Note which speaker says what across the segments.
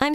Speaker 1: I'm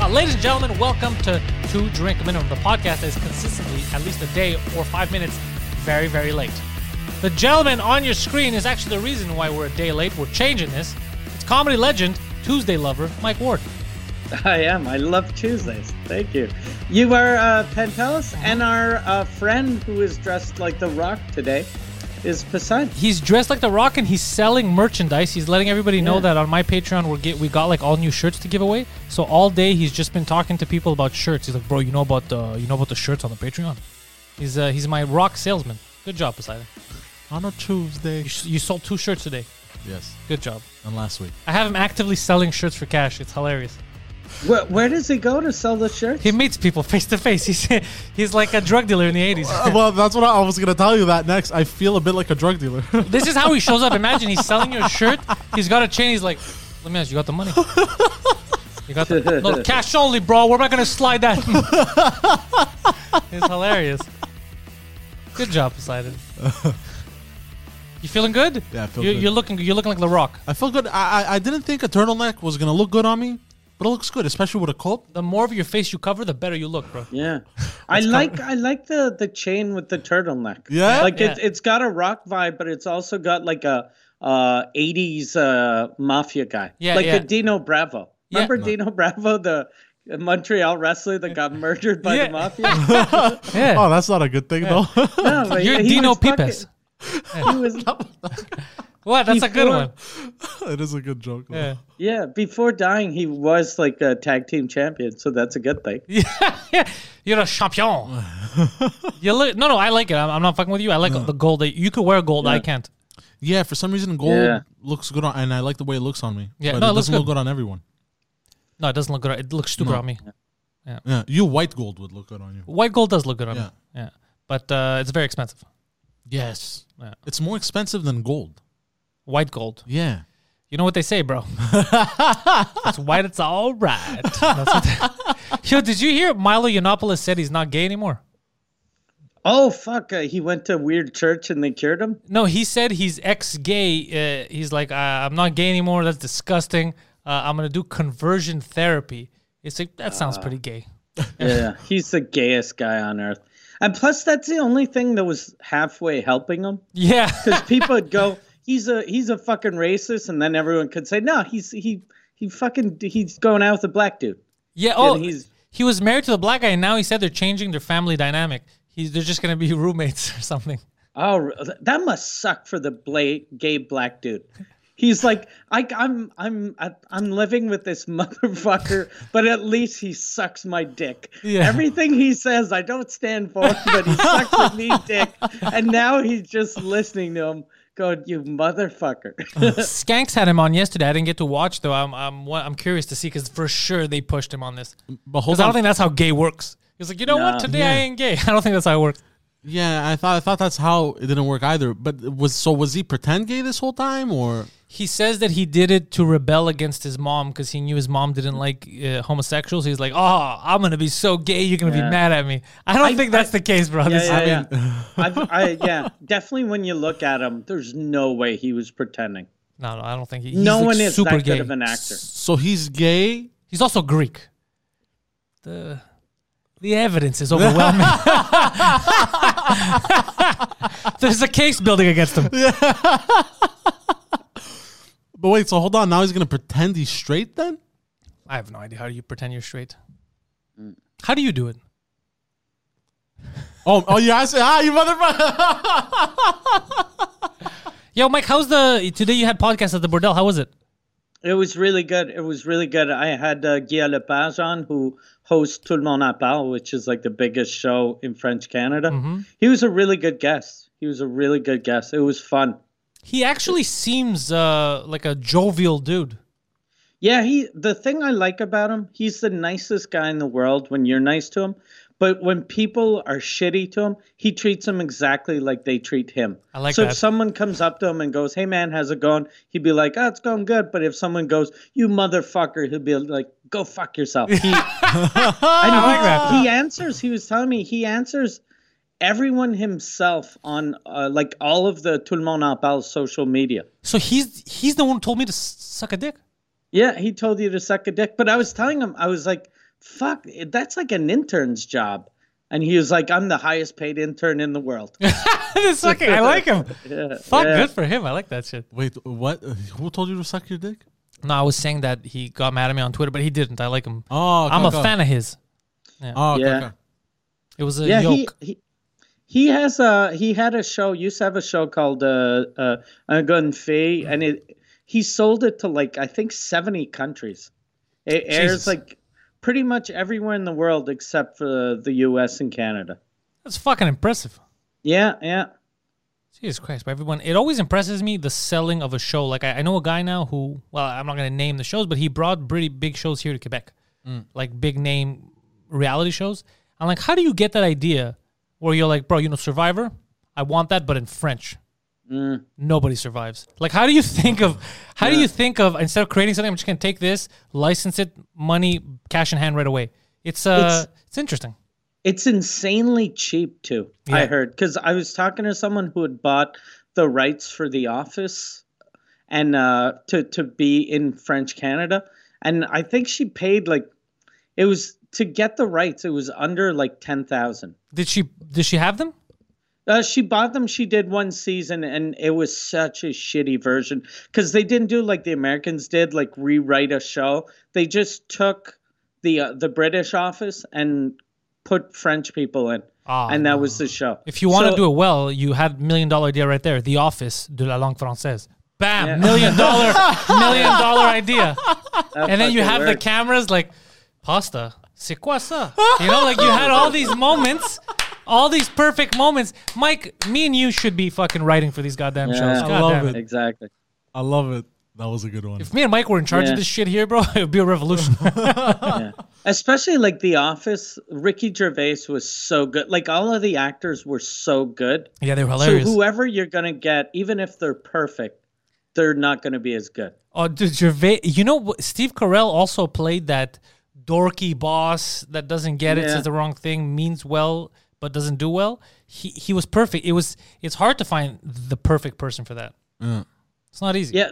Speaker 2: Uh, ladies and gentlemen, welcome to Two Drink Minimum, the podcast that is consistently at least a day or five minutes very, very late. The gentleman on your screen is actually the reason why we're a day late. We're changing this. It's comedy legend, Tuesday lover, Mike Ward.
Speaker 3: I am. I love Tuesdays. Thank you. You are uh, Pentelis, and our uh, friend who is dressed like The Rock today is Poseidon.
Speaker 2: He's dressed like The Rock and he's selling merchandise. He's letting everybody know
Speaker 3: Yeah.
Speaker 2: that on my Patreon we get we got like all new shirts to give away. So all day he's just been talking to people about shirts. He's like, "Bro, you know about the you know about the shirts on the Patreon." He's uh, he's my rock salesman. Good job, Poseidon.
Speaker 4: on a Tuesday.
Speaker 2: You, s- you sold two shirts today.
Speaker 4: Yes,
Speaker 2: Good job.
Speaker 4: and last week.
Speaker 2: I have him actively selling shirts for cash. It's hilarious.
Speaker 3: Where, where does he go to sell the shirts?
Speaker 2: He meets people face to face. He's he's like a drug dealer in the eighties.
Speaker 4: Oh, well, that's what I, I was gonna tell you. That next, I feel a bit like a drug dealer.
Speaker 2: This is how he shows up. Imagine he's selling your shirt. He's got a chain. He's like, "Let me ask you, got the money? You got the no cash only, bro. Where am I gonna slide that?" it's hilarious. Good job, Poseidon. You feeling good?
Speaker 4: Yeah, I feel
Speaker 2: you,
Speaker 4: good.
Speaker 2: You're looking. You're looking like The Rock.
Speaker 4: I feel good. I, I I didn't think a turtleneck was gonna look good on me, but it looks good, especially with a coat.
Speaker 2: The more of your face you cover, the better you look,
Speaker 4: Oh,
Speaker 2: bro.
Speaker 3: yeah, I like I like the the chain with the turtleneck.
Speaker 4: Yeah?
Speaker 3: like It,
Speaker 2: Yeah.
Speaker 3: it's got a rock vibe, but it's also got like a uh, '80s uh, mafia guy,
Speaker 2: Yeah,
Speaker 3: like
Speaker 2: yeah.
Speaker 3: a Dino Bravo.
Speaker 2: Yeah.
Speaker 3: Remember Dino Bravo, the Montreal wrestler that got murdered by
Speaker 2: Yeah.
Speaker 3: the mafia?
Speaker 2: Yeah.
Speaker 4: Oh, that's not a good thing though.
Speaker 3: No, but
Speaker 2: You're
Speaker 3: he
Speaker 2: Dino
Speaker 3: was fucking-
Speaker 2: Pipes.
Speaker 3: he was
Speaker 2: What? That's a good
Speaker 3: Before-
Speaker 2: one.
Speaker 4: it is a good joke. Though.
Speaker 2: Yeah.
Speaker 3: Yeah, before dying, he was like a tag team champion, so that's a good thing.
Speaker 2: yeah, you're a champion. you look no, no. I like it. I'm, I'm not fucking with you. I like the gold. That you could wear gold. I can't.
Speaker 4: Yeah, for some reason, gold
Speaker 3: Yeah.
Speaker 4: looks good on, and I like the way it looks on me.
Speaker 2: Yeah,
Speaker 4: but
Speaker 2: no, it
Speaker 4: it,
Speaker 2: looks
Speaker 4: doesn't look
Speaker 2: good.
Speaker 4: good on everyone.
Speaker 2: No, it doesn't look good. It looks stupid on me.
Speaker 4: Yeah, you white gold would look good on you.
Speaker 2: White gold does look good on me.
Speaker 4: Yeah.
Speaker 2: Yeah, but uh, it's very expensive.
Speaker 4: Yes,
Speaker 2: Yeah.
Speaker 4: it's more expensive than gold.
Speaker 2: White gold.
Speaker 4: Yeah,
Speaker 2: You know what they say, bro? it's white. It's all right. That's what they- Yo, did you hear Milo Yiannopoulos said he's not gay anymore?
Speaker 3: Oh fuck, uh, he went to a weird church and they cured him.
Speaker 2: No, he said he's ex-gay. Uh, he's like, uh, I'm not gay anymore. That's disgusting. Uh, I'm gonna do conversion therapy. It's like that
Speaker 4: Uh.
Speaker 2: sounds pretty gay.
Speaker 3: Yeah, he's the gayest guy on earth. And plus, that's the only thing that was halfway helping him
Speaker 2: Yeah.
Speaker 3: because people would go, "He's a he's a fucking racist," and then everyone could say, "No, he's he he fucking he's going out with a black dude."
Speaker 2: Yeah. Oh,
Speaker 3: he's-
Speaker 2: he was married to the black guy, and now he said they're changing their family dynamic. He's they're just gonna be roommates or something.
Speaker 3: Oh, that must suck for the bla- gay black dude. He's like, I, I'm, I'm, I'm living with this motherfucker, but at least he sucks my dick.
Speaker 2: Yeah.
Speaker 3: Everything he says, I don't stand for, but he sucks with me dick. And now he's just listening to him, going, "You motherfucker."
Speaker 2: Skanks had him on yesterday. I didn't get to watch though. I'm I'm wa- I'm curious to see because for sure they pushed him on this.
Speaker 4: but hold
Speaker 2: Because I
Speaker 4: on.
Speaker 2: don't think that's how gay works. He's like, you know what? Today I
Speaker 4: Yeah.
Speaker 2: ain't gay. I don't think that's how it works.
Speaker 4: yeah, I thought I thought that's how it didn't work either. But it was so was he pretend gay this whole time or?
Speaker 2: He says that he did it to rebel against his mom because he knew his mom didn't like uh, homosexuals. He's like, oh, I'm gonna be so gay. You're gonna be mad at me. I don't think that's the case, bro. This-
Speaker 3: yeah, yeah, yeah. I've, I, yeah, definitely. When you look at him, there's no way he was pretending.
Speaker 2: No, no, I don't think he, he's
Speaker 3: No
Speaker 2: like
Speaker 3: one is
Speaker 2: super
Speaker 3: that
Speaker 2: gay.
Speaker 3: good of an actor.
Speaker 4: So he's gay.
Speaker 2: He's also Greek. The the evidence is overwhelming. There's a case building against him.
Speaker 4: But wait, so hold on. Now he's gonna pretend he's straight then?
Speaker 2: I have no idea how do you pretend you're straight.
Speaker 3: Mm.
Speaker 2: How do you do it?
Speaker 4: Oh, oh yeah. I said, ah, you motherfucker.
Speaker 2: Yo, Mike, how's the today? You had podcast at the Bordel. How was it?
Speaker 3: It was really good. It was really good. I had uh, Guy Lepage on, who hosts Tout le monde en parle, which is like the biggest show in French Canada. He was a really good guest. He was a really good guest. It was fun.
Speaker 2: He actually seems uh, like a jovial dude.
Speaker 3: Yeah, he the thing I like about him, he's the nicest guy in the world when you're nice to him. But when people are shitty to him, he treats them exactly like they treat him.
Speaker 2: I like
Speaker 3: so
Speaker 2: that.
Speaker 3: if someone comes up to him and goes, Hey man, how's it going? He'd be like, Oh, it's going good. But if someone goes, You motherfucker, he'll be like, Go fuck yourself. He, and he, he answers, he was telling me he answers everyone himself on uh, like all of the Tout le monde en parle social media.
Speaker 2: So he's he's the one who told me to s- suck a dick.
Speaker 3: Yeah, he told you to suck a dick. But I was telling him, I was like, fuck, that's like an intern's job. And he was like, I'm the highest paid intern in the world.
Speaker 2: That's fucking- I like him. Fuck,
Speaker 3: yeah.
Speaker 2: good for him. I like that shit.
Speaker 4: Wait, what? Who told you to suck your dick?
Speaker 2: No, I was saying that he got mad at me on Twitter, but he didn't. I like him.
Speaker 4: Oh, okay,
Speaker 2: I'm a
Speaker 4: okay.
Speaker 2: fan of his.
Speaker 4: Oh, okay,
Speaker 3: Yeah.
Speaker 4: okay.
Speaker 2: It was a
Speaker 3: yeah, he,
Speaker 2: yoke.
Speaker 3: he he has a he had a show. Used to have a show called uh, uh, Un Gun Fee, and it he sold it to like I think seventy countries. It
Speaker 2: Jesus.
Speaker 3: airs like pretty much everywhere in the world except for the U.S. and Canada.
Speaker 2: That's fucking impressive.
Speaker 3: Yeah, yeah.
Speaker 2: Jesus Christ, but everyone, it always impresses me the selling of a show. Like, I, I know a guy now who, well, I'm not going to name the shows, but he brought pretty big shows here to Quebec, like big name reality shows. I'm like, how do you get that idea where you're like, bro, you know, Survivor? I want that, but in French. Nobody survives. Like, how do you think of, how do you think of, instead of creating something, I'm just going to take this, license it, money, cash in hand right away? It's, uh, it's, interesting.
Speaker 3: It's insanely cheap too.
Speaker 2: Yeah.
Speaker 3: I heard because I was talking to someone who had bought the rights for The Office, and uh, to to be in French Canada, and I think she paid like it was to get the rights. It was under like ten thousand.
Speaker 2: Did she, did she have them?
Speaker 3: Uh, she bought them. She did one season, and it was such a shitty version because they didn't do like the Americans did, like rewrite a show. They just took the uh, the British Office and put French people in,
Speaker 2: Ah,
Speaker 3: and that was the show.
Speaker 2: If you want to
Speaker 3: So-
Speaker 2: do it well, you had million dollar idea right there. The Office de la langue française. Bam, million dollar, million dollar idea. and then you
Speaker 3: fucking
Speaker 2: have the
Speaker 3: worked.
Speaker 2: cameras like pasta. C'est quoi ça? You know, like you had all these moments, all these perfect moments. Mike, me and you should be fucking writing for these goddamn shows.
Speaker 3: I
Speaker 2: God
Speaker 4: love
Speaker 2: damn
Speaker 4: it.
Speaker 3: exactly.
Speaker 4: I love it. That was a good one.
Speaker 2: If me and Mike were in charge
Speaker 3: Yeah.
Speaker 2: of this shit here, bro, it would be a revolution.
Speaker 3: Especially like The Office, Ricky Gervais was so good. Like all of the actors were so good.
Speaker 2: yeah, they were hilarious.
Speaker 3: So whoever you're gonna get, even if they're perfect, they're not gonna be as good.
Speaker 2: Oh, dude, Gervais. You know, what- Steve Carell also played that dorky boss that doesn't get it,
Speaker 3: Yeah.
Speaker 2: says the wrong thing, means well but doesn't do well. He he was perfect. It was it's hard to find the perfect person for that. It's not easy.
Speaker 3: Yeah,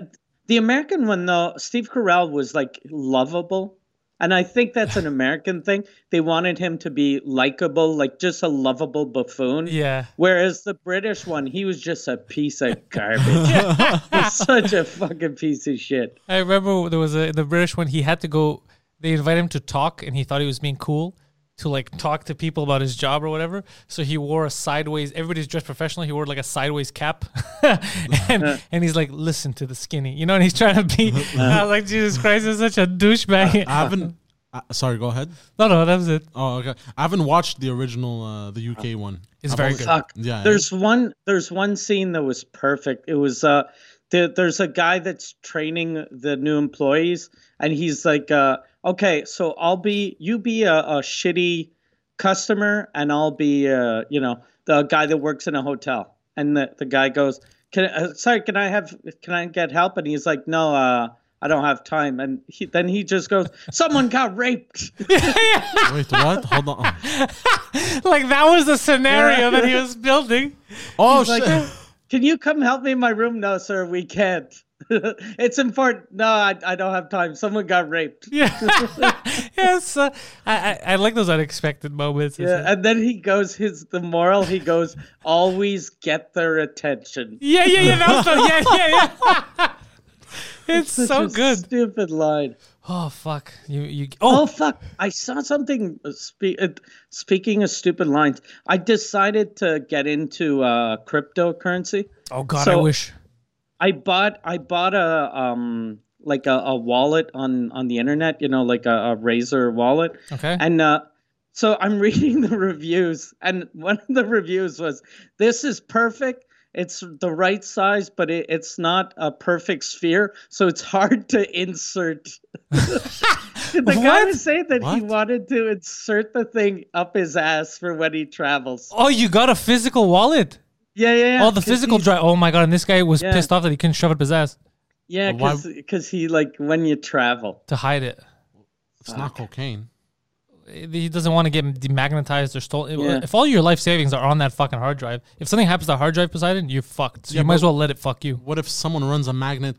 Speaker 3: the American one though, Steve Carell was like lovable, and I think that's an American thing. They wanted him to be likable, like just a lovable buffoon.
Speaker 2: Yeah.
Speaker 3: Whereas the British one, he was just a piece of garbage. He's such a fucking piece of shit.
Speaker 2: I remember there was a the British one. He had to go. They invited him to talk, and he thought he was being cool to like talk to people about his job or whatever. So he wore a sideways. Everybody's dressed professionally. He wore like a sideways cap, and, and he's like, "Listen to the skinny," you know. And he's trying to be. I was like, Jesus Christ, is such a douchebag.
Speaker 4: I haven't. I, sorry, go ahead.
Speaker 2: no, no, that was it.
Speaker 4: Oh, okay. I haven't watched the original, uh, the UK one.
Speaker 2: It's
Speaker 4: I've
Speaker 2: very
Speaker 4: only-
Speaker 2: good.
Speaker 3: Fuck.
Speaker 4: Yeah, yeah.
Speaker 3: There's one. There's one scene that was perfect. It was uh, there, there's a guy that's training the new employees, and he's like, uh, okay, so I'll be you be a, a shitty customer, and I'll be uh, you know, the guy that works in a hotel. And the the guy goes, can uh, sorry, can I have can I get help? And he's like, no, uh. I don't have time, and he, then he just goes. Someone got raped.
Speaker 4: Wait, what? Hold on.
Speaker 2: Like that was the scenario that he was building.
Speaker 4: Oh shit!
Speaker 3: like, "Ah." can you come help me in my room? No, sir, we can't. it's important. No, I, I don't have time. Someone got raped. Yeah.
Speaker 2: Yes, uh, I, I I like those unexpected moments.
Speaker 3: And then he goes, his the moral, he goes, always get their attention.
Speaker 2: yeah, yeah, yeah. That was the, yeah, yeah, yeah. it's so
Speaker 3: Such a
Speaker 2: good.
Speaker 3: Stupid line.
Speaker 2: Oh fuck! You you
Speaker 3: Oh,
Speaker 2: oh,
Speaker 3: fuck. I saw something. uh, Spe- uh, speaking of stupid lines, I decided to get into uh, cryptocurrency.
Speaker 2: oh god! I
Speaker 3: so-
Speaker 2: wish
Speaker 3: I bought I bought a um like a, a wallet on on the internet, you know, like a, a Razor wallet.
Speaker 2: Okay.
Speaker 3: And uh, so I'm reading the reviews, and one of the reviews was, "This is perfect. It's the right size, but it, it's not a perfect sphere, so it's hard to insert." the guy
Speaker 2: What?
Speaker 3: was saying that he
Speaker 4: What?
Speaker 3: wanted to insert the thing up his ass for when he travels.
Speaker 2: oh, you got a physical wallet.
Speaker 3: Yeah, yeah. yeah
Speaker 2: oh, the
Speaker 3: 'cause
Speaker 2: physical
Speaker 3: he's-
Speaker 2: drive. Oh my god! And this guy was
Speaker 3: Yeah.
Speaker 2: pissed off that he couldn't shove it up his ass
Speaker 3: Yeah,
Speaker 4: But why-
Speaker 3: because he like when you travel.
Speaker 2: to hide it.
Speaker 4: It's not cocaine.
Speaker 2: He doesn't want to get demagnetized or stolen.
Speaker 3: Yeah.
Speaker 2: If all your life savings are on that fucking hard drive, if something happens to the hard drive Poseidon, you're fucked. So you might as well let it fuck you.
Speaker 4: What if someone runs a magnet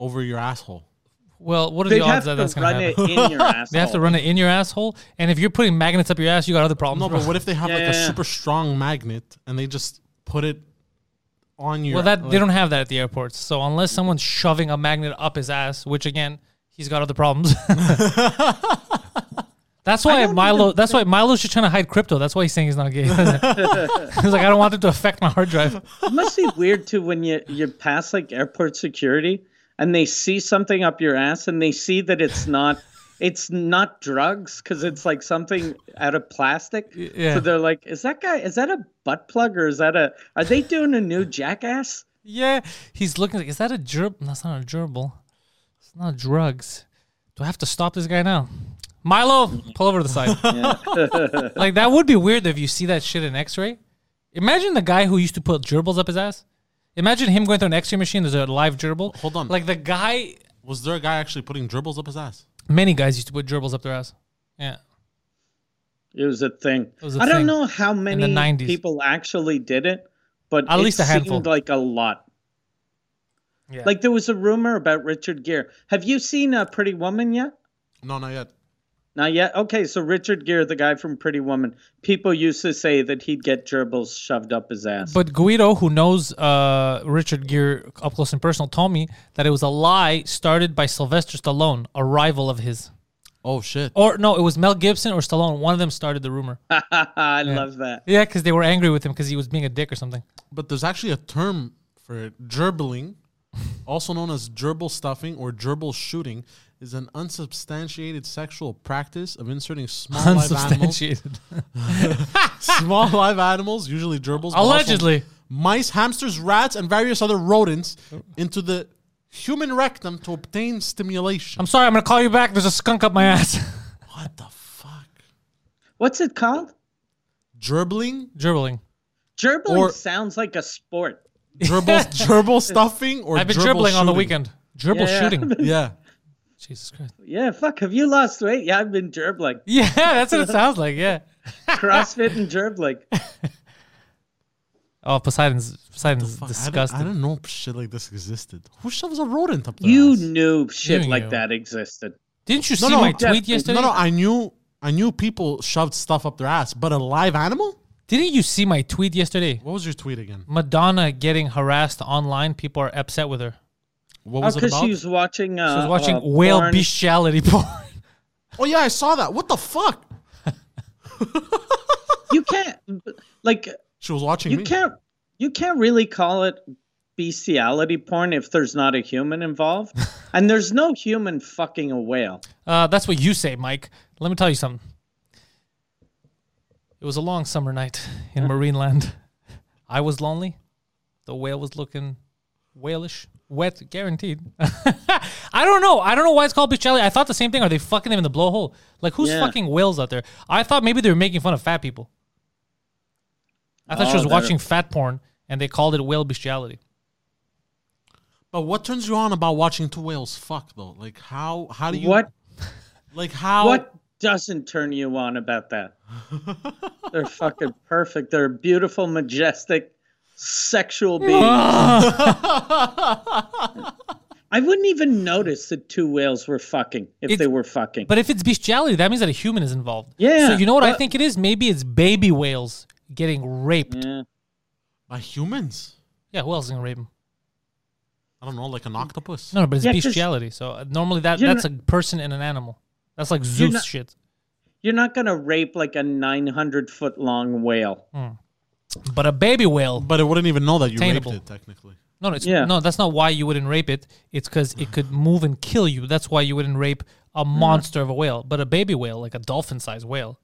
Speaker 4: over your asshole?
Speaker 2: Well, what are
Speaker 3: They
Speaker 2: the
Speaker 3: have
Speaker 2: odds
Speaker 3: to
Speaker 2: that that's gonna
Speaker 3: run
Speaker 2: happen?
Speaker 3: it in your asshole.
Speaker 2: They have to run it in your asshole, and if you're putting magnets up your ass, you got other problems.
Speaker 4: No,
Speaker 2: bro.
Speaker 4: but what if they have like
Speaker 3: Yeah,
Speaker 4: a
Speaker 3: yeah, yeah.
Speaker 4: super strong magnet and they just put it on your?
Speaker 2: Well, that
Speaker 4: like,
Speaker 2: they don't have that at the airports. So unless someone's shoving a magnet up his ass, which again, he's got other problems. that's why Milo. That's why Milo's just trying to hide crypto. That's why he's saying he's not gay. he's like, I don't want it to affect my hard drive.
Speaker 3: It must be weird too when you you pass like airport security and they see something up your ass and they see that it's not it's not drugs because it's like something out of plastic.
Speaker 2: yeah.
Speaker 3: So they're like, is that guy? Is that a butt plug or is that a? Are they doing a new jackass?
Speaker 2: Yeah, he's looking like, is that a gerb? That's not a gerbil. It's not drugs. Do I have to stop this guy now? Milo, pull over to the side. like that would be weird if you see that shit in X-ray. Imagine the guy who used to put gerbils up his ass. Imagine him going through an X-ray machine. There's a live gerbil.
Speaker 4: Hold on.
Speaker 2: Like the guy,
Speaker 4: Was there a guy actually putting dribbles up his ass?
Speaker 2: many guys used to put gerbils up their ass. Yeah.
Speaker 3: It was a thing. I
Speaker 2: was a
Speaker 3: I don't
Speaker 2: thing
Speaker 3: know how many
Speaker 2: 90s.
Speaker 3: people actually did it, but
Speaker 2: At
Speaker 3: it
Speaker 2: least a handful.
Speaker 3: seemed like a lot.
Speaker 2: Yeah.
Speaker 3: Like there was a rumor about Richard Gere. Have you seen a Pretty Woman yet?
Speaker 4: No, not yet.
Speaker 3: Not yet. Okay, so Richard Gere, the guy from Pretty Woman, people used to say that he'd get gerbils shoved up his ass.
Speaker 2: But Guido, who knows uh, Richard Gere up close and personal, told me that it was a lie started by Sylvester Stallone, a rival of his.
Speaker 4: Oh shit!
Speaker 2: Or no, it was Mel Gibson or Stallone. One of them started the rumor.
Speaker 3: I love that.
Speaker 2: yeah, because they were angry with him because he was being a dick or something.
Speaker 4: But there's actually a term for it. Gerbling, also known as gerbil stuffing or gerbil shooting, is an unsubstantiated sexual practice of inserting small live animals,
Speaker 2: Unsubstantiated.
Speaker 4: small live animals, usually gerbils, but also
Speaker 2: Allegedly. Oh.
Speaker 4: mice, hamsters, rats, and various other rodents into the human rectum to obtain stimulation.
Speaker 2: I'm sorry, I'm gonna call you back. There's a skunk up my ass.
Speaker 4: what the fuck?
Speaker 3: What's it called?
Speaker 4: Gerbling,
Speaker 2: Dribbling.
Speaker 3: Gerbling
Speaker 4: Or-
Speaker 3: sounds like a sport.
Speaker 4: gerbil, gerbil stuffing, or
Speaker 2: I've been
Speaker 4: gerbil
Speaker 2: dribbling on the
Speaker 4: shooting?
Speaker 2: weekend. Dribble
Speaker 3: Yeah.
Speaker 2: shooting.
Speaker 4: Yeah.
Speaker 2: Jesus Christ.
Speaker 3: Yeah, fuck. Have you lost weight? Yeah, I've been gerbling.
Speaker 2: Yeah, that's what it sounds like. Yeah.
Speaker 3: CrossFit and gerbling.
Speaker 2: Oh, Poseidon's Poseidon's
Speaker 4: Fuck, I didn't-
Speaker 2: disgusted.
Speaker 4: I didn't, know shit like this existed. Who shoves a rodent up there?
Speaker 3: You knew shit
Speaker 2: You
Speaker 3: like
Speaker 2: knew.
Speaker 3: that existed.
Speaker 2: Didn't you
Speaker 4: No,
Speaker 2: see
Speaker 4: no,
Speaker 2: my
Speaker 4: yeah,
Speaker 2: tweet yesterday?
Speaker 4: No, no, I knew, I knew people shoved stuff up their ass, but a live animal?
Speaker 2: Didn't you see my tweet yesterday?
Speaker 4: What was your tweet again?
Speaker 2: Madonna getting harassed online. People are upset with her.
Speaker 4: What
Speaker 3: Oh,
Speaker 4: was it
Speaker 3: because
Speaker 4: about?
Speaker 3: she was watching.
Speaker 2: She
Speaker 3: Uh,
Speaker 2: was watching
Speaker 3: uh,
Speaker 2: whale
Speaker 3: porn.
Speaker 2: bestiality porn.
Speaker 4: Oh yeah, I saw that. What the fuck?
Speaker 3: You can't, like,
Speaker 4: She was watching
Speaker 3: you
Speaker 4: me.
Speaker 3: can't, you can't really call it bestiality porn if there's not a human involved, and there's no human fucking a whale.
Speaker 2: Uh, that's what you say, Mike. Let me tell you something. It was a long summer night in Marineland. I was lonely. The whale was looking whalish, wet, guaranteed. I don't know. I don't know why it's called bestiality. I thought the same thing. Are they fucking them in the blowhole? Like, who's
Speaker 3: Yeah.
Speaker 2: fucking whales out there? I thought maybe they were making fun of fat people. I thought she
Speaker 3: Oh,
Speaker 2: was
Speaker 3: that-
Speaker 2: watching fat porn and they called it whale bestiality.
Speaker 4: But what turns you on about watching two whales fuck though? Like how? How do you?
Speaker 3: What
Speaker 4: Like how?
Speaker 3: what doesn't turn you on about that? They're fucking perfect. They're beautiful, majestic, sexual beings. I wouldn't even notice that two whales were fucking if
Speaker 2: It's-
Speaker 3: they were fucking.
Speaker 2: But if it's bestiality, that means that a human is involved.
Speaker 3: Yeah,
Speaker 2: So you know what I
Speaker 3: but-
Speaker 2: think it is? Maybe it's baby whales getting raped. Yeah,
Speaker 3: yeah.
Speaker 4: By humans?
Speaker 2: who else is gonna rape them?
Speaker 4: I don't know, like an octopus.
Speaker 2: No, no, but it's
Speaker 3: Yeah, 'cause-
Speaker 2: bestiality. So uh, normally that
Speaker 3: You're
Speaker 2: that's a person and an animal. That's like
Speaker 3: You're
Speaker 2: Zeus
Speaker 3: not-
Speaker 2: shit.
Speaker 3: You're not gonna rape like a 900 foot long whale.
Speaker 2: But a baby whale,
Speaker 4: But it wouldn't even know that you
Speaker 2: Attainable.
Speaker 4: raped it technically.
Speaker 2: No, no, it's,
Speaker 3: Yeah.
Speaker 2: no, that's not why you wouldn't rape it. It's because it could move and kill you. That's why you wouldn't rape a
Speaker 3: Mm.
Speaker 2: monster of a whale, but a baby whale, like a dolphin-sized whale.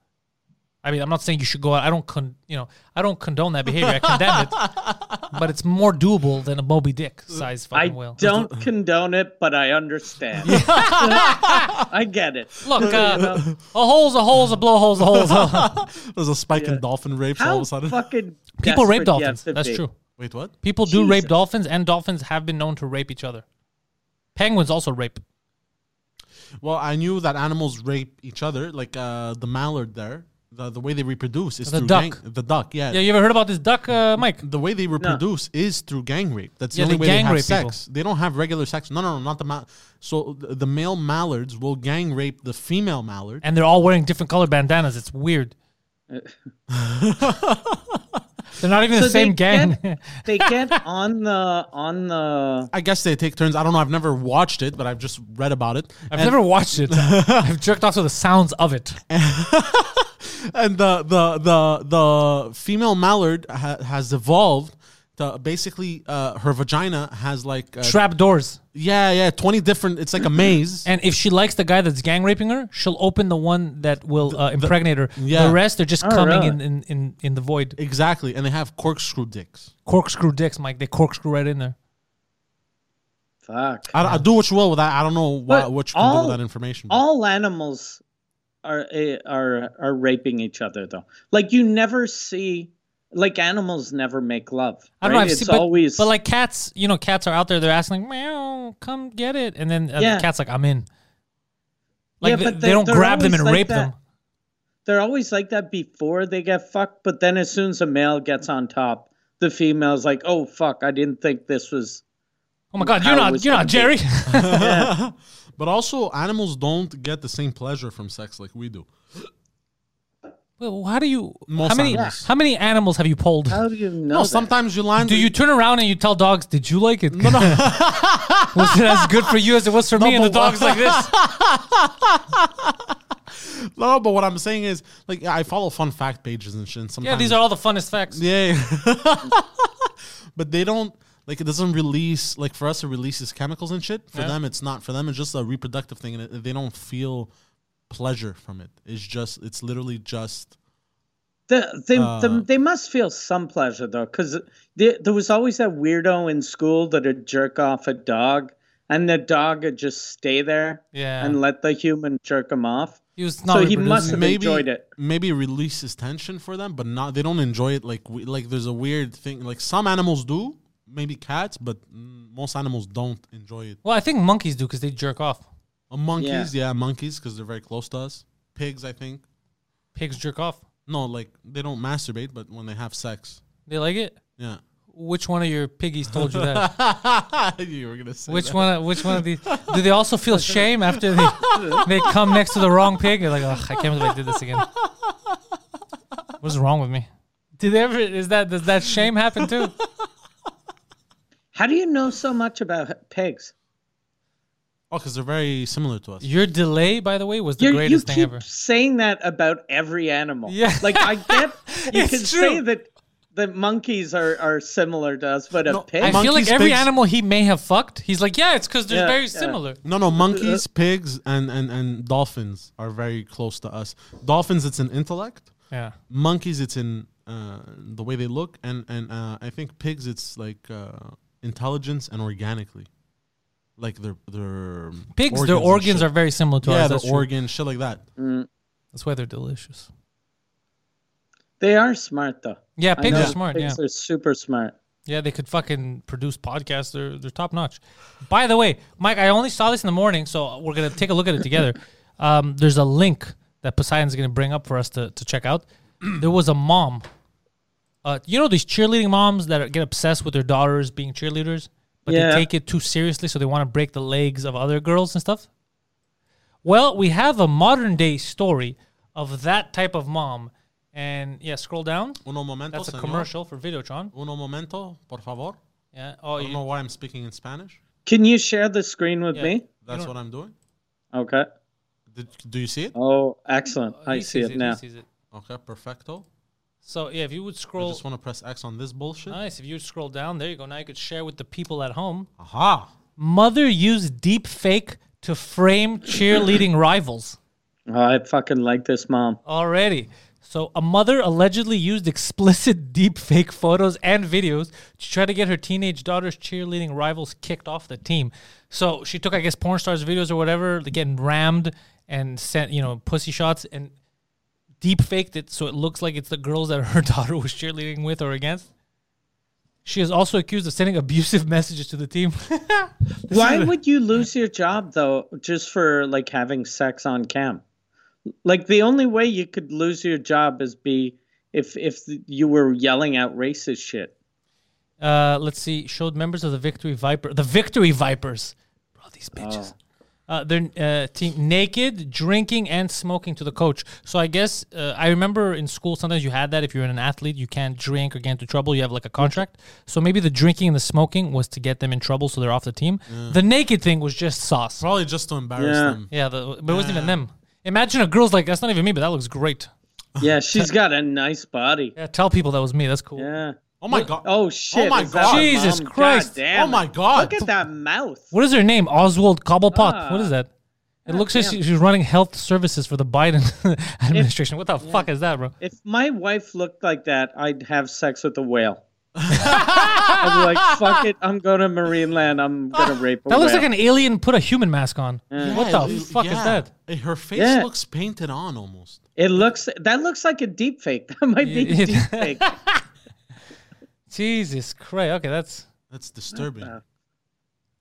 Speaker 2: I mean, I'm not saying you should go out. I don't, con- you know, I don't condone that behavior. I condemn it, but it's more doable than a Moby Dick-sized
Speaker 3: I
Speaker 2: fucking whale.
Speaker 3: don't condone it, but I understand. I get it.
Speaker 2: Look, uh, a hole's a hole's a blowhole's a hole's. A
Speaker 4: There's a spike in dolphin rapes all
Speaker 3: How
Speaker 4: of a sudden.
Speaker 3: fucking
Speaker 2: People rape
Speaker 3: desperate do you have
Speaker 2: dolphins.
Speaker 3: to
Speaker 2: That's
Speaker 3: be?
Speaker 2: true.
Speaker 4: Wait, what?
Speaker 2: People do rape
Speaker 3: Jesus.
Speaker 2: dolphins, and dolphins have been known to rape each other. Penguins also rape.
Speaker 4: Well, I knew that animals rape each other, like uh, the mallard there. The, the way they reproduce is
Speaker 2: The
Speaker 4: through
Speaker 2: duck.
Speaker 4: gang. The duck, yeah.
Speaker 2: Yeah, you ever heard about this duck, uh, Mike?
Speaker 4: The way they reproduce is through gang rape. That's
Speaker 2: Yeah,
Speaker 4: the only
Speaker 2: they
Speaker 4: way
Speaker 2: gang
Speaker 4: they have
Speaker 2: rape people.
Speaker 4: sex. They don't have regular sex. No, no, no, not the ma- So th- the male mallards will gang rape the female mallard.
Speaker 2: And they're all wearing different colored bandanas. It's weird. they're not even the
Speaker 3: So they
Speaker 2: same gang.
Speaker 3: Get, they get on the on the.
Speaker 4: I guess they take turns. I don't know. I've never watched it, but I've just read about it.
Speaker 2: I've never watched it. I've jerked off to the sounds of it.
Speaker 4: and the the the the female mallard ha- has evolved to basically uh, her vagina has like uh,
Speaker 2: Trap doors.
Speaker 4: yeah yeah 20 different it's like a maze
Speaker 2: And if she likes the guy that's gang raping her, she'll open the one that will uh, impregnate her.
Speaker 4: yeah.
Speaker 2: The rest are just
Speaker 3: Oh,
Speaker 2: coming
Speaker 3: really?
Speaker 2: in, in, in, in the void.
Speaker 4: exactly and they have corkscrew dicks
Speaker 2: Corkscrew dicks, Mike. They corkscrew right in there.
Speaker 3: Fuck.
Speaker 4: I, I do what you will with that I don't know why,
Speaker 3: But
Speaker 4: what you can do
Speaker 3: all-
Speaker 4: with that information but-
Speaker 3: all animals are eh, are are raping each other though. Like you never see like animals never make love.
Speaker 2: I don't
Speaker 3: right?
Speaker 2: know. I've
Speaker 3: it's
Speaker 2: seen, but,
Speaker 3: always
Speaker 2: but like cats, you know, cats are out there. They're asking like, "Meow, come get it," and then uh,
Speaker 3: Yeah.
Speaker 2: the cat's like, "I'm in." Like
Speaker 3: Yeah,
Speaker 2: th-
Speaker 3: but
Speaker 2: they,
Speaker 3: they-
Speaker 2: don't
Speaker 3: they're
Speaker 2: grab them
Speaker 3: always
Speaker 2: and
Speaker 3: like
Speaker 2: rape
Speaker 3: that.
Speaker 2: them.
Speaker 3: they're always like that before they get fucked, but then as soon as a male gets on top, the female's like, "Oh fuck, I didn't think this was."
Speaker 2: Oh my god,
Speaker 3: How
Speaker 2: you're
Speaker 3: was
Speaker 2: not you're
Speaker 3: that
Speaker 2: not Jerry.
Speaker 4: but also animals don't get the same pleasure from sex like we do
Speaker 2: Well, how do you?
Speaker 4: Most
Speaker 2: how many
Speaker 4: animals.
Speaker 2: how many animals have you polled?
Speaker 3: How do you know?
Speaker 4: no
Speaker 3: that?
Speaker 4: sometimes you line
Speaker 2: do you turn around and you tell dogs, "Did you like it?" No, no. was it as good for you as it was for me? And the
Speaker 4: but what-
Speaker 2: dog's like this.
Speaker 4: no but what I'm saying is like I follow fun fact pages and shit and sometimes
Speaker 2: Yeah, these are all the funnest facts.
Speaker 4: Yeah. but they don't like it doesn't release like for us it releases chemicals and shit. For them it's not. For them it's just a reproductive thing and it, they don't feel pleasure from it. It's just it's literally just
Speaker 3: The, they,
Speaker 2: Uh.
Speaker 3: the, they must feel some pleasure though, because there was always that weirdo in school that'd jerk off a dog, and the dog would just stay there
Speaker 2: Yeah.
Speaker 3: and let the human jerk him off.
Speaker 2: He was not
Speaker 3: so he
Speaker 2: reproducing.
Speaker 3: must have
Speaker 4: maybe
Speaker 3: enjoyed it.
Speaker 4: maybe it releases tension for them, but not they don't enjoy it like we, like there's a weird thing like some animals do, maybe cats, but mm, most animals don't enjoy it.
Speaker 2: Well, I think monkeys do because they jerk off.
Speaker 4: Uh, monkeys, yeah, monkeys cuz they're very close to us. Pigs, I think.
Speaker 2: Pigs jerk off.
Speaker 4: No, like they don't masturbate, but when they have sex.
Speaker 2: They like it.
Speaker 4: Yeah.
Speaker 2: Which one of your piggies told you that?
Speaker 4: you were gonna say
Speaker 2: Which one? uh, Which one of these? Do they also feel shame after they they come next to the wrong pig? They're like, Ugh, I can't believe I did this again. What's wrong with me? Did they ever? Is that does that shame happen too?
Speaker 3: How do you know so much about pigs?
Speaker 4: Oh, because they're very similar to us.
Speaker 2: Your delay, by the way, was the
Speaker 3: You're- you
Speaker 2: greatest
Speaker 3: keep
Speaker 2: thing ever.
Speaker 3: saying that about every animal.
Speaker 2: Yeah.
Speaker 3: like I get you
Speaker 2: It's
Speaker 3: can say
Speaker 2: true.
Speaker 3: that the monkeys are, are similar to us, but a pig.
Speaker 2: I feel like
Speaker 4: monkeys,
Speaker 2: every
Speaker 4: pigs-
Speaker 2: animal he may have fucked, he's like, yeah, it's because they're
Speaker 3: Yeah,
Speaker 2: very
Speaker 3: yeah.
Speaker 2: similar.
Speaker 4: No, no, monkeys, pigs, and, and, and dolphins are very close to us. Dolphins, it's in intellect.
Speaker 2: Yeah.
Speaker 4: Monkeys, it's in uh, the way they look. And, and uh, I think pigs, it's like uh, intelligence and organically. Like their, their
Speaker 2: Pigs, their organs are
Speaker 4: and shit.
Speaker 2: very similar to
Speaker 4: Yeah,
Speaker 2: ours.
Speaker 4: their
Speaker 2: That's, true.
Speaker 4: organ, shit like that.
Speaker 3: Mm.
Speaker 2: that's why they're delicious.
Speaker 3: they are smart though.
Speaker 2: Yeah,
Speaker 3: I
Speaker 2: pigs are
Speaker 3: know
Speaker 2: smart.
Speaker 3: Pigs
Speaker 2: yeah.
Speaker 3: are super smart.
Speaker 2: Yeah, they could fucking produce podcasts. They're they're top notch. By the way, Mike, I only saw this in the morning, so we're gonna take a look at it together. Um, there's a link that Poseidon's gonna bring up for us to, to check out. There was a mom. Uh, you know these cheerleading moms that are, get obsessed with their daughters being cheerleaders, but
Speaker 3: Yeah.
Speaker 2: they take it too seriously, so they want to break the legs of other girls and stuff. Well, we have a modern day story of that type of mom, and yeah, scroll down.
Speaker 4: Uno momento,
Speaker 2: That's a
Speaker 4: señor.
Speaker 2: commercial for Videotron.
Speaker 4: Uno momento, por favor.
Speaker 2: Yeah. Oh,
Speaker 4: I don't
Speaker 2: you,
Speaker 4: know why I'm speaking in Spanish.
Speaker 3: Can you share the screen with
Speaker 2: Yeah.
Speaker 3: me?
Speaker 4: That's what I'm doing.
Speaker 3: Okay.
Speaker 4: Did, do you see it?
Speaker 3: Oh, excellent. I
Speaker 2: He
Speaker 3: see
Speaker 2: sees
Speaker 3: it now.
Speaker 2: he sees it.
Speaker 4: Okay, perfecto.
Speaker 2: So yeah, if you would
Speaker 4: I
Speaker 2: scroll,
Speaker 4: just want to press X on this bullshit.
Speaker 2: nice. If you would scroll down, there you go. Now you could share with the people at home.
Speaker 4: Aha.
Speaker 2: Mother used deep fake to frame cheerleading rivals.
Speaker 3: Oh, I fucking like this mom.
Speaker 2: Already. So a mother allegedly used explicit deep fake photos and videos to try to get her teenage daughter's cheerleading rivals kicked off the team. So she took, I guess, porn stars' videos or whatever, like, getting rammed and sent, you know, pussy shots and deep faked it so it looks like it's the girls that her daughter was cheerleading with or against. She is also accused of sending abusive messages to the team.
Speaker 3: Why would you lose your job though, just for like having sex on cam? Like the only way you could lose your job is be if if you were yelling out racist shit.
Speaker 2: Uh, let's see. Showed members of the Victory Viper, the Victory Vipers, bro. These bitches. Uh, they're uh, team naked, drinking, and smoking to the coach. So I guess uh, I remember in school sometimes you had that. If you're an athlete, you can't drink or get into trouble. You have like a contract. So maybe the drinking and the smoking was to get them in trouble, so they're off the team. The naked thing was just sauce.
Speaker 4: Probably just to embarrass
Speaker 3: Yeah.
Speaker 4: them.
Speaker 2: Yeah, the, but it wasn't even them. Imagine a girl's like, "That's not even me," but that looks great.
Speaker 3: Yeah, she's got a nice body.
Speaker 2: Yeah, tell people that was me. That's cool.
Speaker 3: Yeah.
Speaker 4: Oh my god.
Speaker 3: Oh shit.
Speaker 4: Oh my
Speaker 3: is that
Speaker 4: god.
Speaker 3: her
Speaker 2: Jesus
Speaker 3: mom?
Speaker 2: Christ.
Speaker 3: damn
Speaker 4: Oh my
Speaker 3: it.
Speaker 4: God.
Speaker 3: Look at that mouth.
Speaker 2: What is her name? Oswald Cobblepot. what is that? It looks like she- she's running health services for the Biden administration. What the fuck is that, bro?
Speaker 3: If my wife looked like that, I'd have sex with a whale. I'd be like, fuck it, I'm going to Marineland. I'm going to rape a
Speaker 2: That looks
Speaker 3: whale.
Speaker 2: like an alien put a human mask on. What the
Speaker 4: it-
Speaker 2: fuck is
Speaker 4: yeah.
Speaker 2: that?
Speaker 4: Eh, Her face
Speaker 3: Yeah.
Speaker 4: looks painted on almost.
Speaker 3: It looks that looks like a deep fake. That might be
Speaker 2: Yeah.
Speaker 3: a deep fake.
Speaker 2: Jesus Christ. Okay, that's.
Speaker 4: That's disturbing.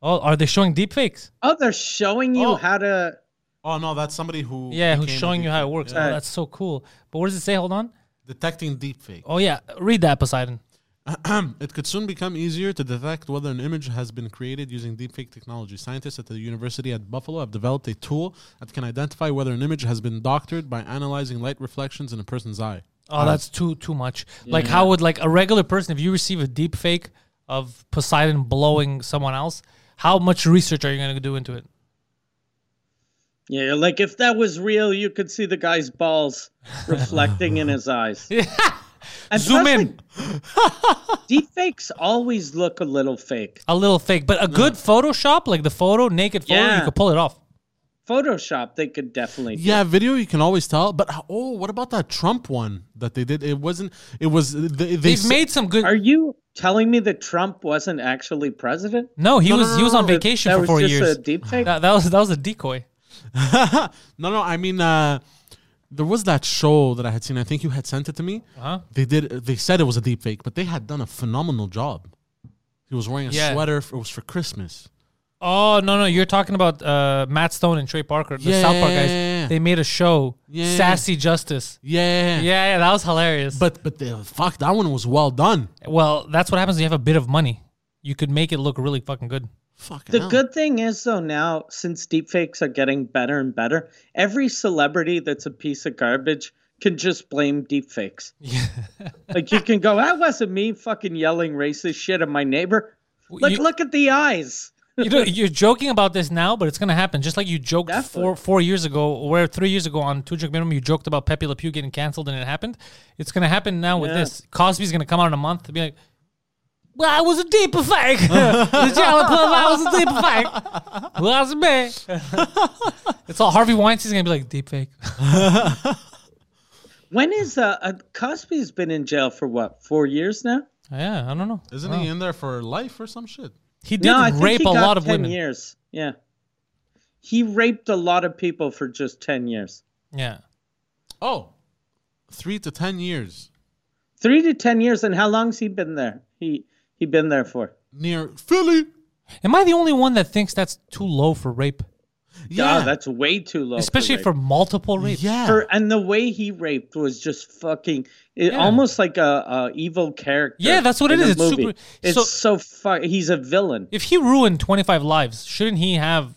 Speaker 2: Oh, are they showing deep fakes?
Speaker 3: Oh, they're showing you
Speaker 4: Oh.
Speaker 3: how to
Speaker 4: Oh no, that's somebody who
Speaker 2: Yeah, who's
Speaker 4: became a
Speaker 2: showing you how it
Speaker 4: deepfake.
Speaker 2: works?
Speaker 4: Yeah.
Speaker 2: Oh, that's so cool. But what does it say? Hold on.
Speaker 4: Detecting deepfake.
Speaker 2: Oh, yeah. Read that, Poseidon.
Speaker 4: It could soon become easier to detect whether an image has been created using deepfake technology. Scientists at the University at Buffalo have developed a tool that can identify whether an image has been doctored by analyzing light reflections in a person's eye.
Speaker 2: Oh, that's too too much. Like, how would like a regular person, if you receive a deep fake of Poseidon blowing someone else, how much research are you going to do into it?
Speaker 3: Yeah, like if that was real, you could see the guy's balls reflecting in his eyes. Yeah. And
Speaker 2: Zoom
Speaker 3: plus,
Speaker 2: in.
Speaker 3: Like, deep fakes always look a little fake.
Speaker 2: A little fake, but a good Photoshop, like the photo, naked photo, you
Speaker 3: Yeah.
Speaker 2: could pull it off.
Speaker 3: Photoshop, they could definitely. do.
Speaker 4: Yeah, video you can always tell. But h- oh, what about that Trump one that they did? It wasn't. It was. They, they
Speaker 2: They've
Speaker 4: s-
Speaker 2: made some good.
Speaker 3: Are you telling me that Trump wasn't actually president?
Speaker 2: no, he was he was on
Speaker 3: That-
Speaker 2: vacation
Speaker 3: that
Speaker 2: for
Speaker 3: was
Speaker 2: four
Speaker 3: just
Speaker 2: years.
Speaker 3: A deep fake.
Speaker 2: That, that was that was a decoy.
Speaker 4: No, no. I mean, uh, there was that show that I had seen. I think you had sent it to me. Uh-huh. They did. They said it was a deep fake, but they had done a phenomenal job. He was wearing a
Speaker 2: Yeah.
Speaker 4: sweater. It was for Christmas.
Speaker 2: Oh no no, you're talking about uh, Matt Stone and Trey Parker, the
Speaker 4: Yeah,
Speaker 2: South Park
Speaker 4: yeah,
Speaker 2: guys.
Speaker 4: yeah, yeah.
Speaker 2: They made a show,
Speaker 4: Yeah.
Speaker 2: Sassy Justice. Yeah,
Speaker 4: Yeah.
Speaker 2: yeah, that was hilarious.
Speaker 4: But but the fuck that one was well done.
Speaker 2: well, that's what happens when you have a bit of money. You could make it look really fucking good.
Speaker 4: Fucking
Speaker 3: The
Speaker 4: hell.
Speaker 3: good thing is, though, now since deepfakes are getting better and better, every celebrity that's a piece of garbage can just blame deepfakes. Yeah. like you can go, that wasn't me fucking yelling racist shit at my neighbor. Look,
Speaker 2: you-
Speaker 3: look at the eyes.
Speaker 2: you know, you're joking about this now, but it's gonna happen. Just like you joked
Speaker 3: Definitely.
Speaker 2: four four years ago, or three years ago on Two Drink Minimum, you joked about Pepe Le Pew getting canceled, and it happened. It's gonna happen now with
Speaker 3: Yeah.
Speaker 2: this. Cosby's gonna come out in a month and be like, "Well, I was a deep fake. the Jolly Plumber, I was a deep fake. Was me." it's all Harvey Weinstein's gonna be like deep fake.
Speaker 3: When is uh, uh Cosby's been in jail for what four years now?
Speaker 2: yeah, I don't know.
Speaker 4: Isn't he in there for life or some shit?
Speaker 2: He did
Speaker 3: No, I think
Speaker 2: rape
Speaker 3: he
Speaker 2: a
Speaker 3: got
Speaker 2: lot of
Speaker 3: 10
Speaker 2: women.
Speaker 3: Years, yeah. He raped a lot of people for just ten years.
Speaker 2: Yeah.
Speaker 4: Oh, three to ten years.
Speaker 3: Three to ten years, and how long's he been there? He he been there for.
Speaker 4: Near Philly.
Speaker 2: Am I the only one that thinks that's too low for rape,
Speaker 3: Yeah,
Speaker 4: Yeah.
Speaker 3: that's way too low.
Speaker 2: especially
Speaker 3: rape.
Speaker 2: for multiple rapes?
Speaker 4: yeah.
Speaker 3: Her- and the way he raped was just fucking it,
Speaker 2: Yeah.
Speaker 3: almost like a, a evil character.
Speaker 2: Yeah, that's what
Speaker 3: in
Speaker 2: it
Speaker 3: a
Speaker 2: is. It's super-
Speaker 3: movie. It's so, fuck. He's a villain.
Speaker 2: if he ruined 25 lives, shouldn't he have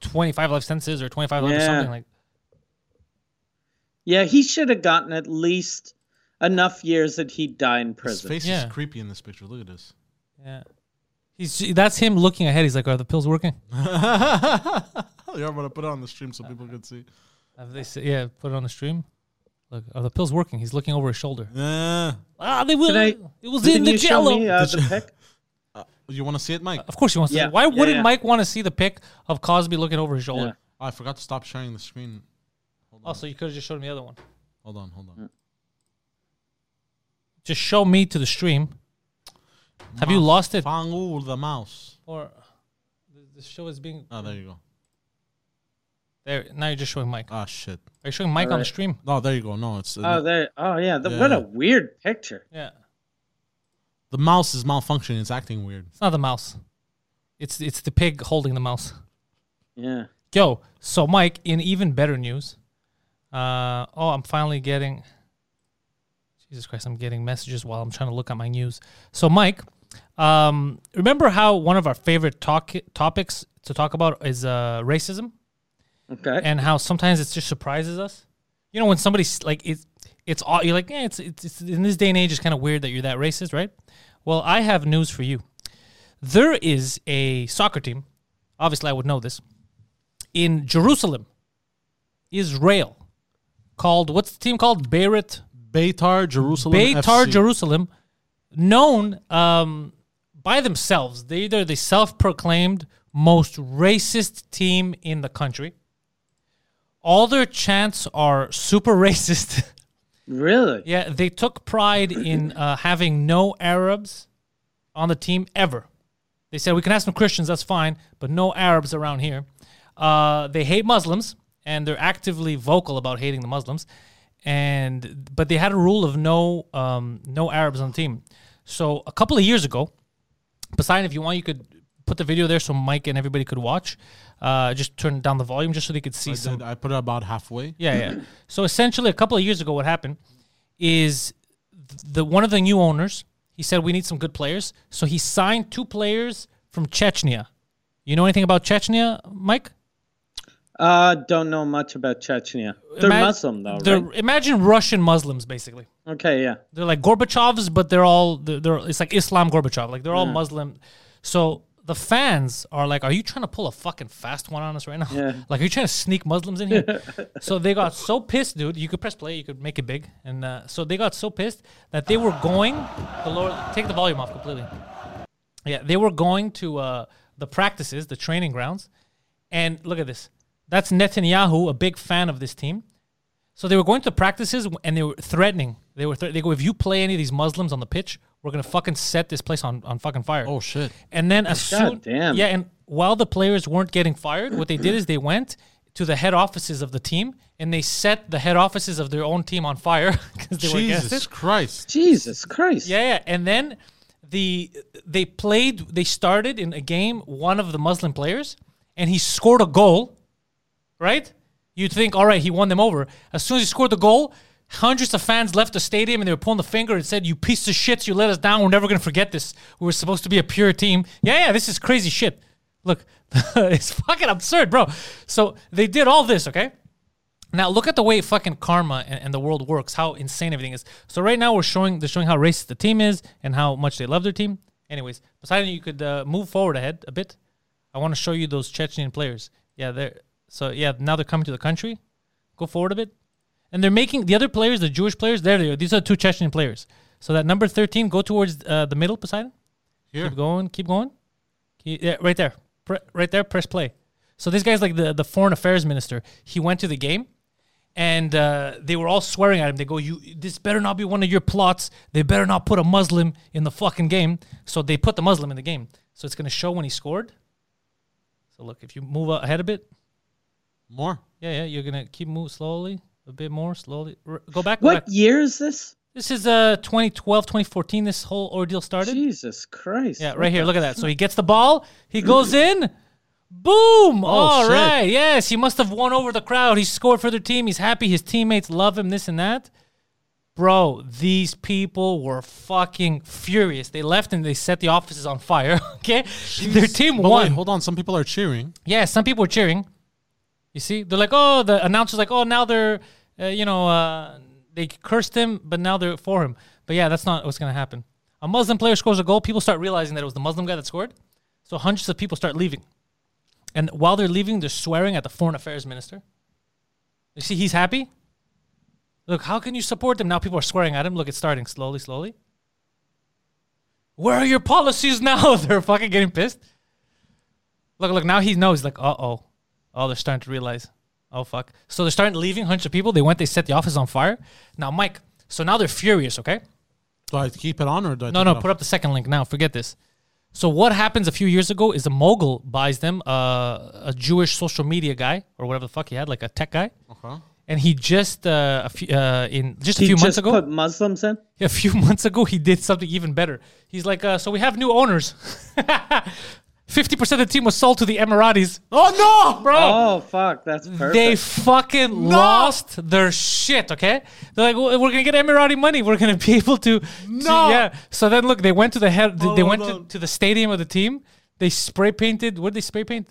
Speaker 2: 25 life sentences or 25 lives or
Speaker 3: Yeah.
Speaker 2: something like
Speaker 3: Yeah, he should have gotten at least enough years that he''d die in
Speaker 4: His
Speaker 3: prison.
Speaker 4: face
Speaker 2: Yeah.
Speaker 4: is creepy in this picture. Look at this.
Speaker 2: yeah. He's that's him looking ahead. He's like, are the pills working?
Speaker 4: yeah, I'm gonna put it on the stream so people can see.
Speaker 2: Have they said, yeah, put it on the stream. Look, oh, the pill's working. He's looking over his shoulder.
Speaker 4: Yeah.
Speaker 2: Ah, they will.
Speaker 3: Did I-
Speaker 2: it was in
Speaker 3: Didn't
Speaker 2: the
Speaker 3: you show
Speaker 2: jello.
Speaker 3: me uh, the pic?
Speaker 4: You want to see it, Mike?
Speaker 2: Of course, he wants
Speaker 3: Yeah,
Speaker 2: to. Why
Speaker 3: yeah,
Speaker 2: wouldn't
Speaker 3: yeah.
Speaker 2: Mike want to see the pic of Cosby looking over his shoulder?
Speaker 4: Oh, I forgot to stop sharing the screen.
Speaker 2: Oh, so you could have just showed him the other one.
Speaker 4: Hold on, hold on.
Speaker 2: Just show me to the stream. Mm. Have you lost it?
Speaker 4: Fangu the mouse.
Speaker 2: Or the- the show is being
Speaker 4: Oh, there you go.
Speaker 2: there. Now you're just showing Mike.
Speaker 4: Ah, shit.
Speaker 2: Are you showing Mike on the
Speaker 3: Alright.
Speaker 2: stream?
Speaker 4: No, there you go. No, it's uh,
Speaker 3: Oh, there. Oh, yeah. The, What
Speaker 4: Yeah.
Speaker 3: a weird picture.
Speaker 2: Yeah.
Speaker 4: the mouse is malfunctioning. It's acting weird.
Speaker 2: It's not the mouse. It's it's the pig holding the mouse.
Speaker 3: Yeah.
Speaker 2: Yo, so Mike, in even better news, uh, oh, I'm finally getting. Jesus Christ, I'm getting messages while I'm trying to look at my news. So Mike, um, remember how one of our favorite talk topics to talk about is uh, racism,
Speaker 3: Okay.
Speaker 2: and how sometimes it just surprises us. You know, when somebody's like, it's it's aw- you're like, yeah, it's, it's it's in this day and age, it's kind of weird that you're that racist, right? Well, I have news for you. There is a soccer team. Obviously, I would know this in Jerusalem, Israel, called what's the team called? Beirat
Speaker 4: Beitar Jerusalem.
Speaker 2: Beitar
Speaker 4: FC.
Speaker 2: Jerusalem, known um, by themselves. They either the self-proclaimed most racist team in the country. All their chants are super racist.
Speaker 3: really?
Speaker 2: yeah, they took pride in uh, having no Arabs on the team ever. They said we can have some Christians, that's fine, but no Arabs around here. Uh, they hate Muslims, and they're actively vocal about hating the Muslims. And but they had a rule of no um, no Arabs on the team. So a couple of years ago, Poseidon, if you want, you could put the video there so Mike and everybody could watch. Uh, just turn down the volume just so they could see
Speaker 4: I,
Speaker 2: some.
Speaker 4: did- I put it about halfway.
Speaker 2: Yeah, yeah. so essentially, a couple of years ago, what happened is the one of the new owners he said we need some good players, so he signed two players from Chechnya. You know anything about Chechnya, Mike?
Speaker 3: Uh, don't know much about Chechnya. They're
Speaker 2: Ima-
Speaker 3: Muslim though,
Speaker 2: they're-
Speaker 3: right?
Speaker 2: Imagine Russian Muslims, basically.
Speaker 3: Okay. Yeah.
Speaker 2: They're like Gorbachev's, but they're all they're, they're it's like Islam Gorbachev. Like they're all Muslim. So the fans are like, "Are you trying to pull a fucking fast one on us right now?
Speaker 3: Yeah.
Speaker 2: Like, are you trying to sneak Muslims in here?" so they got so pissed, dude. You could press play, you could make it big, and uh, so they got so pissed that they were going. The lower, take the volume off completely. Yeah, they were going to uh, the practices, the training grounds, and look at this. That's Netanyahu, a big fan of this team. So they were going to practices and they were threatening. They were thre- they go, if you play any of these Muslims on the pitch, we're gonna fucking set this place on, on fucking fire.
Speaker 4: Oh shit.
Speaker 2: And then as soon,
Speaker 3: God damn.
Speaker 2: yeah, and while the players weren't getting fired, what they did is they went to the head offices of the team and they set the head offices of their own team on fire because they were against
Speaker 4: Jesus
Speaker 2: it.
Speaker 4: Christ.
Speaker 3: Jesus Christ.
Speaker 2: Yeah, yeah. And then the they played. They started in a game one of the Muslim players, and he scored a goal. Right? You'd think, all right, he won them over. As soon as he scored the goal, hundreds of fans left the stadium and they were pulling the finger and said, "You piece of shits! You let us down. We're never gonna forget this. We were supposed to be a pure team. Yeah, yeah. This is crazy shit. Look, it's fucking absurd, bro. So they did all this, okay? Now look at the way fucking karma and, and the world works. How insane everything is. So right now we're showing they're showing how racist the team is and how much they love their team. Anyways, Poseidon, you could uh, move forward ahead a bit. I want to show you those Chechnyan players. Yeah, they're so yeah. Now they're coming to the country. Go forward a bit, and they're making the other players, the Jewish players. There they are. These are two Chechnyan players. So that number thirteen, go towards uh, the middle, Poseidon.
Speaker 4: Here.
Speaker 2: Keep going. Keep going. Keep, yeah, right there. Pre- right there. Press play. So this guy's like the, the foreign affairs minister. He went to the game, and uh, they were all swearing at him. They go, "You, this better not be one of your plots. They better not put a Muslim in the fucking game." So they put the Muslim in the game. So it's gonna show when he scored. So look, if you move ahead a bit,
Speaker 4: More.
Speaker 2: yeah, yeah, you're gonna keep move slowly, a bit more slowly. R- go back. Go
Speaker 3: What
Speaker 2: back.
Speaker 3: year is this?
Speaker 2: This is uh 2012, 2014. This whole ordeal started.
Speaker 3: Jesus Christ.
Speaker 2: Yeah, right here. Look at that. So he gets the ball. He goes in. Boom! All
Speaker 4: Oh, shit.
Speaker 2: right. Yes, he must have won over the crowd. He scored for their team. He's happy. His teammates love him. This and that. Bro, these people were fucking furious. They left and they set the offices on fire. Okay, their team
Speaker 4: But
Speaker 2: won.
Speaker 4: wait, hold on. Some people are cheering.
Speaker 2: Yeah, some people were cheering. You see, they're like, oh, the announcer's like, oh, now they're, uh, you know, uh, they cursed him, but now they're for him. But yeah, that's not what's gonna happen. A Muslim player scores a goal, people start realizing that it was the Muslim guy that scored, so hundreds of people start leaving. And while they're leaving, they're swearing at the foreign affairs minister. You see, he's happy. Look, how can you support them? Now people are swearing at him. Look, it's starting slowly, slowly. Where are your policies now? they're fucking getting pissed. Look, look, now he knows, like, uh oh. Oh, they're starting to realize. Oh, fuck. So they're starting leaving hundreds of people. They went, they set the office on fire. Now, Mike, so now they're furious, okay?
Speaker 4: Do I keep it on or do I
Speaker 2: No,
Speaker 4: take
Speaker 2: no,
Speaker 4: it off?
Speaker 2: put up the second link now. Forget this. So what happens a few years ago is a mogul buys them, uh, a Jewish social media guy or whatever the fuck he had, like a tech guy,
Speaker 4: Okay.
Speaker 2: and he just uh, a few uh, in just a
Speaker 3: He
Speaker 2: few
Speaker 3: just
Speaker 2: months ago,
Speaker 3: put Muslims in.
Speaker 2: a few months ago he did something even better. He's like, uh, so we have new owners. Fifty percent of the team was sold to the Emiratis,
Speaker 4: Oh no, bro!
Speaker 3: Oh fuck, that's perfect.
Speaker 2: They fucking lost their shit. Okay, they're like, "Well, we're gonna get Emirati money. We're gonna be able to. to-
Speaker 4: No.
Speaker 2: yeah. So then, look, they went to the head. They, they
Speaker 4: Hold
Speaker 2: went to,
Speaker 4: on.
Speaker 2: to the stadium of the team. They spray painted. What did they spray paint?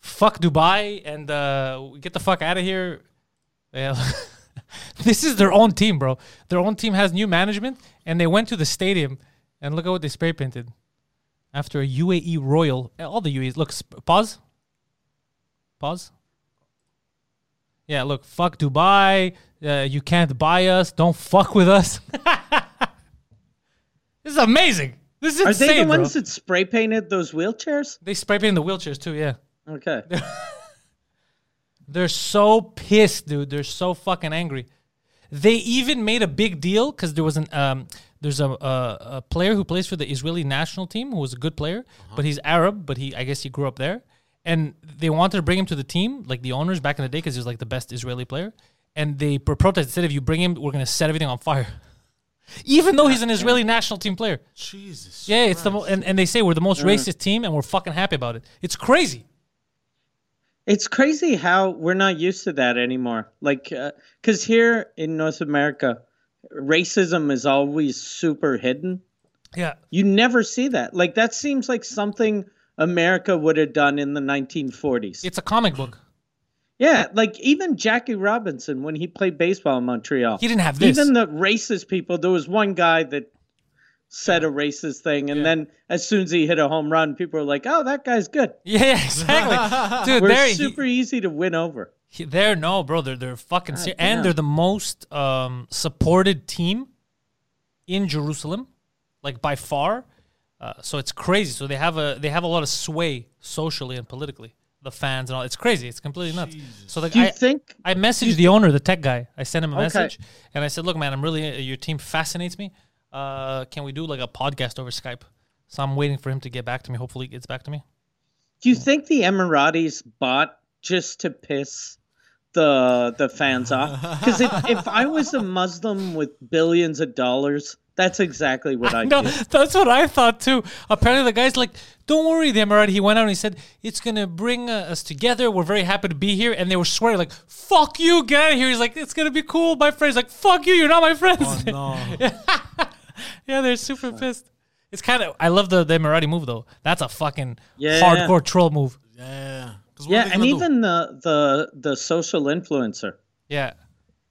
Speaker 2: Fuck Dubai and uh, get the fuck out of here. Yeah. this is their own team, bro. Their own team has new management, and they went to the stadium, and look at what they spray painted. After a UAE royal, eh, all the UAEs. Look, sp- pause. Pause. Yeah, look, fuck Dubai. Uh, you can't buy us. Don't fuck with us. this is amazing. This is
Speaker 3: Are
Speaker 2: insane,
Speaker 3: they the
Speaker 2: bro.
Speaker 3: ones that spray painted those wheelchairs?
Speaker 2: They spray paint the wheelchairs too. Yeah,
Speaker 3: Okay.
Speaker 2: they're so pissed, dude. They're so fucking angry. They even made a big deal because there was an um, there's a, a a player who plays for the Israeli national team who was a good player, but he's Arab, but he I guess he grew up there, and they wanted to bring him to the team, like the owners back in the day, because he was like the best Israeli player, and they pro- protested said if you bring him, we're gonna set everything on fire, even though he's an Israeli national team player.
Speaker 4: Jesus.
Speaker 2: Yeah, it's the mo- and, and they say we're the most racist team, and we're fucking happy about it. It's crazy.
Speaker 3: It's crazy how we're not used to that anymore. Like, because here in North America, racism is always super hidden.
Speaker 2: Yeah,
Speaker 3: You never see that. Like, that seems like something America would have done in the 1940s.
Speaker 2: it's a comic book.
Speaker 3: yeah, like even Jackie Robinson when he played baseball in Montreal.
Speaker 2: He didn't have this.
Speaker 3: Even the racist people, there was one guy that said a racist thing, and then as soon as he hit a home run, people were like, "Oh, that guy's good."
Speaker 2: Yeah, yeah, exactly, dude.
Speaker 3: We're
Speaker 2: They're, he-
Speaker 3: super easy to win over.
Speaker 2: he- they're no, bro. They're they're fucking, ser- and
Speaker 3: damn.
Speaker 2: they're the most um, supported team in Jerusalem, like by far. Uh, so it's crazy. So they have a they have a lot of sway socially and politically. The fans and all. It's crazy. It's completely nuts. So like,
Speaker 3: Do you
Speaker 2: I,
Speaker 3: think
Speaker 2: I messaged the owner, the tech guy. I sent him a
Speaker 3: Okay.
Speaker 2: message and I said, "Look, man, I'm really uh, your team fascinates me. Uh, can we do like a podcast over Skype?" So I'm waiting for him to get back to me. Hopefully, he gets back to me.
Speaker 3: Do you think the Emiratis bought just to piss the the fans off? Because if, if I was a Muslim with billions of dollars, that's exactly what I
Speaker 2: No,
Speaker 3: do.
Speaker 2: that's what I thought too. Apparently, the guy's like, "Don't worry, the Emirati." He went out and he said, "It's gonna bring uh, us together. We're very happy to be here." And they were swearing like, "Fuck you, get out of here." He's like, "It's gonna be cool." My friends like, "Fuck you, you're not my friends."
Speaker 3: Oh,
Speaker 4: No.
Speaker 2: yeah, they're super pissed. It's kind of I love the, the Emirati move though. That's a fucking
Speaker 3: Yeah.
Speaker 2: hardcore troll move.
Speaker 4: Yeah. 'Cause what are
Speaker 3: Yeah,
Speaker 4: they
Speaker 3: and
Speaker 4: gonna do?
Speaker 3: even the the the social influencer.
Speaker 2: Yeah.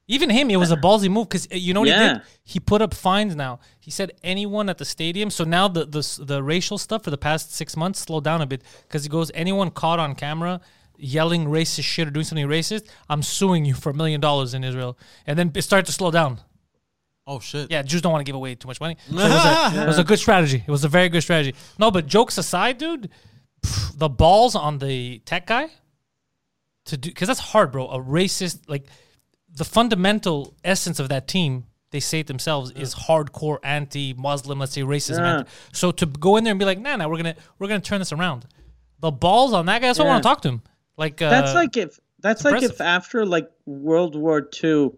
Speaker 2: Even him, it was a ballsy move because you know what he
Speaker 3: Yeah.
Speaker 2: did? He put up fines now. He said anyone at the stadium. So now the the, s- the racial stuff for the past six months slowed down a bit because he goes, anyone caught on camera yelling racist shit or doing something racist, I'm suing you for a million dollars in Israel. And then it started to slow down.
Speaker 4: Oh shit.
Speaker 2: Yeah, Jews don't want to give away too much money. So it, was a, it was a good strategy. It was a very good strategy. No, but jokes aside, dude, pff, the balls on the tech guy to do because that's hard, bro. A racist like the fundamental essence of that team. They say it themselves is hardcore anti-Muslim, let's say racism.
Speaker 3: Yeah.
Speaker 2: anti- So to go in there and be like, nah, nah, we're gonna we're gonna turn this around. The balls on that guy. That's why I want to
Speaker 3: Yeah.
Speaker 2: talk to him. Like uh,
Speaker 3: That's like if that's like
Speaker 2: impressive.
Speaker 3: if after like World War II,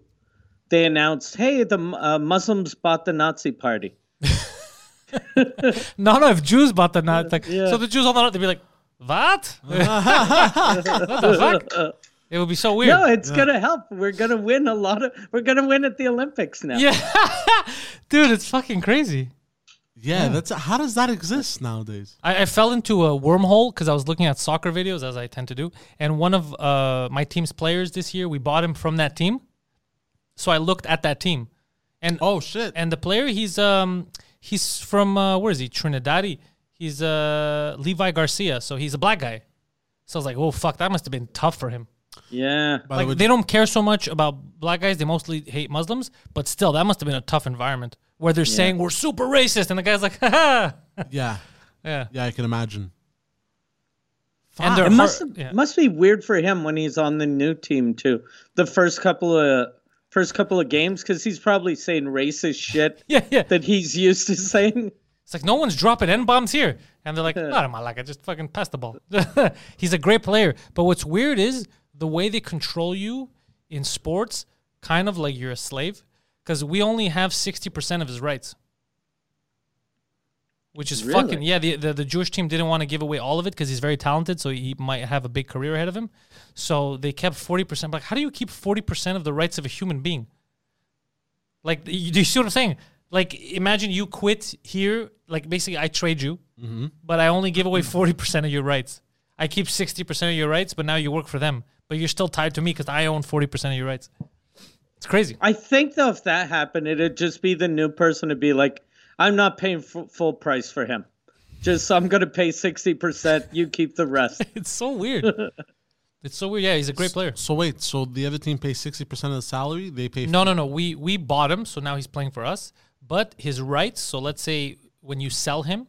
Speaker 3: they announced, "Hey, the uh, Muslims bought the Nazi party."
Speaker 2: No, no, if Jews bought the nut, like, so the Jews on the nut, they'd be like, what? what the fuck? It would be so weird.
Speaker 3: Uh, No, it's gonna help. We're gonna win a lot of. We're gonna win at the Olympics now.
Speaker 2: Dude, it's fucking crazy.
Speaker 4: Yeah, that's how does that exist nowadays?
Speaker 2: I, I fell into a wormhole because I was looking at soccer videos, as I tend to do. And one of uh, my team's players this year, we bought him from that team. So I looked at that team. And
Speaker 4: Oh shit.
Speaker 2: and the player, he's um he's from, uh, where is he? Trinidadi. He's uh, Levi Garcia. So he's a black guy. So I was like, oh, fuck, that must have been tough for him.
Speaker 3: Yeah.
Speaker 4: By the
Speaker 2: Like
Speaker 4: way,
Speaker 2: they don't care so much about black guys; they mostly hate Muslims. But still, that must have been a tough environment where they're saying we're super racist, and the guy's like, "Ha ha."
Speaker 4: yeah,
Speaker 2: Yeah.
Speaker 4: yeah, I can imagine.
Speaker 2: And they're
Speaker 3: It must
Speaker 2: har- yeah.
Speaker 3: must be weird for him when he's on the new team too. The first couple of first couple of games because he's probably saying racist shit
Speaker 2: yeah, yeah.
Speaker 3: that he's used to saying.
Speaker 2: It's like no one's dropping n bombs here, and they're like, "Not in my like, I just fucking pass the ball." He's a great player, but what's weird is the way they control you in sports, kind of like you're a slave, because we only have sixty percent of his rights, which is fucking
Speaker 3: Really?
Speaker 2: yeah. The, the the Jewish team didn't want to give away all of it because he's very talented, so he might have a big career ahead of him. So they kept forty percent. Like, how do you keep forty percent of the rights of a human being? Like, do you see what I'm saying? Like, imagine you quit here. Like, basically, I trade you, but I only give away 40% of your rights. I keep 60% of your rights, but now you work for them. But you're still tied to me because I own 40% of your rights. It's crazy.
Speaker 3: I think though, if that happened, it'd just be the new person to be like, "I'm not paying fu- full price for him. Just I'm gonna pay sixty percent. You keep the rest."
Speaker 2: It's so weird. it's so weird. Yeah, he's a great player.
Speaker 4: So wait, so the other team pays sixty percent of the salary. They pay
Speaker 2: No, no, no. We we bought him, so now he's playing for us. But his rights. So let's say when you sell him,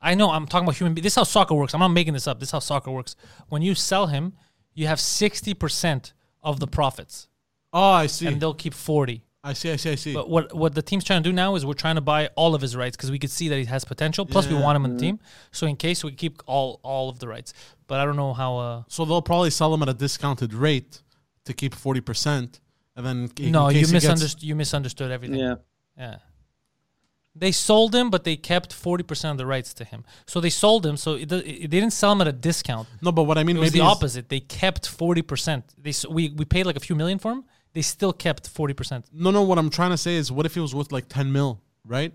Speaker 2: I know I'm talking about human. Be- this is how soccer works. I'm not making this up. This is how soccer works. When you sell him, you have sixty percent of the profits,
Speaker 4: Oh, I see.
Speaker 2: and they'll keep forty.
Speaker 4: I see. I see. I see.
Speaker 2: But what what the team's trying to do now is we're trying to buy all of his rights because we could see that he has potential. Plus, we want him on the team. So in case we keep all all of the rights. But I don't know how. Uh,
Speaker 4: so they'll probably sell them at a discounted rate to keep forty percent, and then in
Speaker 2: no, you
Speaker 4: case he gets-
Speaker 2: misunderstood. you misunderstood everything.
Speaker 3: yeah.
Speaker 2: Yeah. They sold him, but they kept 40% of the rights to him. So they sold him. So it, do- it- they didn't sell him at a discount.
Speaker 4: No, but what I mean
Speaker 2: It was
Speaker 4: maybe
Speaker 2: the
Speaker 4: is-
Speaker 2: opposite. They kept 40%. They s- we, we paid like a few million for him. They still kept 40%.
Speaker 4: No, no. What I'm trying to say is, what if he was worth like ten mil, right?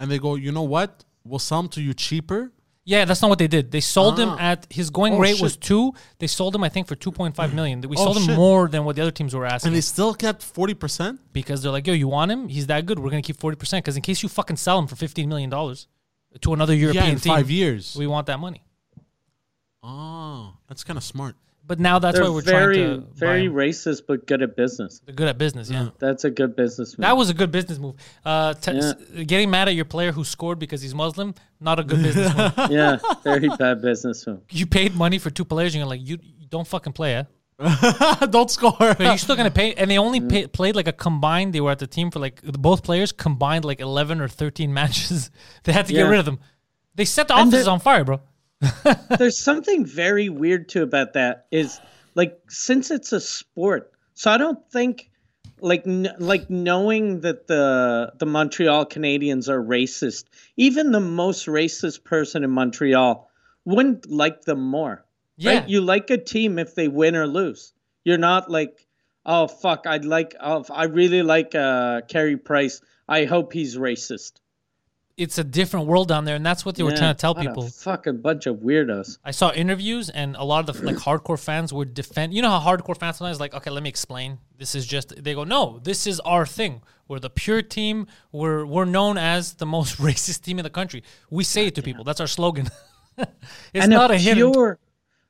Speaker 4: And they go, you know what? We'll sell them to you cheaper.
Speaker 2: Yeah, that's not what they did. They sold him at his going
Speaker 4: Oh,
Speaker 2: rate was
Speaker 4: shit.
Speaker 2: 2. They sold him I think for 2.5 million. We
Speaker 4: Oh,
Speaker 2: sold him
Speaker 4: shit.
Speaker 2: more than what the other teams were asking.
Speaker 4: And they still kept forty percent.
Speaker 2: because they're like, yo, you want him? He's that good. We're going to keep 40% because in case you fucking sell him for $15 million to another European
Speaker 4: Yeah, in
Speaker 2: team,
Speaker 4: five years.
Speaker 2: we want that money.
Speaker 4: oh, that's kind of smart.
Speaker 2: But now that's why
Speaker 3: They're
Speaker 2: we're
Speaker 3: very
Speaker 2: trying to buy
Speaker 3: very
Speaker 2: him.
Speaker 3: racist, but good at business.
Speaker 2: They're good at business, yeah.
Speaker 3: That's a good business move.
Speaker 2: That was a good business move. Uh, t- s- getting mad at your player who scored because he's Muslim, not a good business move.
Speaker 3: yeah, very bad business move.
Speaker 2: You paid money for two players, and you're like, you, you don't fucking play, eh?
Speaker 4: Don't score.
Speaker 2: But you're still gonna pay, and they only pay, played like a combined. They were at the team for like both players combined like eleven or thirteen matches. they had to
Speaker 3: Yeah.
Speaker 2: get rid of them. They set the
Speaker 3: And
Speaker 2: offices
Speaker 3: the-
Speaker 2: on fire, bro.
Speaker 3: there's something very weird too about that is like since it's a sport so i don't think like kn- like knowing that the the montreal canadians are racist even the most racist person in montreal wouldn't like them more
Speaker 2: Yeah,
Speaker 3: right you like a team if they win or lose you're not like oh fuck i'd like oh, i really like uh Carey price i hope he's racist
Speaker 2: it's a different world down there, and that's what they were
Speaker 3: Yeah,
Speaker 2: trying to tell
Speaker 3: what a
Speaker 2: people.
Speaker 3: fucking bunch of weirdos
Speaker 2: I saw interviews, and a lot of the like hardcore fans would defend. You know how hardcore fans sometimes like, okay, let me explain. This is just they go, no, this is our thing. We're the pure team. We're we're known as the most racist team in the country. We say it to people. That's our slogan. it's not a hidden.
Speaker 3: pure,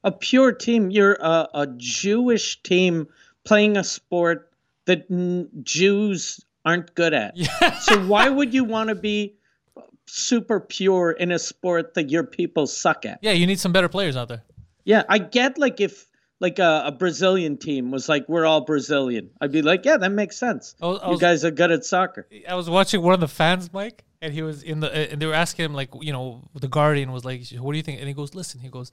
Speaker 3: a pure team. You're a, a Jewish team playing a sport that n- Jews aren't good at. so why would you want to be super pure in a sport that your people suck at?
Speaker 2: yeah, you need some better players out there.
Speaker 3: Yeah, I get like if like a, a Brazilian team was like we're all Brazilian, I'd be like, yeah, that makes sense.
Speaker 2: I was- I
Speaker 3: you
Speaker 2: was-
Speaker 3: guys are good at soccer.
Speaker 2: I was watching one of the fans, Mike, and he was in the, uh, and they were asking him, like, you know, the Guardian was like, what do you think? And he goes, listen, he goes,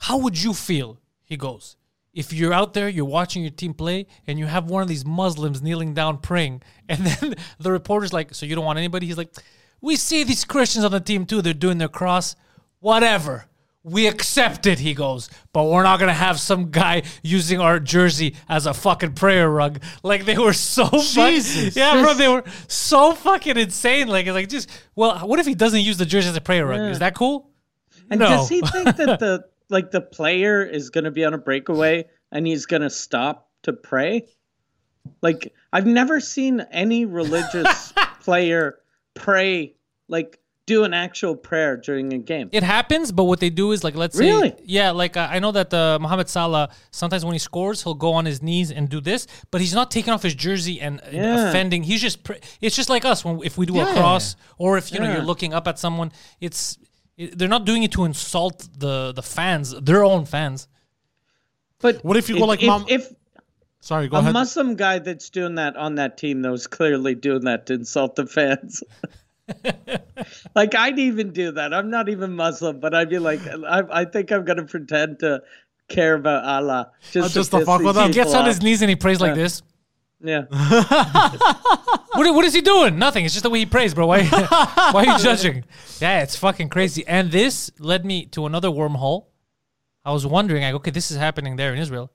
Speaker 2: how would you feel? He goes, if you're out there, you're watching your team play, and you have one of these Muslims kneeling down praying, and then the reporter's like, so you don't want anybody? He's like, we see these Christians on the team too. They're doing their cross, whatever. We accept it, he goes, but we're not gonna have some guy using our jersey as a fucking prayer rug. Like they were so fuck-
Speaker 4: Jesus.
Speaker 2: yeah, bro, they were so fucking insane. Like it's like just well, what if he doesn't use the jersey as a prayer rug? Is that cool?
Speaker 3: And
Speaker 2: no.
Speaker 3: does he think that the like the player is going to be on a breakaway and he's going to stop to pray? Like I've never seen any religious player pray like do an actual prayer during a game.
Speaker 2: It happens, but what they do is like let's say
Speaker 3: Really?
Speaker 2: yeah, like uh, I know that uh, Mohamed Salah sometimes when he scores he'll go on his knees and do this, but he's not taking off his jersey and, and
Speaker 3: Yeah.
Speaker 2: offending. He's just pr- it's just like us when if we do a
Speaker 4: Yeah.
Speaker 2: cross or if you know you're
Speaker 3: Yeah.
Speaker 2: looking up at someone, it's it, they're not doing it to insult the the fans, their own fans.
Speaker 3: But
Speaker 4: What if you go like
Speaker 3: if,
Speaker 4: Mom-
Speaker 3: if
Speaker 4: Sorry, go
Speaker 3: a
Speaker 4: ahead.
Speaker 3: Muslim guy that's doing that on that team that was clearly doing that to insult the fans. like I'd even do that. I'm not even Muslim, but I'd be like, I, I think I'm gonna pretend to care about Allah just,
Speaker 4: just to
Speaker 3: piss
Speaker 4: fuck
Speaker 3: these
Speaker 4: with them.
Speaker 2: He gets
Speaker 3: people
Speaker 2: on his
Speaker 3: off.
Speaker 2: knees and he prays like this.
Speaker 3: Yeah,
Speaker 2: What, what is he doing? Nothing. It's just the way he prays, bro. Why, why are you judging? Yeah, it's fucking crazy. And this led me to another wormhole. I was wondering, like, okay, this is happening there in Israel.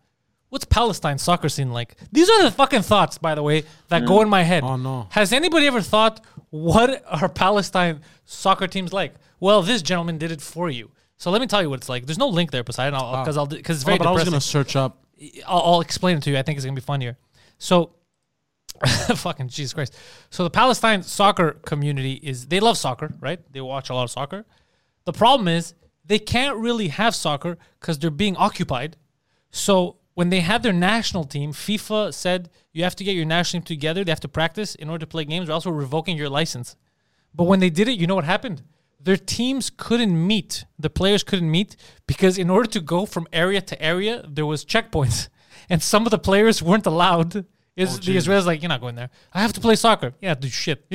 Speaker 2: What's Palestine soccer scene like? These are the fucking thoughts, by the way, that go in my head.
Speaker 4: Oh, no.
Speaker 2: Has anybody ever thought, what are Palestine soccer teams like? Well, this gentleman did it for you. So let me tell you what it's like. There's no link there, Poseidon, because I'll because it's
Speaker 4: Oh,
Speaker 2: very
Speaker 4: but I was
Speaker 2: depressing.
Speaker 4: gonna search up.
Speaker 2: I'll, I'll explain it to you. I think it's gonna be funnier. So, fucking Jesus Christ. So the Palestine soccer community is they love soccer, right? They watch a lot of soccer. The problem is they can't really have soccer because they're being occupied. So when they had their national team, FIFA said you have to get your national team together. They have to practice in order to play games, or else we're revoking your license. But when they did it, you know what happened? Their teams couldn't meet. The players couldn't meet because in order to go from area to area, there was checkpoints, and some of the players weren't allowed. Is the Israelis like you're not going there? I have to play soccer. Yeah, dude, shit.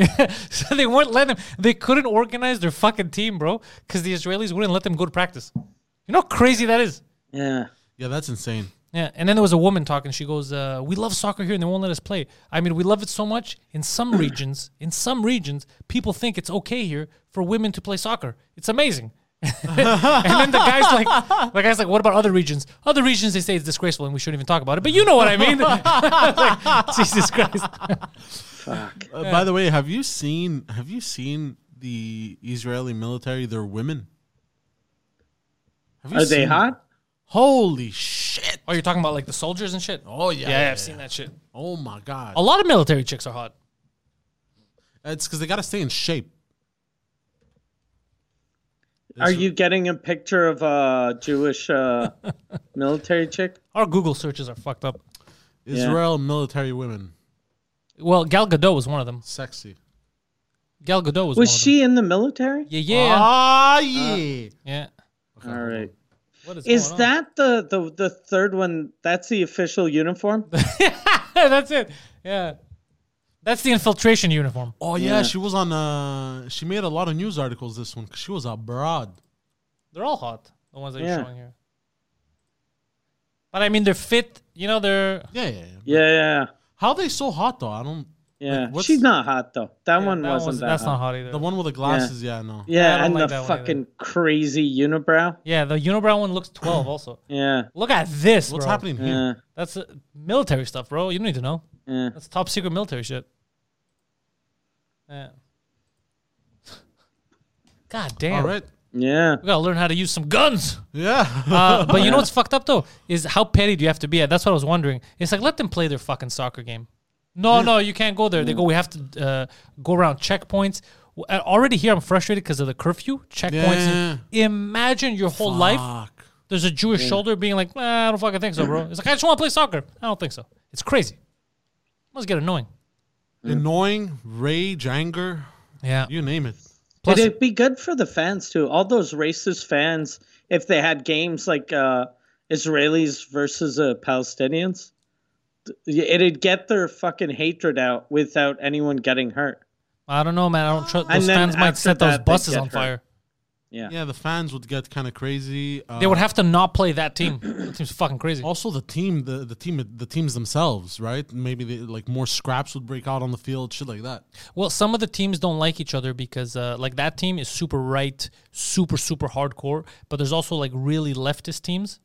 Speaker 2: so they weren't letting them. They couldn't organize their fucking team, bro, because the Israelis wouldn't let them go to practice. You know how crazy that is.
Speaker 3: yeah.
Speaker 4: Yeah, that's insane.
Speaker 2: Yeah, and then there was a woman talking. She goes, uh, "We love soccer here, and they won't let us play. I mean, we love it so much. In some regions, in some regions, people think it's okay here for women to play soccer. It's amazing." and then the guy's like, "The guy's like, what about other regions? Other regions, they say it's disgraceful, and we shouldn't even talk about it. But you know what I mean? Like, Jesus Christ!
Speaker 4: Uh, By the way, have you seen have you seen the Israeli military? Their women. Have you
Speaker 3: Are they
Speaker 4: seen-
Speaker 3: hot?
Speaker 4: Holy shit!
Speaker 2: Oh, you're talking about like the soldiers and shit.
Speaker 4: Oh yeah,
Speaker 2: yeah, I've seen that shit.
Speaker 4: Oh my god!
Speaker 2: A lot of military chicks are hot.
Speaker 4: It's because they gotta stay in shape.
Speaker 3: Are you getting a picture of a Jewish uh, military chick?
Speaker 2: Our Google searches are fucked up.
Speaker 4: Israel military women
Speaker 2: Well, Gal Gadot was one of them.
Speaker 4: sexy?
Speaker 2: Gal Gadot was. one
Speaker 3: Was
Speaker 2: of
Speaker 3: she in the military?
Speaker 2: Them. Yeah, Uh, yeah,
Speaker 4: Ah yeah.
Speaker 2: yeah.
Speaker 3: All right.
Speaker 2: What
Speaker 3: Is
Speaker 2: going on?
Speaker 3: that the, the the third one? That's the official uniform.
Speaker 2: That's it. Yeah. That's the infiltration uniform.
Speaker 4: oh yeah, she was on. Uh, she made a lot of news articles this one 'cause she was abroad.
Speaker 2: They're all hot, the ones that you're
Speaker 3: Yeah.
Speaker 2: showing here. But I mean, they're fit. You know, they're.
Speaker 4: Yeah, yeah. yeah.
Speaker 3: Yeah, yeah,
Speaker 4: How they so hot though? I don't.
Speaker 3: yeah.
Speaker 4: Like, what's-
Speaker 3: She's not hot though. That one
Speaker 2: that
Speaker 3: wasn't
Speaker 2: one's-
Speaker 3: that.
Speaker 2: that's
Speaker 3: hot.
Speaker 2: not hot either.
Speaker 4: The one with the glasses. Yeah, I know.
Speaker 2: I
Speaker 3: Yeah,
Speaker 2: don't
Speaker 3: and
Speaker 2: like
Speaker 3: the
Speaker 2: that one either.
Speaker 3: fucking crazy unibrow.
Speaker 2: yeah, the unibrow one looks 12 also.
Speaker 3: Yeah,
Speaker 2: Look at this.
Speaker 4: What's
Speaker 2: bro.
Speaker 4: happening here?
Speaker 3: yeah,
Speaker 2: That's uh, military stuff, bro. You don't need to know.
Speaker 3: yeah.
Speaker 2: That's top secret military shit. Yeah. God damn.
Speaker 4: All right.
Speaker 3: yeah.
Speaker 2: We gotta learn how to use some guns.
Speaker 4: Yeah.
Speaker 2: Uh, but you know what's fucked up though is how petty do you have to be? At? That's what I was wondering. It's like let them play their fucking soccer game. No, no, you can't go there. They go. We have to uh, go around checkpoints. W- uh, Already here, I'm frustrated because of the curfew
Speaker 4: Yeah.
Speaker 2: checkpoints. Imagine your whole life.
Speaker 4: Fuck.
Speaker 2: There's a Jewish shoulder being like, nah, I don't fucking think so, bro. It's like I just want to play soccer. I don't think so. It's crazy. Must get annoying.
Speaker 4: Mm. Annoying, rage, anger,
Speaker 2: Yeah.
Speaker 4: you name it.
Speaker 2: Plus-
Speaker 3: It'd be good for the fans too. All those racist fans, if they had games like uh, Israelis versus uh, Palestinians, th- it'd get their fucking hatred out without anyone getting hurt.
Speaker 2: I don't know, man. I don't trust.
Speaker 3: And
Speaker 2: Those
Speaker 3: then
Speaker 2: fans might
Speaker 3: after
Speaker 2: set those
Speaker 3: that, they
Speaker 2: buses
Speaker 3: get
Speaker 2: on
Speaker 3: hurt.
Speaker 2: fire.
Speaker 3: Yeah.
Speaker 4: Yeah, the fans would get kind of crazy. Uh,
Speaker 2: They would have to not play that team. that team's fucking crazy.
Speaker 4: also the team, the, the team, the teams themselves, right? Maybe they, like more scraps would break out on the field, shit like that.
Speaker 2: Well, some of the teams don't like each other because, uh, like, that team is super right, super super hardcore. But there's also like really leftist teams.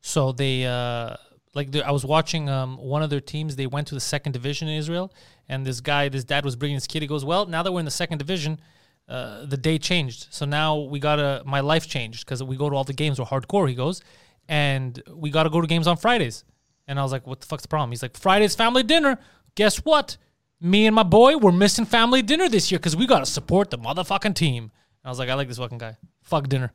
Speaker 2: So they uh, like they- I was watching um, one of their teams. They went to the second division in Israel, and this guy, this dad was bringing his kid. He goes, "Well, now that we're in the second division, uh, the day changed. So now we gotta my life changed because we go to all the games. We're hardcore." He goes, and we gotta go to games on Fridays. And I was like, "What the fuck's the problem?" He's like, "Friday's family dinner. Guess what? Me and my boy, we're missing family dinner this year because we gotta support the motherfucking team." I I was like, I like this fucking guy. Fuck dinner.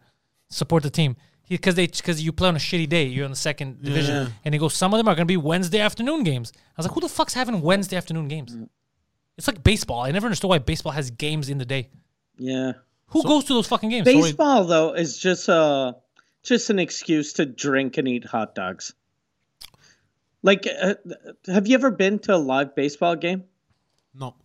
Speaker 2: Support the team. Because they because you play on a shitty day. You're in the second division.
Speaker 4: Yeah.
Speaker 2: And he goes, some of them are going to be Wednesday afternoon games. I was like, who the fuck's having Wednesday afternoon games? It's like baseball. I never understood why baseball has games in the day.
Speaker 3: Yeah.
Speaker 2: Who goes to those fucking games? So wait,
Speaker 3: Baseball though is just a just an excuse to drink and eat hot dogs. Like, uh, have you ever been to a live baseball game?
Speaker 4: No.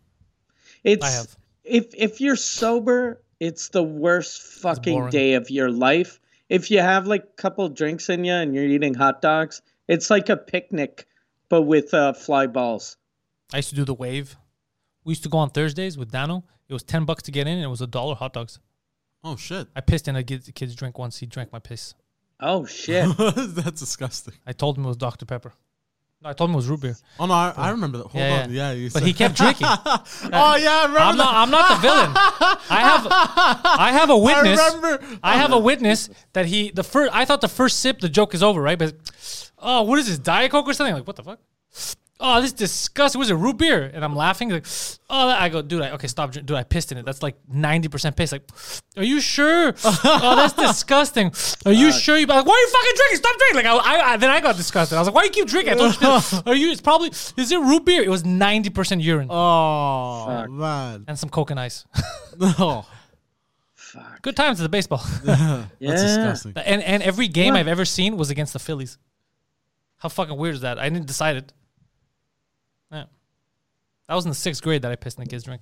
Speaker 3: It's
Speaker 2: I have.
Speaker 3: if if you're sober, it's the worst fucking
Speaker 2: boring.
Speaker 3: day of your life. If you have like a couple drinks in you and you're eating hot dogs, it's like a picnic, but with uh, fly balls.
Speaker 2: I used to do the wave. We used to go on Thursdays with Dano. It was 10 bucks to get in, and it was a dollar hot dogs.
Speaker 4: Oh shit.
Speaker 2: I pissed in a kid- kid's drink once. He drank my piss.
Speaker 3: Oh shit!
Speaker 4: That's disgusting.
Speaker 2: I told him it was Dr. Pepper. No, I told him it was root beer.
Speaker 4: Oh no, I, I remember that. Hold
Speaker 2: Yeah,
Speaker 4: on.
Speaker 2: yeah.
Speaker 4: Yeah. you
Speaker 2: But
Speaker 4: said-
Speaker 2: he kept drinking.
Speaker 4: oh yeah, I remember
Speaker 2: I'm not,
Speaker 4: that.
Speaker 2: I'm not the villain. I have I have a witness. I,
Speaker 4: remember.
Speaker 2: have a witness that he the first I thought the first sip the joke is over, right? But oh, what is this? Diet Coke or something? like, what the fuck? Oh, this is disgusting. Was it root beer? And I'm laughing. Like, oh, that, I go, dude. I, okay, stop, drink- dude. I pissed in it. That's like ninety percent piss. Like, are you sure? oh, that's disgusting. Are you sure? You like, why are you fucking drinking? Stop drinking. Like, I, I then I got disgusted. I was like, why do you keep drinking? I thought you was piss. are you? It's probably is it root beer? It was ninety percent urine
Speaker 4: Oh man.
Speaker 2: and some coke and ice.
Speaker 4: No.
Speaker 2: Oh. Good times at the baseball.
Speaker 4: That's
Speaker 3: yeah,
Speaker 4: disgusting.
Speaker 2: and and every game I've ever seen was against the Phillies. How fucking weird is that? I didn't decide it. Yeah. That was in the sixth grade that I pissed in the kid's drink.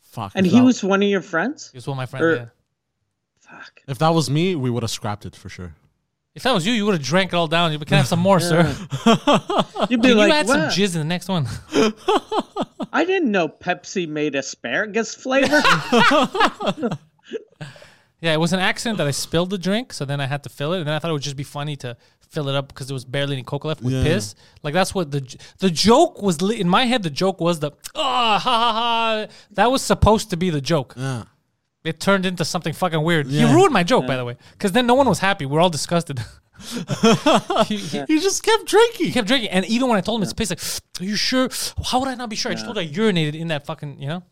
Speaker 4: Fuck.
Speaker 3: and
Speaker 4: if
Speaker 3: he
Speaker 4: that-
Speaker 3: was one of your friends.
Speaker 2: It was one of my friends.
Speaker 3: Er-
Speaker 2: yeah.
Speaker 3: Fuck.
Speaker 4: If that was me, we would have scrapped it for sure.
Speaker 2: If that was you, you would have drank it all down. You can I have some more, sir.
Speaker 3: You'd be
Speaker 2: Dude, you
Speaker 3: like,
Speaker 2: had some
Speaker 3: "What?
Speaker 2: jizz in the next one.
Speaker 3: I didn't know Pepsi made asparagus flavor.
Speaker 2: yeah, it was an accident that I spilled the drink, so then I had to fill it, and then I thought it would just be funny to fill it up because there was barely any coke left with
Speaker 4: Yeah.
Speaker 2: piss. Like that's what the j- the joke was li- in my head. The joke was the ah ha ha ha. That was supposed to be the joke.
Speaker 4: Yeah.
Speaker 2: it turned into something fucking weird.
Speaker 4: Yeah.
Speaker 2: He ruined my joke, by the way, because then no one was happy. We are all disgusted. he, he-
Speaker 4: He just kept drinking.
Speaker 2: he kept drinking, and even when I told him it's piss, like, are you sure? How would I not be sure? I just told you I urinated in that fucking, you know.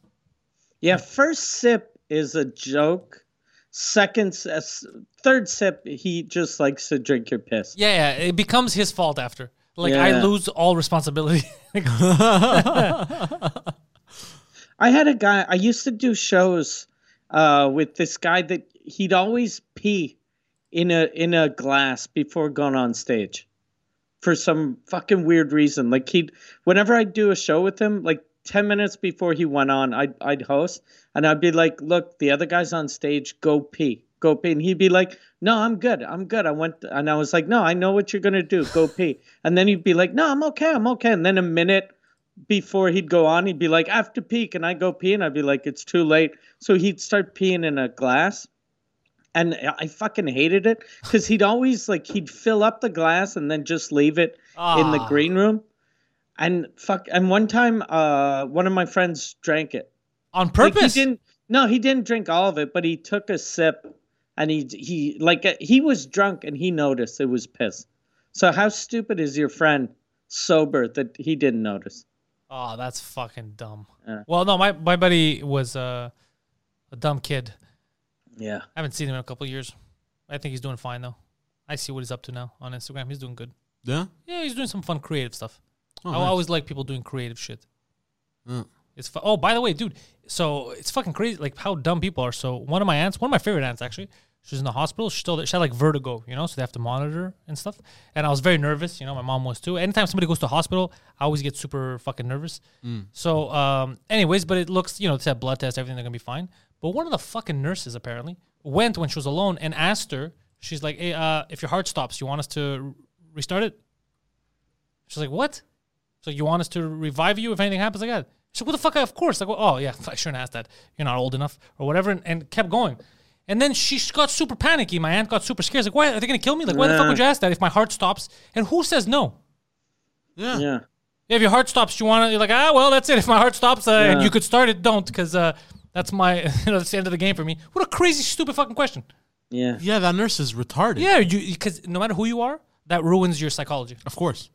Speaker 3: Yeah, first sip is a joke. Second, s- uh, s- third sip, he just likes to drink your piss.
Speaker 2: Yeah, yeah. It becomes his fault after. Like I
Speaker 3: Yeah.
Speaker 2: lose all responsibility.
Speaker 3: I had a guy. I used to do shows uh, with this guy that he'd always pee in a in a glass before going on stage, for some fucking weird reason. Like he'd whenever I'd do a show with him, like ten minutes before he went on, I'd I'd host and I'd be like, "Look, the other guy's on stage. Go pee, go pee." And he'd be like, "No, I'm good. I'm good. I went." And I was like, "No, I know what you're gonna do. Go pee." And then he'd be like, "No, I'm okay. I'm okay." And then a minute before he'd go on, he'd be like, I have to pee. Can I go pee? And I'd be like, it's too late. So he'd start peeing in a glass. And I- I fucking hated it because he'd always like, he'd fill up the glass and then just leave it in the
Speaker 2: Ah.
Speaker 3: green room. And fuck, and one time, uh, one of my friends drank it.
Speaker 2: on
Speaker 3: Like,
Speaker 2: purpose.
Speaker 3: he didn't, no, he didn't drink all of it, but he took a sip and he, he, like, uh, he was drunk and he noticed it was piss. So how stupid is your friend sober that he didn't notice?
Speaker 2: Oh, that's fucking dumb.
Speaker 3: Yeah.
Speaker 2: Well, no, my my buddy was uh, a dumb kid.
Speaker 3: Yeah.
Speaker 2: I haven't seen him in a couple of years. I think he's doing fine though. I see what he's up to now on Instagram. He's doing good.
Speaker 4: Yeah.
Speaker 2: Yeah, he's doing some fun creative stuff.
Speaker 4: Oh,
Speaker 2: I
Speaker 4: nice.
Speaker 2: always like people doing creative shit.
Speaker 4: Mm.
Speaker 2: It's fu- oh, by the way, dude. So it's fucking crazy, like how dumb people are. So one of my aunts, one of my favorite aunts, actually, she's in the hospital. She's still there. she had like vertigo, you know, so they have to monitor her and stuff. And I was very nervous, you know. My mom was too. Anytime somebody goes to hospital, I always get super fucking nervous. So, um, anyways, but it looks, you know, it's that blood test, everything, they're gonna be fine. But one of the fucking nurses apparently went when she was alone and asked her. She's like, "Hey, uh, if your heart stops, you want us to r- restart it?" She's like, "What?" So you want us to revive you if anything happens like that? She's like, what the fuck? Of course. Like, well, oh yeah, I shouldn't ask that. You're not old enough or whatever, and, and kept going. And then she s- got super panicky. My aunt got super scared. She's like, why are they gonna kill me? Like, why the fuck would you ask that if my heart stops? And who says no?
Speaker 4: Yeah.
Speaker 3: Yeah.
Speaker 2: If your heart stops, you want to. You're like, ah, well, that's it. If my heart stops, uh, and
Speaker 3: Yeah.
Speaker 2: you could start it, don't, because uh, that's my, you know, that's the end of the game for me. What a crazy, stupid fucking question.
Speaker 3: Yeah.
Speaker 4: Yeah. That nurse is retarded.
Speaker 2: Yeah, you because no matter who you are, that ruins your psychology.
Speaker 4: Of course.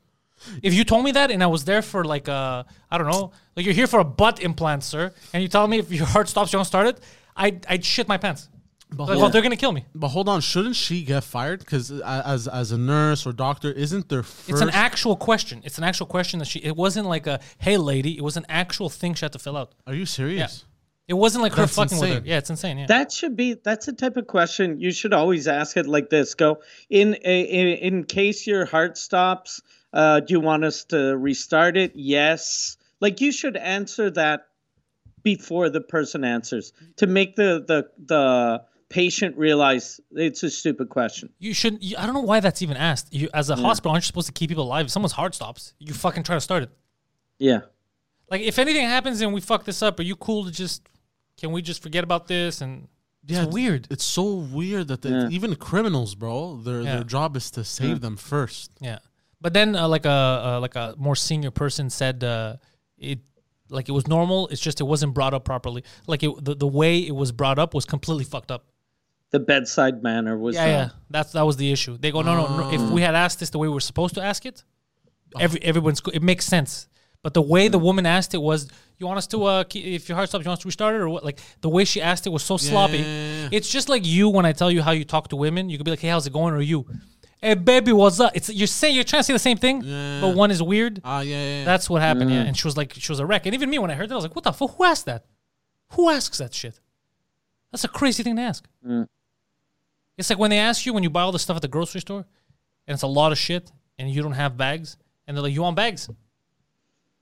Speaker 2: If you told me that and I was there for like uh I don't know, like you're here for a butt implant, sir, and you tell me if your heart stops, you don't start it, I'd, I'd shit my pants.
Speaker 4: But
Speaker 2: Like,
Speaker 4: hold-
Speaker 2: oh, they're gonna kill me.
Speaker 4: But hold on, shouldn't she get fired? Because as as a nurse or doctor, isn't there first?
Speaker 2: It's an actual question. It's an actual question that she. It wasn't like a hey lady. It was an actual thing she had to fill out.
Speaker 4: Are you serious?
Speaker 2: It wasn't like
Speaker 4: That's
Speaker 2: her fucking with
Speaker 4: insane.
Speaker 2: her. Yeah, it's insane. Yeah.
Speaker 3: That should be that's the type of question you should always ask it like this. Go in in, in case your heart stops, uh, do you want us to restart it? Yes. Like you should answer that before the person answers to make the the the patient realize it's a stupid question.
Speaker 2: You shouldn't. You, I don't know why that's even asked. You, as a hospital, aren't you supposed to keep people alive? If someone's heart stops, you fucking try to start it.
Speaker 3: Yeah.
Speaker 2: Like if anything happens and we fuck this up, are you cool to just? Can we just forget about this? And
Speaker 4: Yeah,
Speaker 2: it's weird.
Speaker 4: It's so weird that they- even criminals, bro, their
Speaker 2: Yeah.
Speaker 4: their job is to save them first.
Speaker 2: Yeah, but then uh, like a uh, like a more senior person said uh, it like it was normal. It's just it wasn't brought up properly. Like it, the the way it was brought up was completely fucked up.
Speaker 3: The bedside manner was
Speaker 2: Yeah,
Speaker 3: uh,
Speaker 2: yeah. That's that was the issue. They go, no, no, no. If we had asked this the way we were supposed to ask it,
Speaker 3: Oh.
Speaker 2: every everyone's co- it makes sense. But the way the woman asked it was, you want us to uh, ke- if your heart stops, you want us to restart it or what? Like the way she asked it was so sloppy. It's just like you when I tell you how you talk to women, you could be like, hey, how's it going? Or you, hey, baby, what's up? It's you're saying you're trying to say the same thing, but one is weird.
Speaker 4: Ah, yeah, yeah, yeah.
Speaker 2: That's what happened. Yeah, and she was like, she was a wreck. And even me, when I heard that, I was like, what the fuck? Who asked that? Who asks that shit? That's a crazy thing to ask. It's like when they ask you when you buy all the stuff at the grocery store, and it's a lot of shit, and you don't have bags, and they're like, you want bags?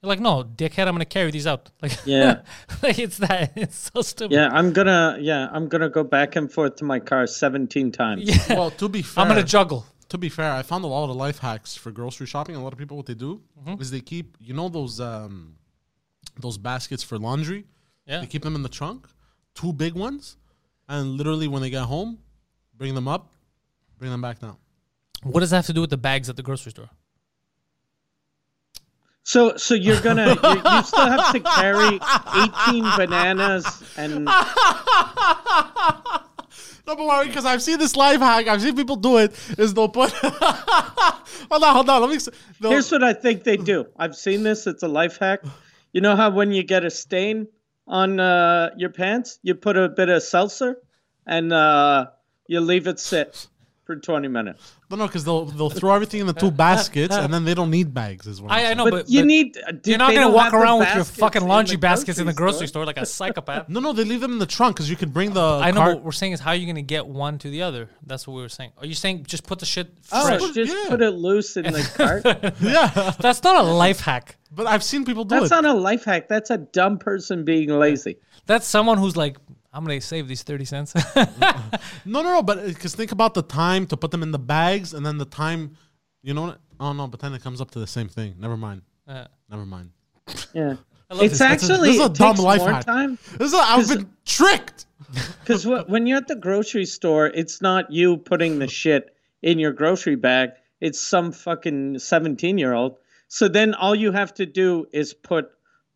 Speaker 2: You're like, no, dickhead, I'm gonna carry these out. Like,
Speaker 3: Yeah.
Speaker 2: like it's that. It's so stupid.
Speaker 3: Yeah, I'm gonna yeah, I'm gonna go back and forth to my car seventeen times. Yeah.
Speaker 4: well, to be fair,
Speaker 2: I'm gonna juggle.
Speaker 4: to be fair, I found a lot of life hacks for grocery shopping. A lot of people, what they do is they keep, you know, those um, those baskets for laundry.
Speaker 2: Yeah.
Speaker 4: They keep them in the trunk, two big ones, and literally when they get home, bring them up, bring them back down.
Speaker 2: What does that have to do with the bags at the grocery store?
Speaker 3: So, so you're gonna you, you still have to carry 18 bananas and
Speaker 4: No, but worry, because I've seen this life hack. I've seen people do it. There's no point. hold on, hold on. Let me. s- No.
Speaker 2: Oh.
Speaker 3: here's what I think they do. I've seen this. It's a life hack. You know how when you get a stain on uh, your pants, you put a bit of seltzer and uh, you leave it sit for 20 minutes.
Speaker 4: no, no, because they'll they'll throw everything in the two baskets, and then they don't need bags. Is what I'm
Speaker 2: I, I
Speaker 4: saying.
Speaker 2: know,
Speaker 3: But,
Speaker 2: but,
Speaker 3: you
Speaker 2: but
Speaker 3: need.
Speaker 2: you're not gonna walk around with your fucking laundry baskets in the grocery store like a psychopath.
Speaker 4: No, no, they leave them in the trunk because you could bring the.
Speaker 2: I know
Speaker 4: cart-
Speaker 2: what we're saying is how are you gonna get one to the other? That's what we were saying. Are you saying just put the shit
Speaker 3: Oh,
Speaker 2: fresh?
Speaker 3: just
Speaker 4: yeah.
Speaker 3: put it loose in the cart.
Speaker 4: Yeah,
Speaker 2: That's not a life hack.
Speaker 4: but I've seen people do
Speaker 3: That's
Speaker 4: it.
Speaker 3: not a life hack. That's a dumb person being lazy.
Speaker 2: That's someone who's like, I'm gonna save these thirty cents.
Speaker 4: no, no, no. But because think about the time to put them in the bags, and then the time, you know. what- Oh no, but then it comes up to the same thing. Never mind.
Speaker 2: Uh.
Speaker 4: Never mind.
Speaker 3: Yeah.
Speaker 2: love
Speaker 3: It's
Speaker 2: this. That's a-
Speaker 3: actually
Speaker 4: this is a
Speaker 3: it
Speaker 4: dumb
Speaker 3: takes
Speaker 4: life
Speaker 3: more
Speaker 4: hack.
Speaker 3: time.
Speaker 4: This is I've been tricked.
Speaker 3: Because when you're at the grocery store, it's not you putting the shit in your grocery bag. It's some fucking 17 year old. So then all you have to do is put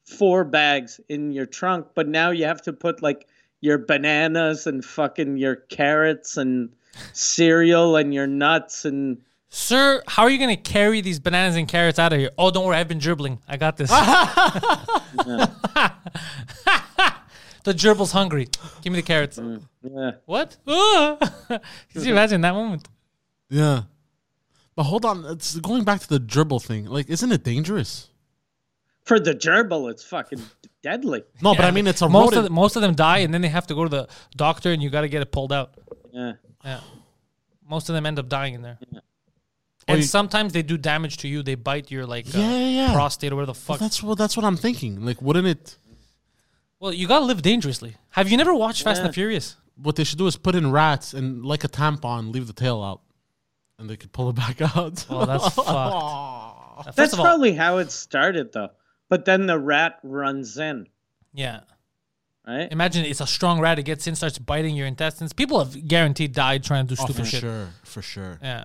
Speaker 3: four bags in your trunk, but now you have to put like your bananas and fucking your carrots and cereal and your nuts and
Speaker 2: Sir, how are you gonna carry these bananas and carrots out of here? Oh, don't worry, I've been dribbling. I got this. the gerbil's hungry. Give me the carrots.
Speaker 3: yeah.
Speaker 2: What? Ah. Can you imagine that moment?
Speaker 4: Yeah. But hold on, it's going back to the dribble thing. Like, isn't it dangerous?
Speaker 3: For the gerbil, it's fucking deadly.
Speaker 4: No, but I mean, it's a
Speaker 2: most
Speaker 4: rodent.
Speaker 2: of the, most of them die, and then they have to go to the doctor, and you got to get it pulled out.
Speaker 3: Yeah.
Speaker 2: Yeah. Most of them end up dying in there.
Speaker 4: Oh, you-
Speaker 2: And sometimes they do damage to you. They bite your like uh,
Speaker 4: Yeah, yeah, yeah.
Speaker 2: prostate or whatever the fuck.
Speaker 4: that's what that's what I'm thinking. Like, wouldn't it?
Speaker 2: well, you gotta live dangerously. Have you never watched Fast and the Furious?
Speaker 4: What they should do is put in rats and like a tampon, leave the tail out, and they could pull it back out. Oh,
Speaker 2: Oh, that's fucked. Uh, First
Speaker 3: That's
Speaker 2: of all,
Speaker 3: probably how it started, though. But then the rat runs in,
Speaker 2: yeah.
Speaker 3: right?
Speaker 2: Imagine it's a strong rat. It gets in, starts biting your intestines. People have guaranteed died trying to do
Speaker 4: Oh,
Speaker 2: stupid
Speaker 4: for
Speaker 2: shit.
Speaker 4: sure, for sure.
Speaker 2: Yeah,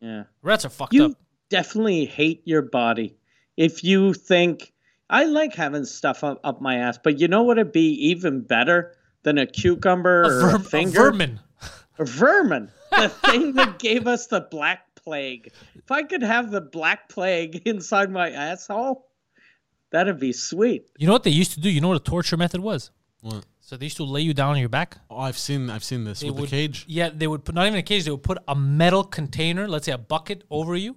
Speaker 3: Yeah.
Speaker 2: rats are fucked
Speaker 3: you
Speaker 2: up.
Speaker 3: definitely hate your body if you think i like having stuff up, up my ass but you know what would be even better than a cucumber
Speaker 2: A
Speaker 3: or
Speaker 2: verm-
Speaker 3: a
Speaker 2: a
Speaker 3: finger
Speaker 2: vermin.
Speaker 3: A vermin the thing that gave us the black plague if i could have the black plague inside my asshole that'd be sweet
Speaker 2: You know what they used to do? You know what a torture method was?
Speaker 4: What?
Speaker 2: So they used to lay you down on your back.
Speaker 4: Oh, I've seen I've seen this
Speaker 2: They
Speaker 4: with
Speaker 2: would-
Speaker 4: the cage.
Speaker 2: Yeah, they would put not even a cage. They would put a metal container, let's say a bucket, over you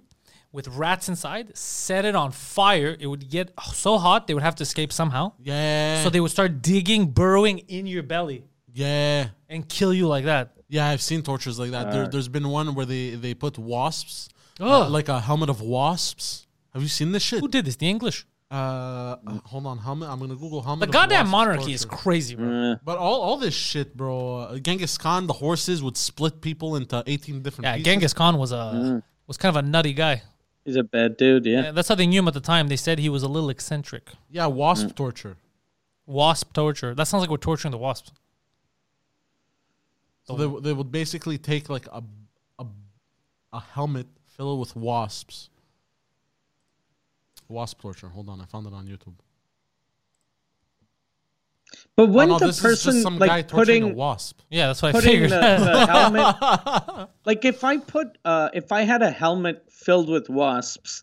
Speaker 2: with rats inside. Set it on fire. It would get so hot they would have to escape somehow.
Speaker 4: Yeah.
Speaker 2: So they would start digging, burrowing in your belly
Speaker 4: yeah.
Speaker 2: and kill you like that.
Speaker 4: Yeah, I've seen tortures like that. There, there's been one where they, they put wasps,
Speaker 2: Oh.
Speaker 4: uh, like a helmet of wasps. Have you seen this shit?
Speaker 2: Who did this? The English.
Speaker 4: Uh, hold on, helmet. I'm gonna Google helmet.
Speaker 2: The
Speaker 4: of
Speaker 2: goddamn
Speaker 4: wasps
Speaker 2: monarchy is
Speaker 4: torture.
Speaker 2: crazy, bro.
Speaker 4: But all, all this shit, bro. Uh, Genghis Khan, the horses would split people into 18 different.
Speaker 2: Yeah,
Speaker 4: pieces.
Speaker 2: Genghis Khan was a was kind of a nutty guy.
Speaker 3: He's a bad dude. Mm-hmm. Yeah.
Speaker 2: Yeah, that's how they knew him at the time. They said he was a little eccentric.
Speaker 4: Yeah, wasp torture.
Speaker 2: Wasp torture. That sounds like we're torturing the wasps. Oh.
Speaker 4: So they, w- they would basically take like a, a a helmet filled with wasps. Wasp torture. Hold on, I found it on YouTube.
Speaker 3: But when
Speaker 4: oh, no,
Speaker 3: the
Speaker 4: this is
Speaker 3: person
Speaker 4: just some guy
Speaker 3: like
Speaker 4: torturing a
Speaker 3: putting
Speaker 4: wasp.
Speaker 2: Yeah, that's what I
Speaker 3: putting the,
Speaker 2: figured.
Speaker 3: the helmet, like if I put uh, if I had a helmet filled with wasps,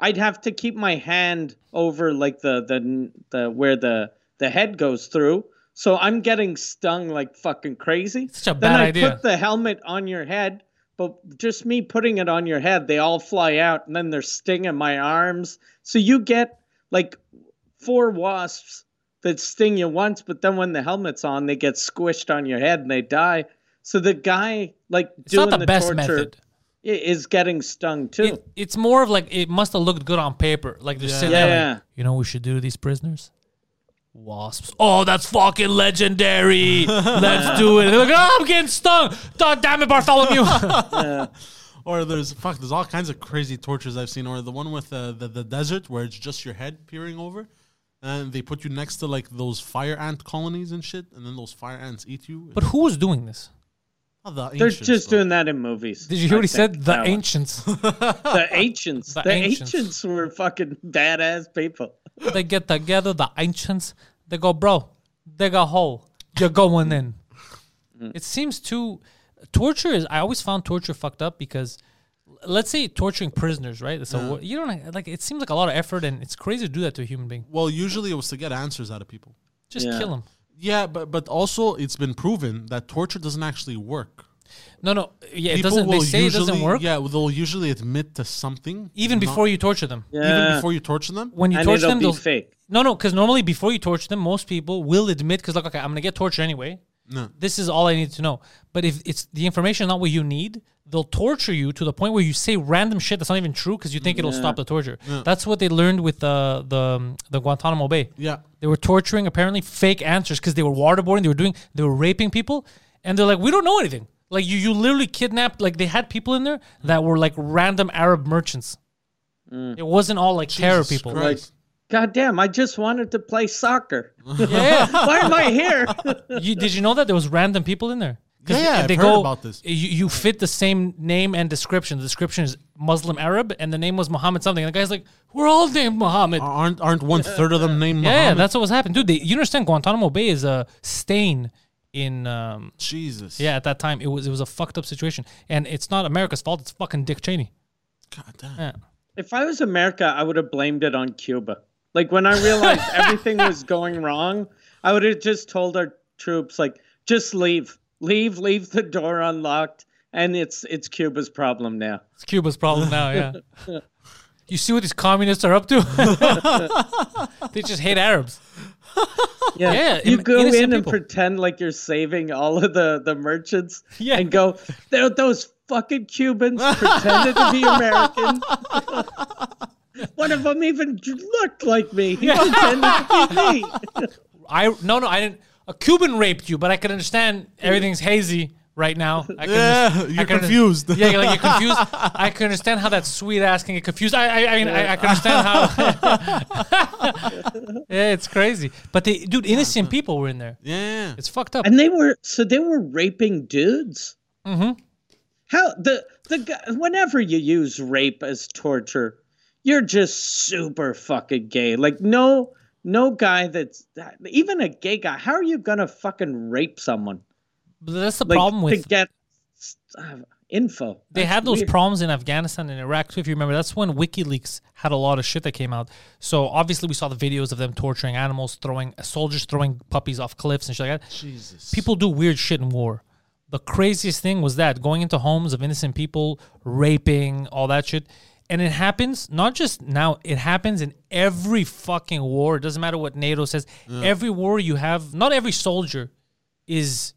Speaker 3: I'd have to keep my hand over like the the the where the the head goes through. So I'm getting stung like fucking crazy.
Speaker 2: Such a
Speaker 3: then
Speaker 2: bad
Speaker 3: I
Speaker 2: idea.
Speaker 3: put the helmet on your head, but just me putting it on your head, they all fly out, and then they're stinging my arms. So you get like four wasps that sting you once, but then when the helmet's on, they get squished on your head and they die. So the guy like
Speaker 2: it's
Speaker 3: doing
Speaker 2: not the, best
Speaker 3: torture
Speaker 2: method.
Speaker 3: i- is getting stung too.
Speaker 2: It, it's more of like it must have looked good on paper. Like they're sitting
Speaker 3: Yeah.
Speaker 2: there,
Speaker 3: Yeah.
Speaker 2: like, you know, what we should do to these prisoners. Wasps. Oh, that's fucking legendary. Let's do it. They're like, oh, I'm getting stung. God damn it, Bartholomew.
Speaker 4: Or there's fuck. There's all kinds of crazy tortures I've seen. Or the one with uh, the the desert where it's just your head peering over, and they put you next to like those fire ant colonies and shit, and then those fire ants eat you.
Speaker 2: but who was doing this?
Speaker 4: Oh, the
Speaker 3: they're
Speaker 4: ancients,
Speaker 3: just
Speaker 4: though.
Speaker 3: doing that in movies.
Speaker 2: Did you hear
Speaker 3: I
Speaker 2: what he said?
Speaker 3: think,
Speaker 2: The
Speaker 3: that one.
Speaker 2: ancients.
Speaker 3: The ancients.
Speaker 2: The
Speaker 3: the
Speaker 2: ancients.
Speaker 3: ancients. were fucking badass people.
Speaker 2: they get together, the ancients. They go, bro, dig a hole. You're going in. It seems too torture is. I always found torture fucked up because, l- let's say torturing prisoners, right? So what- you don't like. It seems like a lot of effort, and it's crazy to do that to a human being.
Speaker 4: Well, usually it was to get answers out of people.
Speaker 2: Just kill 'em. kill him.
Speaker 4: Yeah, but but also it's been proven that torture doesn't actually work.
Speaker 2: No, no, yeah, it doesn't. They say it doesn't
Speaker 4: usually-
Speaker 2: work
Speaker 4: Yeah, they'll usually admit to something
Speaker 2: even
Speaker 4: not-
Speaker 2: before you torture them.
Speaker 4: even
Speaker 3: Yeah.
Speaker 4: before you torture them.
Speaker 2: When you
Speaker 3: and
Speaker 2: torture
Speaker 3: it'll
Speaker 2: them,
Speaker 3: be
Speaker 2: they'll-
Speaker 3: fake.
Speaker 2: No, no, because normally before you torture them, most people will admit because like, okay, I'm gonna get tortured anyway.
Speaker 4: No.
Speaker 2: This is all I need to know. But if it's the information is not what you need, they'll torture you to the point where you say random shit that's not even true because you think it'll stop the torture. That's what they learned with the the um, the Guantanamo Bay.
Speaker 4: Yeah.
Speaker 2: They were torturing apparently fake answers because they were waterboarding, they were doing they were raping people, and they're like, We don't know anything. Like you you literally kidnapped like they had people in there that were like random Arab merchants. It wasn't all like terror
Speaker 4: Jesus
Speaker 2: people.
Speaker 4: Christ.
Speaker 3: God damn, I just wanted to play soccer.
Speaker 2: Yeah.
Speaker 3: Why am I here?
Speaker 2: you, did you know that there was random people in there? 'Cause
Speaker 4: Yeah, yeah,
Speaker 2: they
Speaker 4: I've heard about this.
Speaker 2: You, you fit the same name and description. The description is Muslim Arab, and the name was Muhammad something. And the guy's like, "We're all named Muhammad."
Speaker 4: aren't aren't one third of them named
Speaker 2: yeah, yeah,
Speaker 4: Muhammad?
Speaker 2: that's what was happening, dude. They, you understand? Guantanamo Bay is a stain in. Um,
Speaker 4: Jesus.
Speaker 2: yeah, at that time it was it was a fucked up situation, and it's not America's fault. It's fucking Dick Cheney.
Speaker 4: God damn.
Speaker 2: Yeah.
Speaker 3: If I was America, I would have blamed it on Cuba. Like when I realized everything was going wrong, I would have just told our troops, like, just leave, leave, leave the door unlocked, and it's it's Cuba's problem now.
Speaker 2: It's Cuba's problem now, yeah. You see what these communists are up to? they just hate Arabs.
Speaker 3: Yeah,
Speaker 2: Yeah,
Speaker 3: you
Speaker 2: in-
Speaker 3: go in
Speaker 2: innocent
Speaker 3: and
Speaker 2: people.
Speaker 3: pretend like you're saving all of the the merchants,
Speaker 2: Yeah.
Speaker 3: and go, "They're those fucking Cubans pretended to be American. One of them even looked like me. He pretended to be me."
Speaker 2: I no no I didn't. A Cuban raped you, but I can understand everything's hazy right now. I can,
Speaker 4: Yeah,
Speaker 2: I
Speaker 4: you're
Speaker 2: can-
Speaker 4: confused.
Speaker 2: Yeah, you're like you're confused. I can understand how that sweet ass can get confused. I I I, mean, I, I can understand how. yeah, it's crazy. But they, dude, innocent people were in there.
Speaker 4: Yeah.
Speaker 2: It's fucked up.
Speaker 3: And they were so they were raping dudes. Mm-hmm. How the the gu- whenever you use rape as torture, you're just super fucking gay. Like no no guy that's that, even a gay guy. How are you gonna fucking rape someone?
Speaker 2: But that's the
Speaker 3: Like
Speaker 2: problem with
Speaker 3: to get. st- uh, info.
Speaker 2: They
Speaker 3: That's
Speaker 2: had those
Speaker 3: weird.
Speaker 2: problems in Afghanistan and Iraq too. If you remember, that's when WikiLeaks had a lot of shit that came out. So obviously, we saw the videos of them torturing animals, throwing soldiers throwing puppies off cliffs and shit like that. Jesus, people do weird shit in war. The craziest thing was that going into homes of innocent people, raping, all that shit. And it happens not just now, it happens in every fucking war. It doesn't matter what NATO says. Every war you have, not every soldier is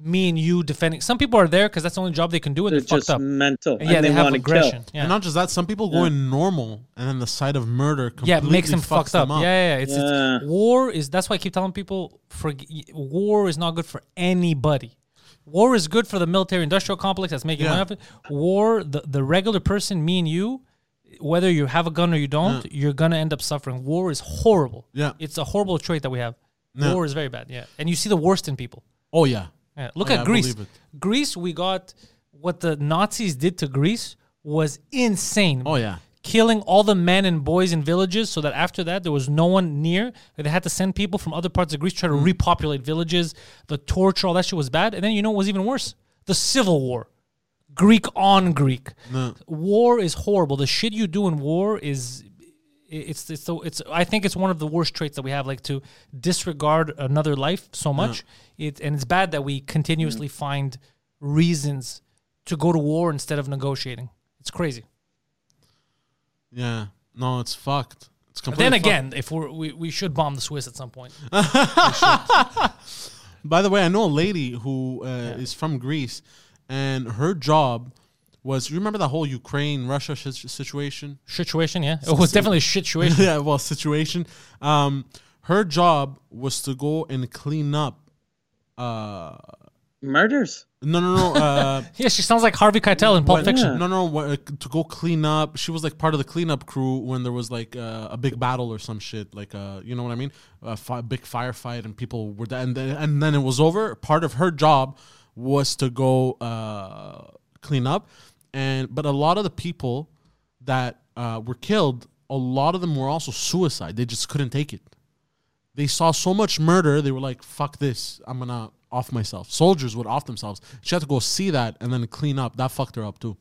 Speaker 2: me and you defending. Some people are there because that's the only job they can do and
Speaker 3: They're
Speaker 2: they're,
Speaker 3: just
Speaker 2: fucked up.
Speaker 3: mental.
Speaker 2: And yeah,
Speaker 3: and
Speaker 2: they,
Speaker 3: they,
Speaker 2: have
Speaker 3: want to kill.
Speaker 2: aggression. Yeah.
Speaker 4: And not just that, some people go in normal, and then the sight of murder completely
Speaker 2: yeah, it makes them
Speaker 4: fucks
Speaker 2: fucked up.
Speaker 4: them up.
Speaker 2: Yeah, yeah, yeah. It's,
Speaker 3: Yeah.
Speaker 2: it's war is that's why I keep telling people for war is not good for anybody. War is good for the military industrial complex that's making
Speaker 4: Yeah.
Speaker 2: money off it. War, the, the regular person, me and you, whether you have a gun or you don't, you're gonna end up suffering. War is horrible.
Speaker 4: Yeah.
Speaker 2: It's a horrible trait that we have.
Speaker 4: Yeah.
Speaker 2: War is very bad, yeah. And you see the worst in people.
Speaker 4: Oh yeah.
Speaker 2: Yeah, look
Speaker 4: Yeah,
Speaker 2: at
Speaker 4: I
Speaker 2: Greece.
Speaker 4: believe
Speaker 2: Greece, we got what the Nazis did to Greece was insane.
Speaker 4: Oh yeah.
Speaker 2: Killing all the men and boys in villages so that after that there was no one near. They had to send people from other parts of Greece to try to repopulate villages. The torture, all that shit was bad. And then you know what was even worse? The civil war. Greek on Greek. War is horrible. The shit you do in war is it's it's the it's I think it's one of the worst traits that we have, like to disregard another life so much. It and it's bad that we continuously find reasons to go to war instead of negotiating. It's crazy.
Speaker 4: Yeah. No, it's fucked. It's
Speaker 2: But
Speaker 4: completely
Speaker 2: then
Speaker 4: fucked.
Speaker 2: again, if we're, we we should bomb the Swiss at some point.
Speaker 4: By the way, I know a lady who uh, is from Greece, and her job was. You remember the whole Ukraine Russia sh- situation?
Speaker 2: Situation, yeah, it was definitely a situation.
Speaker 4: yeah, well, situation. Um, her job was to go and clean up. Uh,
Speaker 3: Murders.
Speaker 4: no, no, no. Uh,
Speaker 2: Yeah, she sounds like Harvey Keitel in Pulp
Speaker 4: when-
Speaker 2: Fiction.
Speaker 4: No, no, wha- to go clean up. She was like part of the cleanup crew when there was like uh, a big battle or some shit. Like, uh, you know what I mean? A fi- big firefight and people were there. And then, and then it was over. Part of her job was to go uh, clean up. And but a lot of the people that uh, were killed, a lot of them were also suicide. They just couldn't take it. They saw so much murder, they were like, "Fuck this! I'm gonna." Off myself. Soldiers would off themselves. She had to go see that and then clean up. That fucked her up too.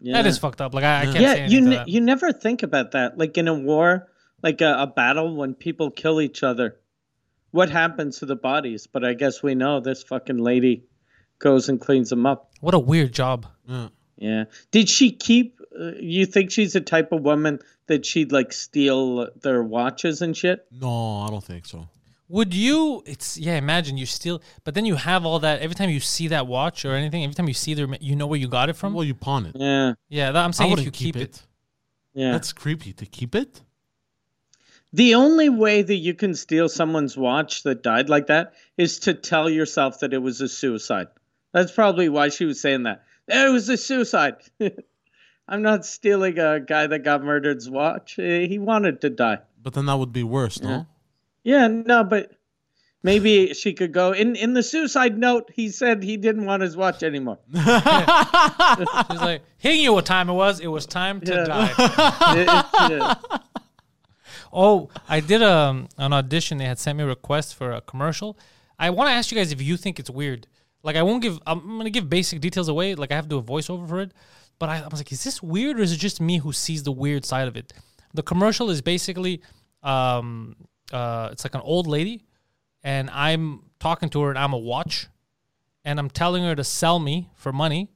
Speaker 3: Yeah.
Speaker 2: That is fucked up. Like I, I can't say
Speaker 3: yeah, you
Speaker 2: anything to
Speaker 3: ne-
Speaker 2: that.
Speaker 3: you never think about that. Like in a war, like a, a battle, when people kill each other, what happens to the bodies? But I guess we know this fucking lady goes and cleans them up.
Speaker 2: what a weird job.
Speaker 3: Yeah. Did she keep? Uh, you think she's the type of woman that she'd like steal their watches and shit?
Speaker 4: No, I don't think so.
Speaker 2: Would you? It's yeah. Imagine you steal, but then you have all that. Every time you see that watch or anything, every time you see their, ma- you know where you got it from.
Speaker 4: Well, you pawn it.
Speaker 3: Yeah.
Speaker 2: yeah, that, I'm
Speaker 4: I
Speaker 2: saying if
Speaker 4: wouldn't
Speaker 2: you keep, it.
Speaker 3: Yeah.
Speaker 4: That's creepy to keep it.
Speaker 3: The only way that you can steal someone's watch that died like that is to tell yourself that it was a suicide. That's probably why she was saying that. It was a suicide. I'm not stealing a guy that got murdered's watch. Eh, He wanted to die.
Speaker 4: But then that would be worse, no?
Speaker 3: Yeah, no, but maybe she could go in in the suicide note. He said he didn't want his watch anymore.
Speaker 2: She's like, he knew what time it was. It was time to
Speaker 3: Yeah.
Speaker 2: die.
Speaker 3: Yeah.
Speaker 2: Oh, I did um an audition. They had sent me a request for a commercial. I want to ask you guys if you think it's weird. Like, I won't give. I'm gonna give basic details away. Like, I have to do a voiceover for it. But I, I was like, is this weird or is it just me who sees the weird side of it? The commercial is basically, um, uh, it's like an old lady, and I'm talking to her, and I'm a watch. and I'm telling her to sell me for money.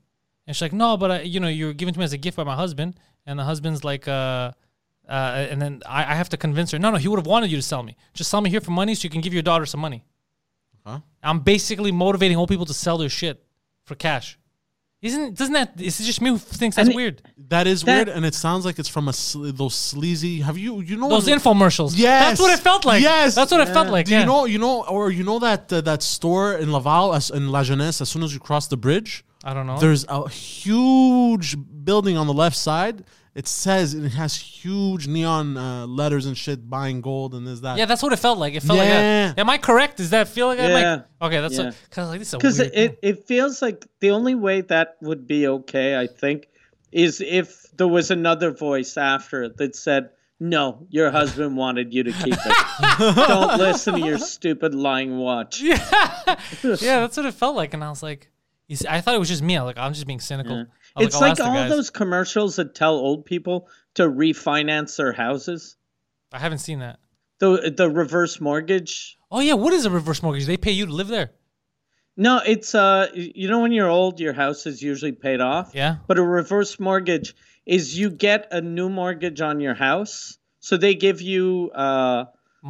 Speaker 2: And she's like, no, but I, you know, you're giving to me as a gift by my husband. And the husband's like, uh, uh, and then I, I have to convince her, no, no, he would have wanted you to sell me. Just sell me here for money so you can give your daughter some money.
Speaker 4: Huh?
Speaker 2: I'm basically motivating old people to sell their shit for cash. Isn't, doesn't that, is it just me who thinks that's
Speaker 3: mean-
Speaker 2: weird?
Speaker 4: That is
Speaker 3: That-
Speaker 4: weird, and it sounds like it's from a sl- those sleazy. Have you you know
Speaker 2: Those
Speaker 4: when-
Speaker 2: infomercials. That's
Speaker 4: Oh, Yes.
Speaker 2: what it felt like.
Speaker 4: Yes.
Speaker 2: That's what it felt like.
Speaker 4: Do you
Speaker 2: yeah.
Speaker 4: know you know or you know that uh, that store in Laval as, in La Jeunesse? As soon as you cross the bridge,
Speaker 2: I don't know.
Speaker 4: There's a huge building on the left side. It says it has huge neon uh, letters and shit, buying gold and this that.
Speaker 2: yeah, that's what it felt like. It felt like that.
Speaker 4: Yeah.
Speaker 2: Am I correct? Is that feeling? Yeah. Like,
Speaker 3: Yeah.
Speaker 2: okay, that's
Speaker 3: Yeah.
Speaker 2: a, cause like, this is a
Speaker 3: because
Speaker 2: weird thing.
Speaker 3: it, it feels like the only way that would be okay i think is if there was another voice after it that said no your husband wanted you to keep it don't listen to your stupid lying watch
Speaker 2: yeah, that's what it felt like. And I was like, He's, I thought it was just me. I was like, I'm just being cynical.
Speaker 3: Yeah.
Speaker 2: I was
Speaker 3: it's
Speaker 2: I'll
Speaker 3: like
Speaker 2: ask the
Speaker 3: all
Speaker 2: guys.
Speaker 3: those commercials that tell old people to refinance their houses.
Speaker 2: I haven't seen that.
Speaker 3: The the reverse mortgage.
Speaker 2: Oh yeah, what is a reverse mortgage? They pay you to live there.
Speaker 3: No, it's uh you know when you're old your house is usually paid off.
Speaker 2: Yeah.
Speaker 3: But a reverse mortgage is you get a new mortgage on your house. So they give you uh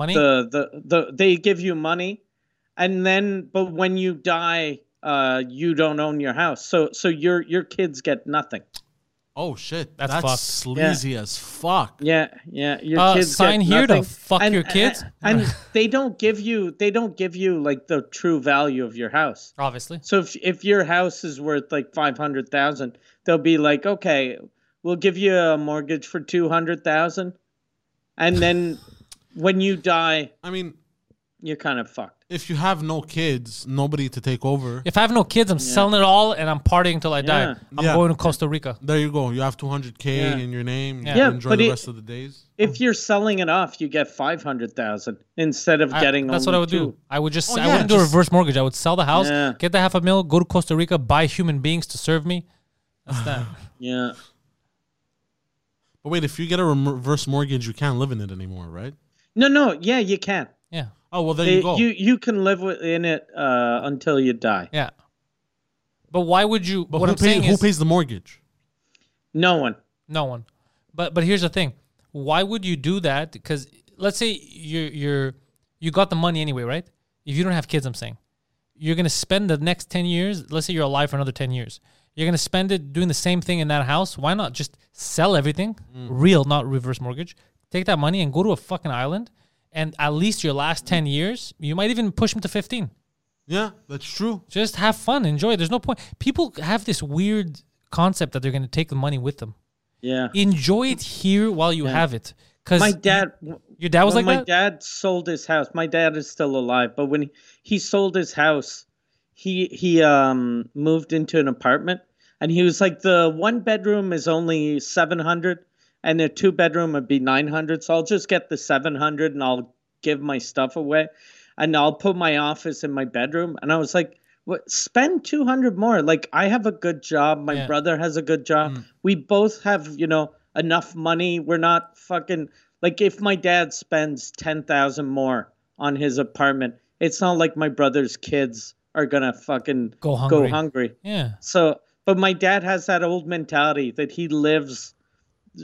Speaker 2: Money.
Speaker 3: the, the the they give you money and then but when you die uh you don't own your house. So so your your kids get nothing.
Speaker 4: Oh shit,
Speaker 2: That's
Speaker 4: that's,
Speaker 2: fucked.
Speaker 4: sleazy as fuck.
Speaker 3: Yeah, yeah. Your
Speaker 2: Uh,
Speaker 3: kids
Speaker 2: sign
Speaker 3: get
Speaker 2: here to
Speaker 3: nothing.
Speaker 2: fuck your kids?
Speaker 3: and, they don't give you they don't give you like the true value of your house.
Speaker 2: obviously.
Speaker 3: So if if your house is worth like five hundred thousand, they'll be like, okay, we'll give you a mortgage for two hundred thousand, and then when you die,
Speaker 4: I mean,
Speaker 3: you're kind of fucked.
Speaker 4: if you have no kids, nobody to take over.
Speaker 2: If I have no kids, I'm selling it all and I'm partying till I die.
Speaker 3: Yeah.
Speaker 2: I'm
Speaker 4: Yeah.
Speaker 2: going to Costa Rica.
Speaker 4: There you go. You have 200k
Speaker 3: Yeah.
Speaker 4: in your name.
Speaker 2: Yeah.
Speaker 4: You
Speaker 3: Yeah,
Speaker 4: enjoy
Speaker 3: but
Speaker 4: the
Speaker 3: it-
Speaker 4: rest of the days.
Speaker 3: If you're selling it off, you get five hundred thousand instead of
Speaker 2: I-
Speaker 3: getting.
Speaker 2: that's what
Speaker 3: only
Speaker 2: I would do.
Speaker 3: two.
Speaker 2: I would just
Speaker 4: Oh,
Speaker 2: I
Speaker 4: yeah,
Speaker 2: wouldn't do a
Speaker 4: just-
Speaker 2: reverse mortgage. I would sell the house,
Speaker 3: Yeah.
Speaker 2: get the half a mil, go to Costa Rica, buy human beings to serve me. That's that.
Speaker 3: Yeah.
Speaker 4: But wait, if you get a rem- reverse mortgage, you can't live in it anymore, right?
Speaker 3: No, no. Yeah, you can.
Speaker 2: yeah.
Speaker 4: Oh well, there
Speaker 3: They-
Speaker 4: you go.
Speaker 3: you you can live with- in it uh, until you die.
Speaker 2: Yeah. But why would you
Speaker 4: but
Speaker 2: what
Speaker 4: who,
Speaker 2: I'm saying
Speaker 4: pays, who
Speaker 2: is
Speaker 4: pays the mortgage?
Speaker 3: No one.
Speaker 2: no one. But but here's the thing. Why would you do that? Because let's say you're you're you got the money anyway, right? If you don't have kids, I'm saying. You're gonna spend the next ten years, let's say you're alive for another ten years. You're gonna spend it doing the same thing in that house. Why not just sell everything? Real, not reverse mortgage. Take that money and go to a fucking island and at least your last ten years, you might even push them to fifteen.
Speaker 4: Yeah, that's true.
Speaker 2: Just have fun, enjoy. There's no point. People have this weird concept that they're going to take the money with them.
Speaker 3: Yeah.
Speaker 2: Enjoy it here while you have it. Because
Speaker 3: my dad
Speaker 2: your dad was
Speaker 3: when
Speaker 2: like
Speaker 3: my
Speaker 2: that.
Speaker 3: dad sold his house my dad is still alive but when he sold his house he he um moved into an apartment and he was like the one bedroom is only 700 and the two bedroom would be 900 so i'll just get the 700 and i'll give my stuff away and i'll put my office in my bedroom and i was like what spend 200 more like i have a good job my
Speaker 2: Yeah.
Speaker 3: brother has a good job we both have you know enough money we're not fucking like if my dad spends 10,000 more on his apartment it's not like my brother's kids are going to fucking
Speaker 2: Go hungry.
Speaker 3: hungry.
Speaker 2: yeah,
Speaker 3: so but my dad has that old mentality that he lives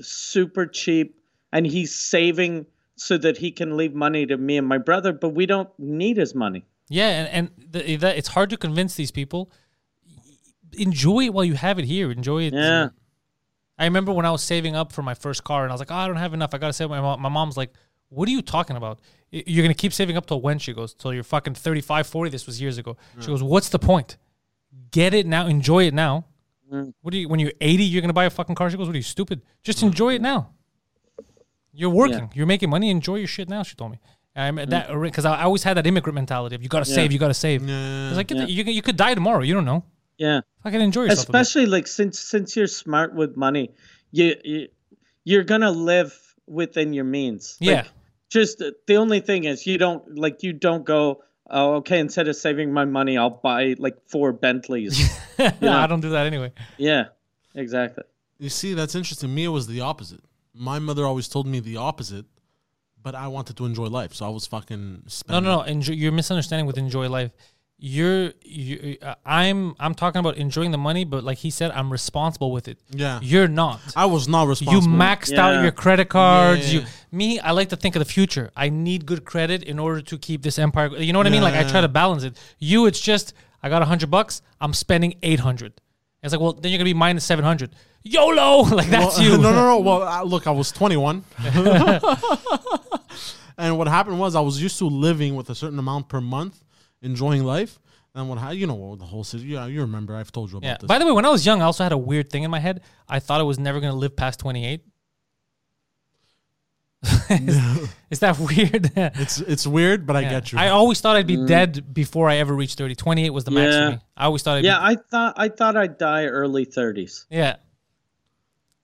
Speaker 3: super cheap and he's saving so that he can leave money to me and my brother but we don't need his money
Speaker 2: yeah, and, and the, that, it's hard to convince these people. Enjoy it while you have it here. Enjoy it.
Speaker 3: yeah
Speaker 2: I remember when I was saving up for my first car, and I was like, oh, I don't have enough. I gotta save. My mom, my mom's like, What are you talking about? Y- You're gonna keep saving up till when? She goes, Till you're fucking 35, 40. This was years ago.
Speaker 3: Mm.
Speaker 2: She goes, What's the point? Get it now. Enjoy it now.
Speaker 3: Mm.
Speaker 2: What do you? When you're 80, you're gonna buy a fucking car. She goes, What are you stupid? Just enjoy it now. You're working. You're making money. Enjoy your shit now. She told me. And I'm that because I I always had that immigrant mentality of you gotta save, you gotta save.
Speaker 4: Yeah.
Speaker 2: It's like get the- you, you could die tomorrow. You don't know.
Speaker 3: yeah
Speaker 2: Fucking enjoy yourself. a bit.
Speaker 3: especially like since since you're smart with money you, you you're gonna live within your means Like,
Speaker 2: Yeah.
Speaker 3: just uh, the only thing is you don't like you don't go oh okay instead of saving my money i'll buy like four bentleys
Speaker 2: I don't do that anyway.
Speaker 3: yeah exactly
Speaker 4: You see, that's interesting. Me, it was the opposite. My mother always told me the opposite, but I wanted to enjoy life, so I was fucking
Speaker 2: No,
Speaker 4: spending.
Speaker 2: no, no. Enjoy, you're misunderstanding with enjoy life. You're, you, uh, I'm, I'm talking about enjoying the money, but like he said, I'm responsible with it.
Speaker 4: Yeah.
Speaker 2: You're not.
Speaker 4: I was not
Speaker 2: Uh, You
Speaker 4: responsible.
Speaker 2: maxed out
Speaker 3: Yeah.
Speaker 2: your credit cards.
Speaker 4: Yeah.
Speaker 2: You, me, I like to think of the future. I need good credit in order to keep this empire. You know what I mean? Like I try to balance it. You, it's just I got hundred bucks. I'm spending eight hundred. It's like, well, then you're gonna be minus seven hundred. YOLO. Like
Speaker 4: Well,
Speaker 2: that's you.
Speaker 4: no, no, no. Well, I, look, I was 21. and what happened was I was used to living with a certain amount per month, enjoying life. And what ha- you know the whole city. Yeah, you remember. I've told you about
Speaker 2: Yeah.
Speaker 4: this.
Speaker 2: By the way, when I was young, I also had a weird thing in my head. I thought I was never gonna live past twenty eight. Is that weird?
Speaker 4: it's it's weird, but I get you.
Speaker 2: I always thought I'd be dead before I ever reached 30. 28 was the max
Speaker 3: Mm. Yeah.
Speaker 2: for me. I always thought I'd
Speaker 3: yeah
Speaker 2: be,
Speaker 3: i thought i thought i'd die early 30s
Speaker 2: yeah.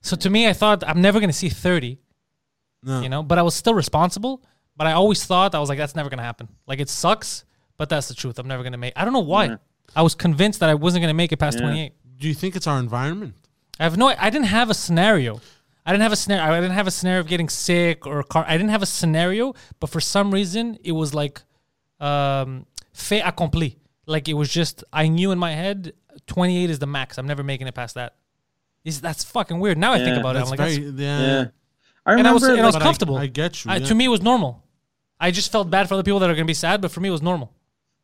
Speaker 2: So to me, I thought I'm never going to see 30,
Speaker 4: No.
Speaker 2: you know, but I was still responsible. But I always thought, I was like, that's never going to happen. Like, it sucks, but that's the truth. I'm never going to make I don't know why. I was convinced that I wasn't going to make it past 28.
Speaker 4: Do you think it's our environment?
Speaker 2: I have no. I didn't have a scenario. I didn't have a scenario. I didn't have a scenario of getting sick or a car. I didn't have a scenario, but for some reason, it was like um, fait accompli. Like it was just. I knew in my head, 28 is the max. I'm never making it past that. Is that's fucking weird. Now I think
Speaker 3: Yeah,
Speaker 2: about it. I'm
Speaker 4: That's
Speaker 2: like,
Speaker 4: very,
Speaker 2: that's,
Speaker 4: yeah.
Speaker 3: Yeah. I
Speaker 2: and I
Speaker 3: remember
Speaker 2: was, and I was
Speaker 4: but I-
Speaker 2: comfortable.
Speaker 4: I get you,
Speaker 2: I-
Speaker 4: yeah.
Speaker 2: To me, it was normal. I just felt bad for other people that are going to be sad, but for me, it was normal.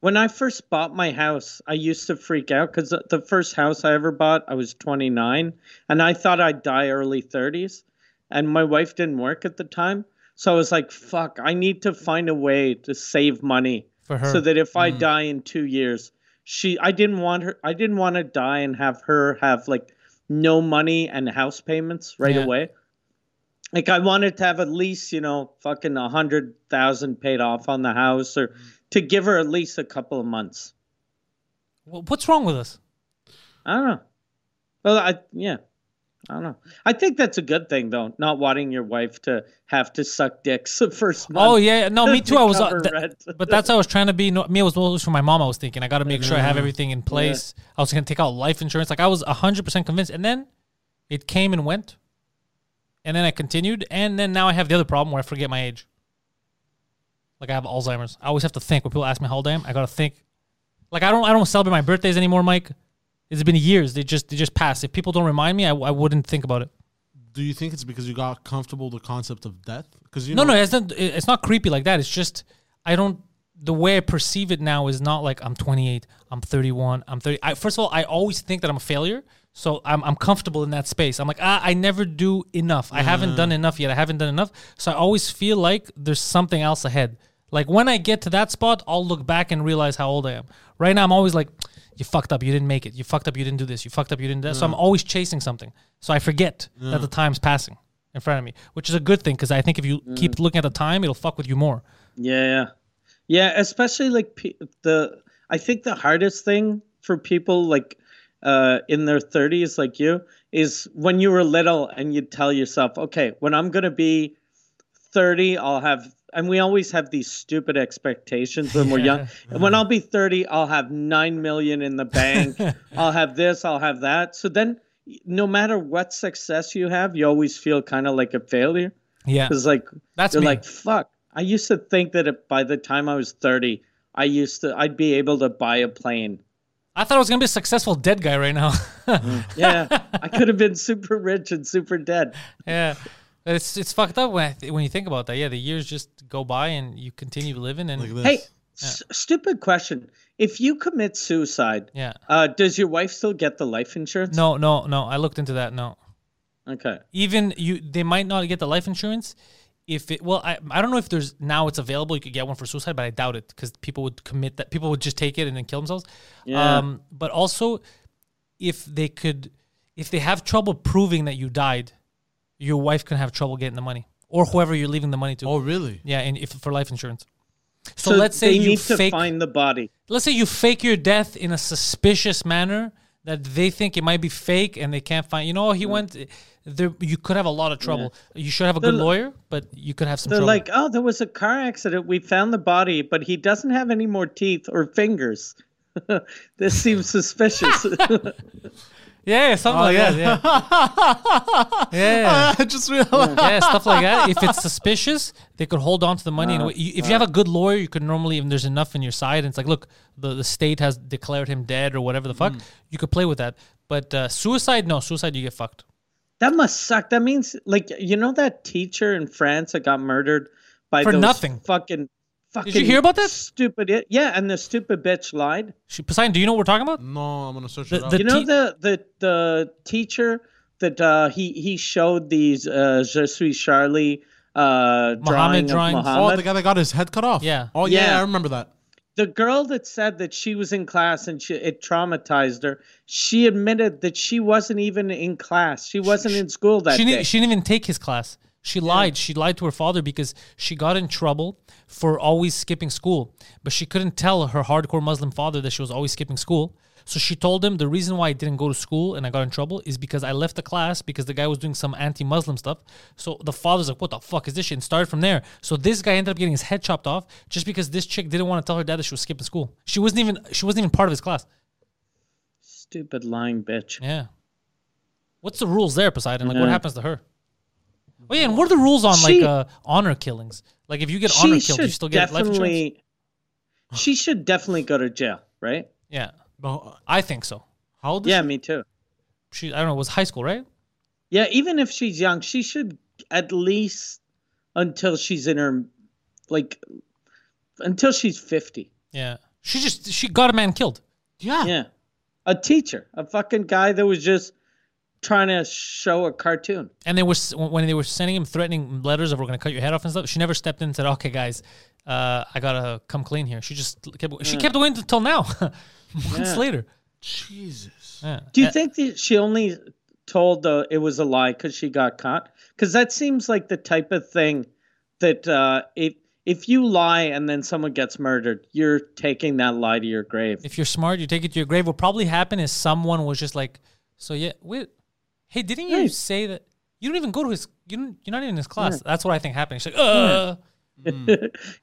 Speaker 3: when I first bought my house, I used to freak out because the first house I ever bought, I was 29, and I thought I'd die early 30s. And my wife didn't work at the time. So I was like, fuck, I need to find a way to save money
Speaker 2: For her. Mm.
Speaker 3: so that if I die in two years, she, I didn't want her, I didn't want to die and have her have like no money and house payments right
Speaker 2: Yeah.
Speaker 3: away. Like I wanted to have at least, you know, fucking a hundred thousand paid off on the house
Speaker 2: Mm.
Speaker 3: or to give her at least a couple of months.
Speaker 2: Wh- What's wrong with us?
Speaker 3: I don't know. Well, I yeah. I don't know. I think that's a good thing though, not wanting your wife to have to suck dicks the first month.
Speaker 2: Oh yeah, yeah. no, me
Speaker 3: to
Speaker 2: too. I was, uh,
Speaker 3: cover
Speaker 2: th-
Speaker 3: rent.
Speaker 2: but that's how I was trying to be. No, me it was always for my mom. I was thinking I got to make sure I
Speaker 3: Mm.
Speaker 2: have everything in place. I was gonna take out life insurance. Like I was hundred percent convinced, and then it came and went, and then I continued, and then now I have the other problem where I forget my age. Like I have Alzheimer's. I always have to think when people ask me how old I am. I gotta think. Like I don't, I don't celebrate my birthdays anymore, Mike. It's been years. They just, they just pass. If people don't remind me, I, I wouldn't think about it.
Speaker 4: Do you think it's because you got comfortable with the concept of death? Because you
Speaker 2: No,
Speaker 4: know,
Speaker 2: no, it's not. It's not creepy like that. It's just I don't. The way I perceive it now is not like I'm 28, I'm 31, I'm 30. I, first of all, I always think that I'm a failure, so I'm, I'm comfortable in that space. I'm like, ah, I never do enough. I haven't done enough yet. I haven't done enough, so I always feel like there's something else ahead. Like when I get to that spot, I'll look back and realize how old I am. Right now, I'm always like, you fucked up, you didn't make it. You fucked up, you didn't do this. You fucked up, you didn't. do that.
Speaker 3: Mm.
Speaker 2: So I'm always chasing something. So I forget that the time's passing in front of me, which is a good thing because I think if you
Speaker 3: Mm.
Speaker 2: keep looking at the time, it'll fuck with you more.
Speaker 3: Yeah, yeah, yeah. Especially like pe- the, I think the hardest thing for people like uh, in their thirties, like you, is when you were little and you tell yourself, okay, when I'm gonna be thirty, I'll have. And we always have these stupid expectations when we're young. And when I'll be 30, I'll have 9 million in the bank. I'll have this, I'll have that. So then, no matter what success you have, you always feel kind of like a failure.
Speaker 2: Yeah,
Speaker 3: Because like
Speaker 2: That's
Speaker 3: you're
Speaker 2: me.
Speaker 3: like fuck. I used to think that if, by the time I was thirty, I used to I'd be able to buy a plane.
Speaker 2: I thought I was gonna be a successful dead guy right now.
Speaker 3: Yeah, I could have been super rich and super dead.
Speaker 2: yeah, it's it's fucked up when I th- when you think about that. Yeah, the years just go by and you continue living and
Speaker 4: like this.
Speaker 3: Hey, s- stupid question. If you commit suicide,
Speaker 2: yeah.
Speaker 3: uh, does your wife still get the life insurance?
Speaker 2: No, no, no. I looked into that. No,
Speaker 3: Okay.
Speaker 2: even you they might not get the life insurance if it well I, I don't know if there's now it's available you could get one for suicide but i doubt it because people would commit that people would just take it and then kill themselves
Speaker 3: Yeah.
Speaker 2: um but also if they could if they have trouble proving that you died your wife can have trouble getting the money or whoever you're leaving the money to
Speaker 4: oh really?
Speaker 2: yeah and if for life insurance so, let's say
Speaker 3: they
Speaker 2: you
Speaker 3: need to
Speaker 2: fake
Speaker 3: find the body.
Speaker 2: let's say you fake your death in a suspicious manner that they think it might be fake and they can't find you know he went there you could have a lot of trouble you should have a good
Speaker 3: They're-
Speaker 2: lawyer but you could have some
Speaker 3: They're
Speaker 2: trouble
Speaker 3: like, oh, there was a car accident. We found the body, but he doesn't have any more teeth or fingers. this seems suspicious.
Speaker 2: yeah yeah, something like that yeah yeah
Speaker 4: I just realized.
Speaker 2: yeah stuff like that if it's suspicious they could hold on to the money in a way. You- if you have a good lawyer you could normally if there's enough in your side and it's like look the, the state has declared him dead or whatever the fuck you could play with that but uh, suicide no suicide you get fucked
Speaker 3: That must suck. That means, like, you know, that teacher in France that got murdered by
Speaker 2: For
Speaker 3: those
Speaker 2: nothing.
Speaker 3: Fucking, fucking.
Speaker 2: hear about that?
Speaker 3: Stupid. i- Yeah, and the stupid bitch lied.
Speaker 2: She- Poseidon, do you know what we're talking about
Speaker 4: No, I'm gonna search
Speaker 2: The-
Speaker 4: it up.
Speaker 2: the-
Speaker 3: You know
Speaker 2: Te-
Speaker 3: the the the teacher that uh, he he showed these uh, Je suis Charlie uh,
Speaker 2: Mohammed
Speaker 3: drawing
Speaker 2: drawings.
Speaker 3: of
Speaker 4: oh,
Speaker 3: Muhammad.
Speaker 4: the guy that got his head cut off.
Speaker 2: Yeah.
Speaker 4: Oh yeah,
Speaker 3: Yeah.
Speaker 4: I remember that.
Speaker 3: the girl that said that she was in class and she, it traumatized her. She admitted that she wasn't even in class. She wasn't in school that
Speaker 2: she
Speaker 3: day.
Speaker 2: didn't, she didn't even take his class. She lied. She lied to her father because she got in trouble for always skipping school. But she couldn't tell her hardcore Muslim father that she was always skipping school. So she told him the reason why I didn't go to school and I got in trouble is because I left the class because the guy was doing some anti-Muslim stuff. So the father's like, "What the fuck is this shit?" And started from there. So this guy ended up getting his head chopped off just because this chick didn't want to tell her dad that she was skipping school. She wasn't even she wasn't even part of his class.
Speaker 3: Stupid lying bitch.
Speaker 2: Yeah. What's the rules there, Poseidon? Like, what
Speaker 3: Yeah.
Speaker 2: happens to her? Oh yeah, and what are the rules on like
Speaker 3: She-
Speaker 2: uh, honor killings? Like, if you get honor killed, you still get life insurance.
Speaker 3: She should definitely go to jail, right?
Speaker 2: Yeah,
Speaker 4: But
Speaker 2: I think so.
Speaker 4: how old is
Speaker 3: Yeah,
Speaker 4: she?
Speaker 3: me too.
Speaker 2: She, I don't know, it was high school, right?
Speaker 3: Yeah, even if she's young, she should at least until she's in her like until she's 50.
Speaker 2: Yeah. She just she got a man killed.
Speaker 4: Yeah.
Speaker 3: Yeah. A teacher, a fucking guy that was just trying to show a cartoon.
Speaker 2: And they were s- when they were sending him threatening letters of we're gonna cut your head off and stuff. She never stepped in and said, "Okay, guys, uh, I gotta come clean here." She just kept she kept waiting until now, months
Speaker 3: Yeah.
Speaker 2: later.
Speaker 4: Jesus.
Speaker 2: Yeah.
Speaker 3: Do you
Speaker 2: Uh,
Speaker 3: think that she only told uh, it was a lie because she got caught? Because that seems like the type of thing that uh, if if you lie and then someone gets murdered, you're taking that lie to your grave.
Speaker 2: if you're smart, you take it to your grave. What probably happened is someone was just like, "So yeah, wait, hey, didn't you
Speaker 3: Yeah.
Speaker 2: say that you don't even go to his? You don't, you're not even in his class." That's what I think happened. She's like, "Uh,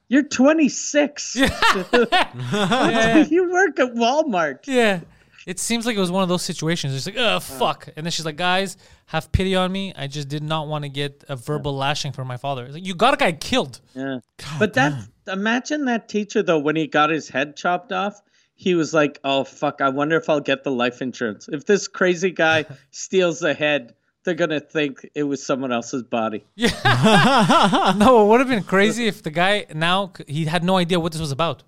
Speaker 3: You're 26. you work at Walmart.
Speaker 2: yeah." It seems like it was one of those situations. It's like, "Uh, fuck," and then she's like, "Guys, have pity on me. I just did not want to get a verbal lashing from my father." It's like, you got a guy killed.
Speaker 3: Yeah. but that imagine that teacher though when he got his head chopped off, he was like, "Oh fuck, I wonder if I'll get the life insurance. If this crazy guy steals the head, they're going to think it was someone else's body."
Speaker 2: No, it would have been crazy if the guy now c- he had no idea what this was about.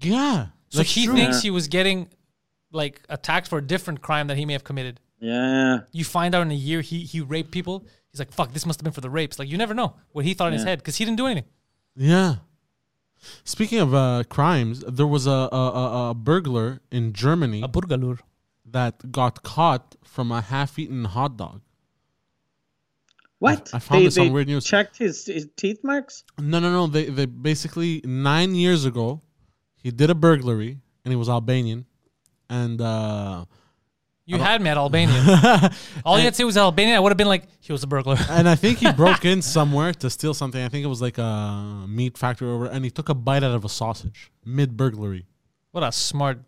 Speaker 4: Yeah.
Speaker 2: So he thinks he was getting like attacked for a different crime that he may have committed.
Speaker 3: Yeah.
Speaker 2: you find out in a year he he raped people. He's like, fuck, this must have been for the rapes. Like you never know what he thought in his head because he didn't do anything.
Speaker 4: Yeah. Speaking of uh, crimes, there was a, a, a, a burglar in Germany
Speaker 2: A burgalur.
Speaker 4: that got caught from a half-eaten hot dog.
Speaker 3: What?
Speaker 4: I found
Speaker 3: they,
Speaker 4: this on
Speaker 3: they
Speaker 4: Weird News.
Speaker 3: Checked his, his teeth marks.
Speaker 4: No, no, no. They they basically nine years ago, he did a burglary and he was Albanian, and uh,
Speaker 2: You had me at Albania. All you had to say was Albania. I would have been like, he was a burglar.
Speaker 4: and I think he broke in somewhere to steal something. I think it was like a meat factory over, and he took a bite out of a sausage mid burglary,
Speaker 2: what a smart,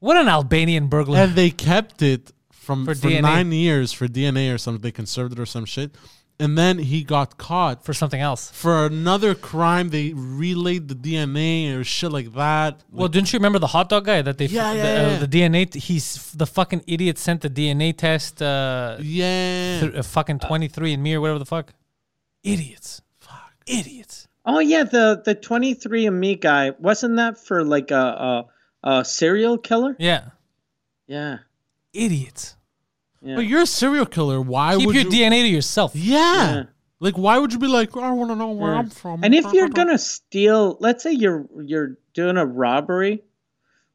Speaker 2: what an Albanian burglar.
Speaker 4: and they kept it from
Speaker 2: For
Speaker 4: for,
Speaker 2: DNA.
Speaker 4: nine years for DNA or something. They conserved it or some shit, and then he got caught.
Speaker 2: for something else.
Speaker 4: For another crime, they relayed the DNA or shit like that.
Speaker 2: Well, didn't you remember the hot dog guy that they?
Speaker 4: Yeah,
Speaker 2: the, uh,
Speaker 4: yeah, yeah.
Speaker 2: the DNA. T- he's the fucking idiot sent the DNA test. Uh,
Speaker 4: yeah,
Speaker 2: th- uh, fucking twenty three and me or whatever the fuck. Idiots. Fuck. Idiots.
Speaker 3: Oh yeah, the the twenty three and Me guy wasn't that for like a, a a serial killer?
Speaker 2: Yeah.
Speaker 3: Yeah.
Speaker 2: Idiots.
Speaker 4: But you're a serial killer. Why
Speaker 2: Keep
Speaker 4: would
Speaker 2: your
Speaker 4: you?
Speaker 2: DNA to yourself.
Speaker 4: Yeah. Like, why would you be like, I want to know where I'm from?
Speaker 3: And if you're gonna steal, let's say you're you're doing a robbery,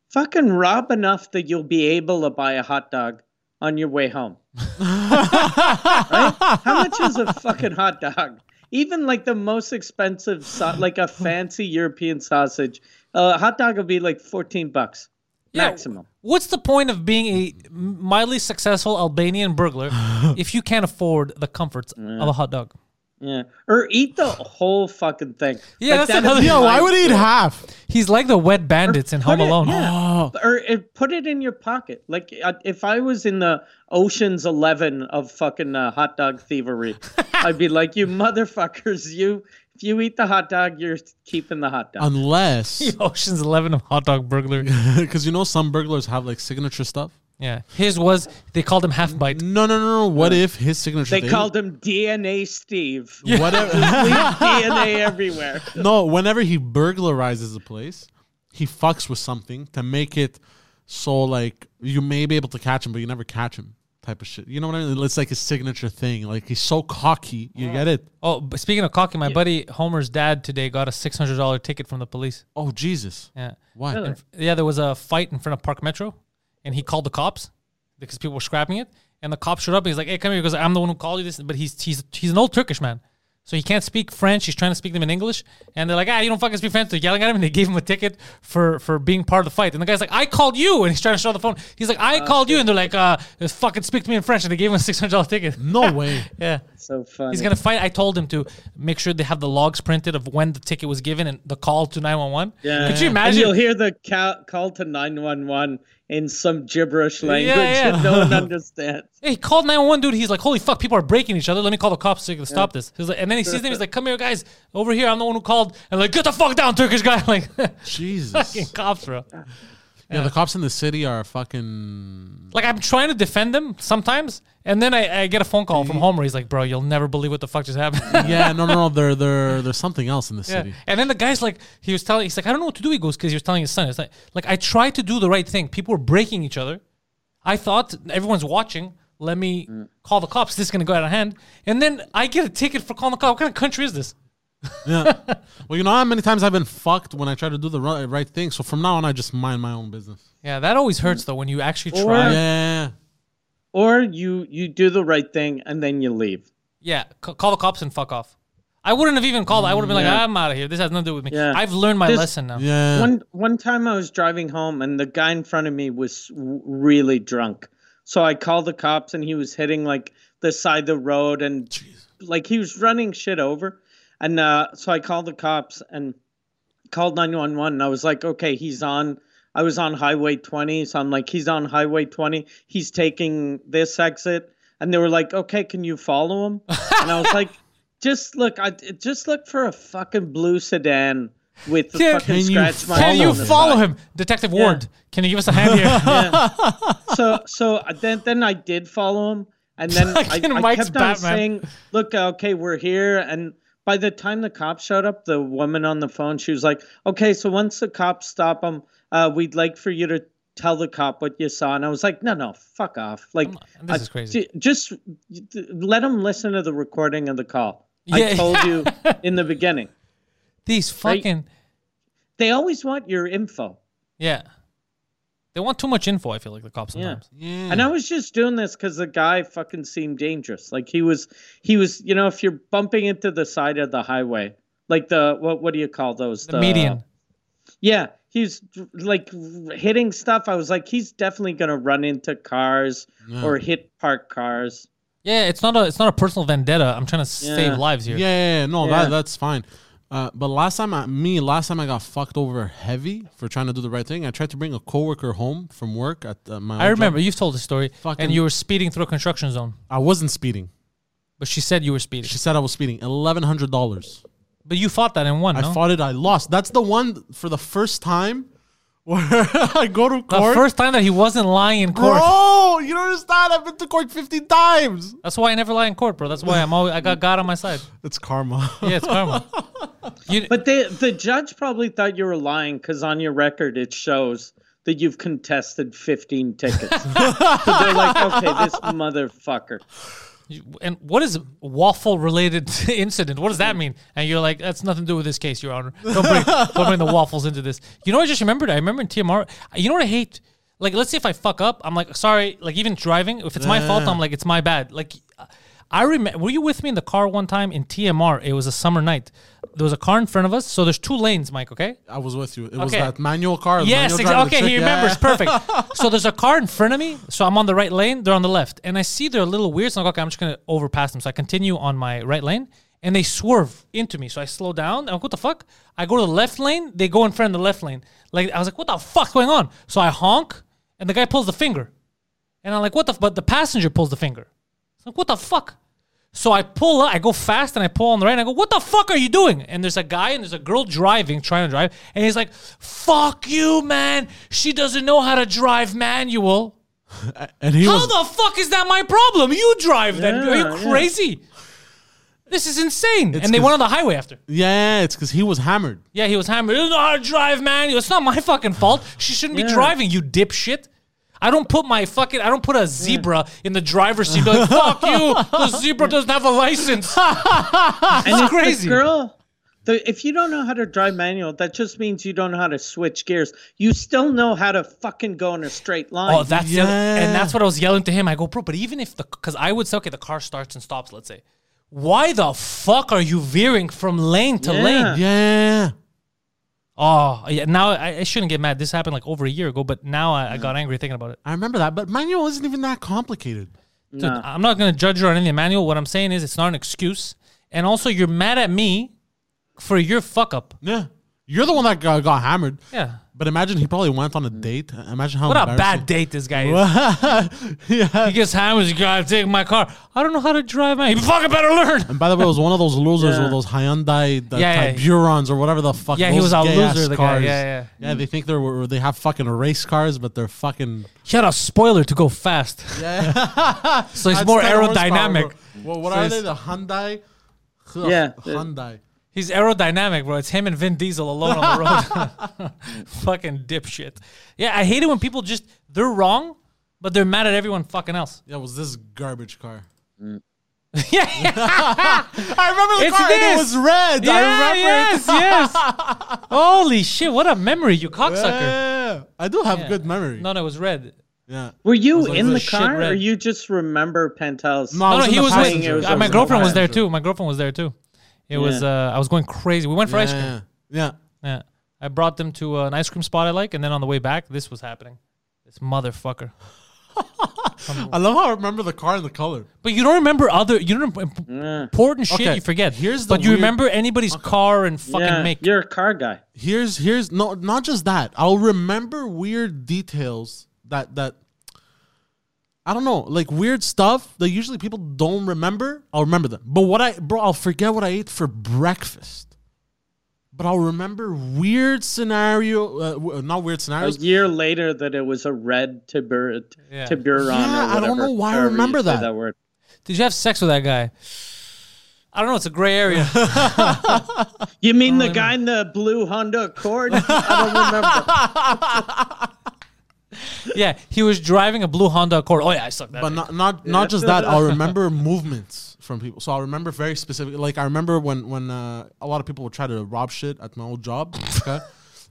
Speaker 3: fucking rob enough that you'll be able to buy a hot dog on your way home. right? How much is a fucking hot dog? Even like the most expensive, sa- like a fancy European sausage, a hot dog will be like fourteen bucks
Speaker 2: Yeah.
Speaker 3: maximum.
Speaker 2: What's the point of being a mildly successful Albanian burglar if you can't afford the comforts of a hot dog?
Speaker 3: Yeah, or eat the whole fucking thing.
Speaker 2: Yeah, that's
Speaker 3: that
Speaker 2: another-
Speaker 3: is
Speaker 4: Yo,
Speaker 3: my-
Speaker 4: why would he eat half?
Speaker 2: He's like the wet bandits in Home
Speaker 3: put it-
Speaker 2: Alone. Oh.
Speaker 3: yeah. Or it, put it in your pocket. Like uh, if I was in the Ocean's Eleven of fucking uh, hot dog thievery, I'd be like, you motherfuckers, you. If you eat the hot dog, you're keeping the hot dog.
Speaker 4: Unless,
Speaker 2: Ocean's Eleven of hot dog burglar.
Speaker 4: because you know, some burglars have like signature stuff.
Speaker 2: yeah, his was they called him half bite.
Speaker 4: No, no, no. no. What if his signature?
Speaker 3: They
Speaker 4: thing-
Speaker 3: called him DNA Steve.
Speaker 4: What if,
Speaker 3: DNA everywhere.
Speaker 4: no, whenever he burglarizes a place, he fucks with something to make it so like you may be able to catch him, but you never catch him. Type of shit. You know what I mean? It's like his signature thing. Like he's so cocky. You get it?
Speaker 2: Oh, but speaking of cocky, my buddy Homer's dad today got a six hundred dollar ticket from the police.
Speaker 4: Oh Jesus!
Speaker 2: Yeah,
Speaker 4: Why?
Speaker 2: yeah, there was a fight in front of Park Metro, and he called the cops because people were scrapping it. And the cop showed up. And he's like, "Hey, come here," because I'm the one who called you this. But he's he's he's an old Turkish man, so he can't speak French. He's trying to speak them in English, and they're like, "Ah, you don't fucking speak French." They're yelling at him, and they gave him a ticket for for being part of the fight. And the guy's like, "I called you," and he's trying to show the phone. He's like,
Speaker 3: Oh,
Speaker 2: "I called you," and they're like, "Uh, fucking speak to me in French," and they gave him a six hundred dollar ticket.
Speaker 4: No way.
Speaker 2: Yeah.
Speaker 3: So funny.
Speaker 2: He's gonna fight. I told him to make sure they have the logs printed of when the ticket was given and the call to nine one one.
Speaker 3: Yeah.
Speaker 2: Could you
Speaker 3: Uh, And
Speaker 2: imagine?
Speaker 3: you'll hear the ca- call to 911 in some gibberish language
Speaker 2: yeah.
Speaker 3: that no one understands.
Speaker 2: Hey, he called 911, dude. He's like, holy fuck, people are breaking each other. Let me call the cops so they can stop this. He's like, and then he sees them. He's like, come here, guys. Over here. I'm the one who called. And like, get the fuck down, Turkish guy. Like,
Speaker 4: Jesus.
Speaker 2: fucking cops, bro.
Speaker 4: Yeah, the cops in the city are fucking.
Speaker 2: Like, I'm trying to defend them sometimes. And then I, I get a phone call from Homer. He's like, bro, you'll never believe what the fuck just happened.
Speaker 4: Yeah, no, no, no. There, there, there's something else in the
Speaker 2: Yeah.
Speaker 4: city.
Speaker 2: And then the guy's like, he was telling, he's like, I don't know what to do. He goes, because he was telling his son, it's like, like I tried to do the right thing. People were breaking each other. I thought everyone's watching. Let me call the cops. This is gonna go out of hand. And then I get a ticket for calling the cops. What kind of country is this?
Speaker 4: Yeah. well, you know how many times I've been fucked when I try to do the right, right thing. So from now on, I just mind my own business.
Speaker 2: Yeah, that always hurts though when you actually
Speaker 3: Or-
Speaker 2: try.
Speaker 4: Yeah,
Speaker 2: Yeah,
Speaker 4: yeah,
Speaker 3: Or you you do the right thing and then you leave.
Speaker 2: c- call the cops and fuck off. I wouldn't have even called. I would have been like, I'm out of here. This has nothing to do with me.
Speaker 3: Yeah.
Speaker 2: I've learned my
Speaker 3: This-
Speaker 2: lesson now.
Speaker 4: yeah. yeah.
Speaker 3: One one time I was driving home and the guy in front of me was w- really drunk. So I called the cops and he was hitting like the side of the road and like he was running shit over. And uh, so I called the cops and called 911 and I was like, okay, he's on. I was on Highway 20. So I'm like, he's on Highway 20. He's taking this exit. And they were like, okay, can you follow him? and I was like, just look, I just look for a fucking blue sedan with the
Speaker 2: Can-
Speaker 3: fucking
Speaker 4: can you
Speaker 3: scratch mark.
Speaker 2: Can
Speaker 4: Follow
Speaker 2: you
Speaker 3: on the
Speaker 2: follow
Speaker 3: side.
Speaker 2: him, Detective Ward? Can you give us a hand here?
Speaker 3: So so then then I did follow him, and then I,
Speaker 2: Fucking
Speaker 3: I
Speaker 2: Mike's
Speaker 3: kept on
Speaker 2: Batman.
Speaker 3: saying, "Look, uh, okay, we're here." And by the time the cops showed up, the woman on the phone, she was like, "Okay, so once the cops stop him, uh, we'd like for you to." Tell the cop what you saw, and I was like, "No, no, fuck off! Like,
Speaker 2: This
Speaker 3: I-
Speaker 2: is crazy.
Speaker 3: j- Just let him listen to the recording of the call.
Speaker 2: Yeah.
Speaker 3: I told you in the beginning.
Speaker 2: These
Speaker 3: Right.
Speaker 2: fucking
Speaker 3: They always want your info.
Speaker 2: yeah. They want too much info. I feel like the cops sometimes.
Speaker 3: And I was just doing this because the guy fucking seemed dangerous. Like he was, he was, you know, if you're bumping into the side of the highway, like the what, what do you call those?
Speaker 2: The
Speaker 3: uh,
Speaker 2: median.
Speaker 3: Yeah, he's like hitting stuff. I was like, he's definitely gonna run into cars or hit parked cars.
Speaker 2: Yeah, it's not a it's not a personal vendetta. I'm trying to
Speaker 3: Yeah.
Speaker 2: save lives here.
Speaker 4: Yeah, yeah, yeah. no,
Speaker 3: Yeah.
Speaker 4: That, that's fine. Uh, but last time, I, me, last time I got fucked over heavy for trying to do the right thing. I tried to bring a coworker home from work at uh, my. old
Speaker 2: I
Speaker 4: job.
Speaker 2: remember you've told the story,
Speaker 4: Fucking-
Speaker 2: and you were speeding through a construction zone,
Speaker 4: I wasn't speeding.
Speaker 2: but she said you were speeding.
Speaker 4: She said I was speeding. Eleven hundred dollars.
Speaker 2: But you fought that and won.
Speaker 4: I
Speaker 2: no?
Speaker 4: fought it. I lost. That's the one for the first time where I go to
Speaker 2: the
Speaker 4: court.
Speaker 2: first time that he wasn't lying in court.
Speaker 4: Bro, you don't understand. I've been to court fifteen times.
Speaker 2: That's why I never lie in court, bro. That's why I'm always I got God on my side.
Speaker 4: It's karma.
Speaker 2: Yeah, it's karma. You,
Speaker 3: But the the judge probably thought you were lying because on your record it shows that you've contested 15 tickets. so they're like, okay, this motherfucker.
Speaker 2: you- and what is waffle related incident? What does that mean? And you're like, that's nothing to do with this case, Your Honor. Don't bring, don't bring the waffles into this. You know, what I just remembered. I remember in TMR. You know what I hate? Like, let's say if I fuck up, I'm like, sorry. Like, even driving, if it's my fault, I'm like, it's my bad. Like, I remember. Were you with me in the car one time in TMR? It was a summer night. There was a car in front of us. So there's two lanes, Mike. Okay.
Speaker 4: I was with you. It was
Speaker 2: Okay.
Speaker 4: that manual car. the
Speaker 2: Yes,
Speaker 4: manual
Speaker 2: exactly.
Speaker 4: driver, the
Speaker 2: Okay, he
Speaker 4: chick, yeah.
Speaker 2: remembers. Perfect. so there's a car in front of me. So I'm on the right lane. They're on the left. And I see they're a little weird. So I'm like, okay, I'm just going to overpass them. So I continue on my right lane. And they swerve into me. So I slow down. I'm like, what the fuck? I go to the left lane. They go in front of the left lane. Like, I was like, what the fuck's going on? So I honk. And the guy pulls the finger. And I'm like, what the? F-? But the passenger pulls the finger. It's like, what the fuck? So I pull up, I go fast and I pull on the right and I go, what the fuck are you doing? And there's a guy and there's a girl driving, trying to drive. And he's like, fuck you, man. She doesn't know how to drive manual.
Speaker 4: And he
Speaker 2: How
Speaker 4: was.
Speaker 2: the fuck is that my problem? You drive then.
Speaker 3: Yeah,
Speaker 2: are you
Speaker 3: yeah.
Speaker 2: crazy? This is insane. and they
Speaker 4: 'cause-
Speaker 2: went on the highway after.
Speaker 4: yeah, it's because he was hammered.
Speaker 2: Yeah, he was hammered. You don't know how to drive, man. It's not my fucking fault. She shouldn't be driving, you dipshit. I don't put my fucking I don't put a zebra in the driver's seat. Be like, fuck you. The zebra doesn't have a license.
Speaker 3: and if
Speaker 2: crazy.
Speaker 3: The girl, the, if you don't know how to drive manual, that just means you don't know how to switch gears. You still know how to fucking go in a straight line.
Speaker 2: Oh, that's the other- and
Speaker 4: Yeah.
Speaker 2: that's what I was yelling to him. I go, bro, but even if the because I would say, okay, the car starts and stops. Let's say, why the fuck are you veering from lane to
Speaker 3: Yeah.
Speaker 2: lane?
Speaker 4: Yeah.
Speaker 2: Oh, yeah. Now I, I shouldn't get mad. This happened like over a year ago, but now I, I got
Speaker 3: Mm.
Speaker 2: angry thinking about it.
Speaker 4: I remember that, but manual isn't even that complicated.
Speaker 2: Dude, I'm not gonna judge you on any manual. What I'm saying is, it's not an excuse. And also, you're mad at me for your fuck up.
Speaker 4: Yeah. You're the one that got, got hammered.
Speaker 2: Yeah.
Speaker 4: But imagine he probably went on a date. Imagine how
Speaker 2: What a bad date this guy is.
Speaker 4: embarrassing- yeah.
Speaker 2: He gets hammered. He's like, "I'm taking my car. I don't know how to drive, man. You fucking better learn.
Speaker 4: And by the way, it was one of those losers
Speaker 3: Yeah.
Speaker 4: with those Hyundai the
Speaker 2: Yeah, yeah, yeah.
Speaker 4: Tiburons or whatever the fuck.
Speaker 2: Yeah, he
Speaker 4: those
Speaker 2: was a
Speaker 4: gay-ass
Speaker 2: loser, the guy.
Speaker 4: cars.
Speaker 2: Yeah, yeah.
Speaker 4: Yeah, they think they're were- they have fucking race cars, but they're fucking.
Speaker 2: He had a spoiler to go fast. so he's
Speaker 4: That's
Speaker 2: more
Speaker 4: 10 horsepower,
Speaker 2: aerodynamic.
Speaker 4: bro. Well, what
Speaker 2: So
Speaker 4: are
Speaker 2: it's-
Speaker 4: they? The Hyundai. Ugh,
Speaker 3: Yeah.
Speaker 4: Hyundai.
Speaker 2: He's aerodynamic, bro. It's him and Vin Diesel alone on the road. fucking dipshit. Yeah, I hate it when people just they're wrong, but they're mad at everyone fucking else.
Speaker 4: Yeah, it was this garbage car?
Speaker 2: yeah,
Speaker 4: I remember the
Speaker 2: It's
Speaker 4: car. and
Speaker 2: this.
Speaker 4: it was red.
Speaker 2: yeah,
Speaker 4: I remember
Speaker 2: yes,
Speaker 4: it.
Speaker 2: yes. Holy shit! What a memory, you cocksucker.
Speaker 4: Yeah. I do have good memory.
Speaker 2: No, no, it was red.
Speaker 4: Yeah.
Speaker 3: Were you
Speaker 4: like
Speaker 3: in
Speaker 4: the
Speaker 3: the
Speaker 2: shit
Speaker 3: car,
Speaker 2: red.
Speaker 3: or you just remember Pentel's?
Speaker 4: No, I
Speaker 2: No,
Speaker 4: was
Speaker 2: no,
Speaker 4: in
Speaker 2: he
Speaker 4: the
Speaker 2: was with
Speaker 4: passenger,
Speaker 3: was
Speaker 2: uh, my
Speaker 3: over
Speaker 2: girlfriend
Speaker 3: there.
Speaker 2: was there too. My girlfriend was there too. It was uh, I was going crazy. We went for ice cream.
Speaker 4: Yeah. yeah.
Speaker 2: Yeah. I brought them to uh, an ice cream spot I like, and then on the way back, this was happening. This motherfucker.
Speaker 4: I love how I remember the car and the color.
Speaker 2: But you don't remember other. You don't imp- important shit.
Speaker 4: Okay,
Speaker 2: You forget.
Speaker 4: here's the
Speaker 2: but you
Speaker 4: weird-
Speaker 2: remember anybody's car and fucking
Speaker 3: Yeah,
Speaker 2: make.
Speaker 3: you're a car guy.
Speaker 4: Here's here's no not just that. I'll remember weird details that that I don't know, like weird stuff that usually people don't remember. I'll remember them. But what I bro, I'll forget what I ate for breakfast. But I'll remember weird scenario, uh, w- not weird
Speaker 3: A
Speaker 4: scenarios.
Speaker 3: year later, that it was a red Tibur-
Speaker 2: Yeah.
Speaker 3: Tiburon. or
Speaker 4: Yeah, I don't
Speaker 3: whatever,
Speaker 4: know why I
Speaker 3: however you
Speaker 4: remember
Speaker 3: say
Speaker 4: that.
Speaker 3: word.
Speaker 2: Did you have sex with that guy? I don't know. It's a gray area.
Speaker 3: You mean the guy in the blue Honda Accord? I
Speaker 2: yeah, he was driving a blue Honda Accord. Oh yeah, I sucked that.
Speaker 4: But not not not just that. I'll remember movements from people. So I'll remember very specific. Like I remember when when uh, a lot of people would try to rob shit at my old job. Okay?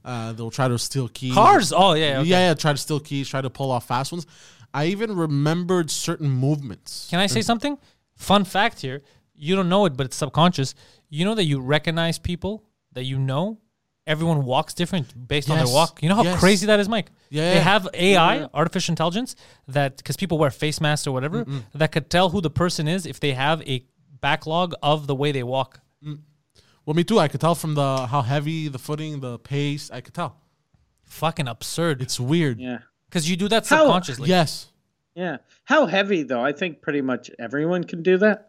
Speaker 4: uh, they'll try to steal keys.
Speaker 2: Cars. Oh yeah. Okay.
Speaker 4: Yeah, yeah. Try to steal keys. Try to pull off fast ones. I even remembered certain movements.
Speaker 2: Can I say something? Fun fact here. You don't know it, but it's subconscious. You know that you recognize people that you know. Everyone walks different based on
Speaker 4: Yes.
Speaker 2: their walk. You know how
Speaker 4: Yes.
Speaker 2: crazy that is, Mike.
Speaker 4: Yeah.
Speaker 2: They have AI, artificial intelligence, that because people wear face masks or whatever, that could tell who the person is if they have a backlog of the way they walk.
Speaker 4: Well, me too. I could tell from the how heavy the footing, the pace. I could tell.
Speaker 2: Fucking absurd.
Speaker 4: It's weird.
Speaker 3: remember.
Speaker 2: Because you do that
Speaker 3: How-
Speaker 2: subconsciously.
Speaker 4: Yes.
Speaker 3: yeah, yeah. How heavy though? I think pretty much everyone can do that.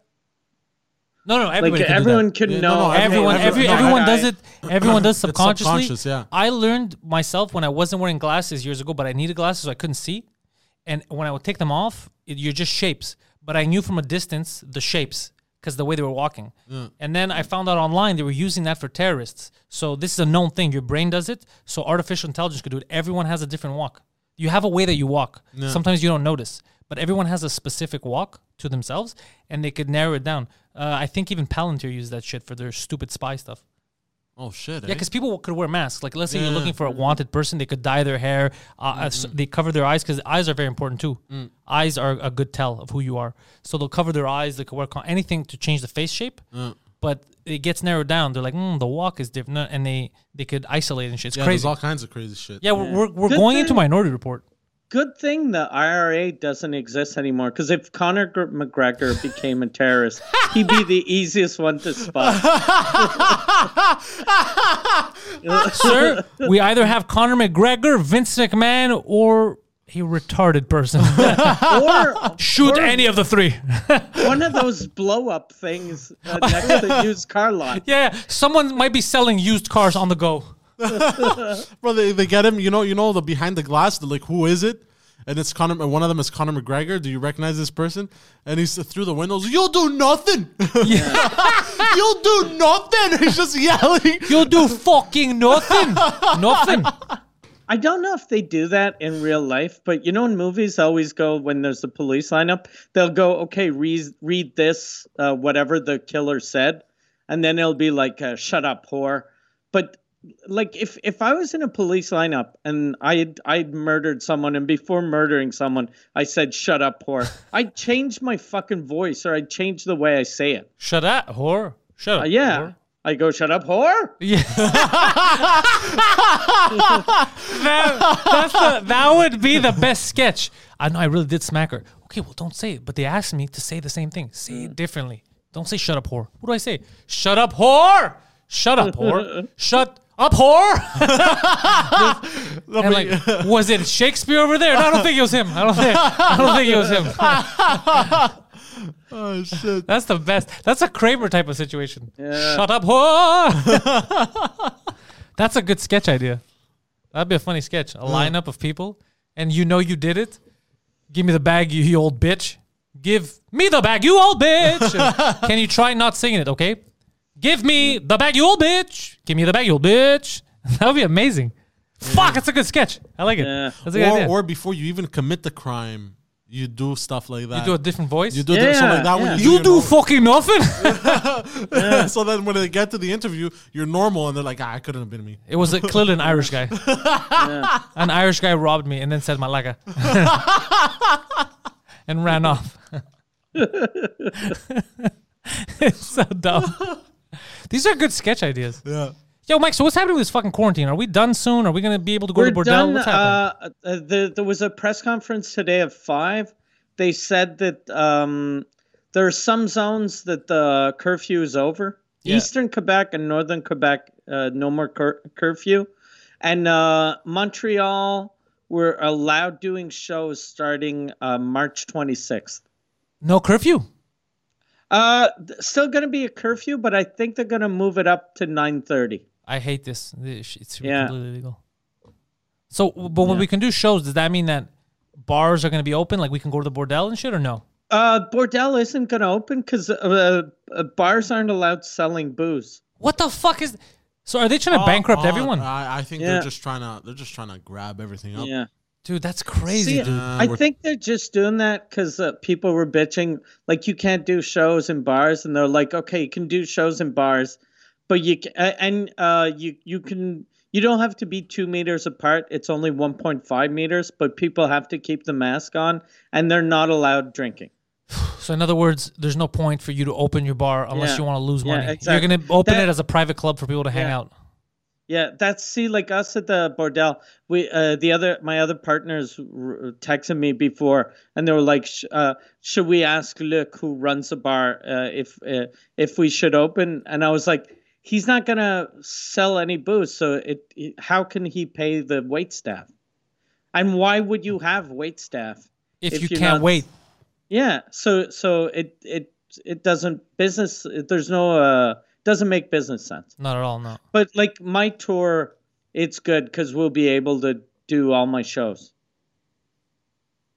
Speaker 2: No, no, everybody can
Speaker 3: like
Speaker 4: uh,
Speaker 2: do that.
Speaker 3: everyone can
Speaker 4: Yeah, no,
Speaker 3: know.
Speaker 4: no,
Speaker 3: okay,
Speaker 2: everyone, every,
Speaker 4: everyone- no,
Speaker 2: everyone
Speaker 3: that
Speaker 2: does
Speaker 3: guy-
Speaker 2: it. Everyone does
Speaker 4: It's
Speaker 2: subconsciously.
Speaker 4: subconscious, yeah.
Speaker 2: I learned myself when I wasn't wearing glasses years ago, but I needed glasses so I couldn't see. And when I would take them off, it, you're just shapes. But I knew from a distance the shapes because the way they were walking. And then I found out online they were using that for terrorists. So this is a known thing. Your brain does it. So artificial intelligence could do it. Everyone has a different walk. You have a way that you walk. Sometimes you don't notice, but everyone has a specific walk to themselves, and they could narrow it down. Uh, I think even Palantir used that shit for their stupid spy stuff.
Speaker 4: Oh shit.
Speaker 2: Yeah,
Speaker 4: eh?
Speaker 2: because people could wear masks. Like, let's say
Speaker 4: Yeah. Mm-hmm.
Speaker 2: you're looking for a wanted person, they could dye their hair. Uh, uh, s- They cover their eyes because eyes are very important too.
Speaker 4: Mm.
Speaker 2: Eyes are a good tell of who you are. So they'll cover their eyes. They could wear con- anything to change the face shape. But it gets narrowed down. They're like, mm, the walk is different, and they they could isolate and shit. It's
Speaker 4: Yeah, There's
Speaker 2: crazy.
Speaker 4: all kinds of crazy shit.
Speaker 2: yeah, we're we're, we're
Speaker 3: Good
Speaker 2: going into
Speaker 3: thing-
Speaker 2: Minority Report.
Speaker 3: Good thing the IRA doesn't exist anymore. Because if Conor Gr- McGregor became a terrorist, he'd be the easiest one to spot.
Speaker 2: Sir, we either have Conor McGregor, Vince McMahon, or a retarded person.
Speaker 3: or
Speaker 2: Shoot any of the three.
Speaker 3: one of those blow up things uh, next to the used car lot.
Speaker 2: yeah, someone might be selling used cars on the go.
Speaker 4: Bro, they, they get him. You know, you know the behind the glass. They're like, who is it? And it's Conor. One of them is Conor McGregor. Do you recognize this person? And he's through the windows. You'll do nothing. You'll do nothing. He's just yelling.
Speaker 2: You do fucking nothing. nothing.
Speaker 3: I don't know if they do that in real life, but you know, in movies, they always go when there's a police lineup, they'll go, okay, read, read this, uh, whatever the killer said, and then it'll be like, uh, shut up, whore. But like, if if I was in a police lineup and I had I had murdered someone, and before murdering someone, I said, shut up, whore, I'd change my fucking voice or I'd change the way I say it.
Speaker 2: Shut up, whore. Shut up.
Speaker 3: Uh, yeah.
Speaker 2: whore.
Speaker 3: I go, shut up, whore.
Speaker 2: That, that's the, that would be the best sketch. I know I really did smack her. Okay, well, don't say it. But they asked me to say the same thing. Say it differently. Don't say shut up, whore. What do I say? Shut up, whore. Shut up, whore. Shut up, whore. And like, was it Shakespeare over there? No, I don't think it was him. I don't think. I don't think it was him.
Speaker 4: oh shit!
Speaker 2: That's the best. That's a Kramer type of situation. Shut up, whore. That's a good sketch idea. That'd be a funny sketch. A lineup of people, and you know you did it. Give me the bag, you, you old bitch. Give me the bag, you old bitch. And Can you try not singing it? Okay. Give me the bag, you old bitch. Give me the bag, you old bitch. That would be amazing. Fuck, that's a good sketch. I like it.
Speaker 3: Yeah.
Speaker 2: That's a good
Speaker 4: Or,
Speaker 2: idea.
Speaker 4: or before you even commit the crime, you do stuff like that.
Speaker 2: you do a different voice.
Speaker 4: You do yeah, so like
Speaker 3: Yeah,
Speaker 4: that when
Speaker 3: yeah.
Speaker 4: you,
Speaker 2: You
Speaker 4: your
Speaker 2: do fucking nothing.
Speaker 4: normal. so then when they get to the interview, you're normal, and they're like, ah, "I couldn't have been me."
Speaker 2: It was a, clearly an Irish guy. An Irish guy robbed me and then said Malaga and ran off. it's so dumb. These are good sketch ideas.
Speaker 4: Yeah.
Speaker 2: Yo, Mike, so what's happening with this fucking quarantine? Are we done soon? Are we going to be able to go
Speaker 3: We're
Speaker 2: to Bordeaux?
Speaker 3: done.
Speaker 2: what's happening?
Speaker 3: Uh, uh, there, there was a press conference today at five. They said that um, there are some zones that the curfew is over. Eastern Quebec and Northern Quebec, uh, no more cur- curfew, and uh, Montreal were allowed doing shows starting uh, March twenty sixth.
Speaker 2: no curfew.
Speaker 3: Uh, th- still going to be a curfew, but I think they're going to move it up to nine thirty.
Speaker 2: I hate this. This- It should be
Speaker 3: Yeah.
Speaker 2: completely legal. So, but when we can do shows, does that mean that bars are going to be open? Like we can go to the Bordel and shit or no?
Speaker 3: Uh, Bordel isn't going to open because uh, uh, bars aren't allowed selling booze.
Speaker 2: What the fuck is. So are they trying to bankrupt
Speaker 4: Oh,
Speaker 2: everyone?
Speaker 4: I, I think
Speaker 3: Yeah.
Speaker 4: they're just trying to they're just trying to grab everything up.
Speaker 3: Yeah.
Speaker 2: Dude, that's crazy,
Speaker 3: See, uh,
Speaker 2: dude.
Speaker 3: I
Speaker 4: we're-
Speaker 3: think they're just doing that because uh, people were bitching, like you can't do shows in bars, and they're like, okay, you can do shows in bars, but you ca- a- and uh, you you can you don't have to be two meters apart. It's only one point five meters, but people have to keep the mask on, and they're not allowed drinking.
Speaker 2: So in other words, there's no point for you to open your bar unless
Speaker 3: Yeah.
Speaker 2: you want to lose
Speaker 3: Yeah,
Speaker 2: money.
Speaker 3: exactly.
Speaker 2: You're gonna open
Speaker 3: That-
Speaker 2: it as a private club for people to hang
Speaker 3: Yeah.
Speaker 2: out.
Speaker 3: Yeah, that's see, like us at the bordel. We uh, the other my other partners r- texted me before, and they were like, Sh- uh, "Should we ask Luke, who runs the bar, uh, if uh, if we should open?" And I was like, "He's not gonna sell any booze, so it, it- how can he pay the wait staff? And why would you have wait staff
Speaker 2: If,
Speaker 3: If
Speaker 2: you
Speaker 3: you're
Speaker 2: can't
Speaker 3: not-
Speaker 2: wait,
Speaker 3: Yeah, so so it it it doesn't business. There's no uh doesn't make business sense."
Speaker 2: not at all. No.
Speaker 3: But like my tour, it's good because we'll be able to do all my shows.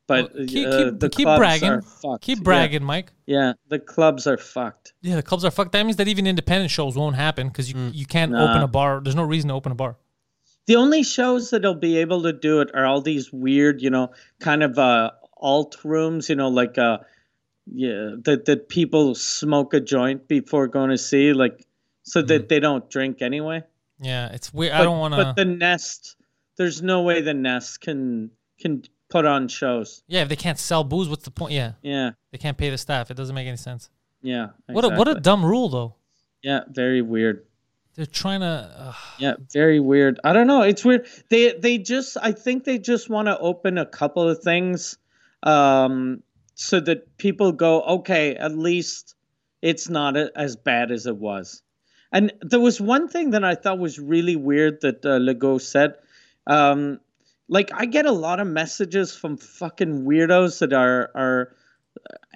Speaker 3: But
Speaker 2: Well, keep
Speaker 3: uh,
Speaker 2: keep,
Speaker 3: the
Speaker 2: keep
Speaker 3: clubs
Speaker 2: bragging.
Speaker 3: are fucked.
Speaker 2: Keep
Speaker 3: Yeah,
Speaker 2: bragging, Mike.
Speaker 3: Yeah, the clubs are fucked.
Speaker 2: Yeah, the clubs are fucked. That means that even independent shows won't happen because you you can't open
Speaker 3: Mm. Nah.
Speaker 2: a bar. There's no reason to open a bar.
Speaker 3: The only shows that'll be able to do it are all these weird, you know, kind of uh, alt rooms, you know, like uh, yeah, that that people smoke a joint before going to see, like, so that they don't drink anyway.
Speaker 2: Yeah, it's weird. Mm-hmm. I
Speaker 3: But-
Speaker 2: don't want
Speaker 3: But
Speaker 2: to.
Speaker 3: the Nest, there's no way the Nest can can put on shows.
Speaker 2: Yeah, if they can't sell booze, what's the point? Yeah,
Speaker 3: Yeah.
Speaker 2: they can't pay the staff. It doesn't make any sense.
Speaker 3: Yeah.
Speaker 2: What a, what a
Speaker 3: exactly.
Speaker 2: dumb rule though.
Speaker 3: yeah, very weird.
Speaker 2: They're trying to. Uh,
Speaker 3: Yeah, very weird. I don't know. It's weird. They they just I think they just want to open a couple of things, um, so that people go okay. At least it's not a, as bad as it was. And there was one thing that I thought was really weird that uh, Legault said. Um, like I get a lot of messages from fucking weirdos that are are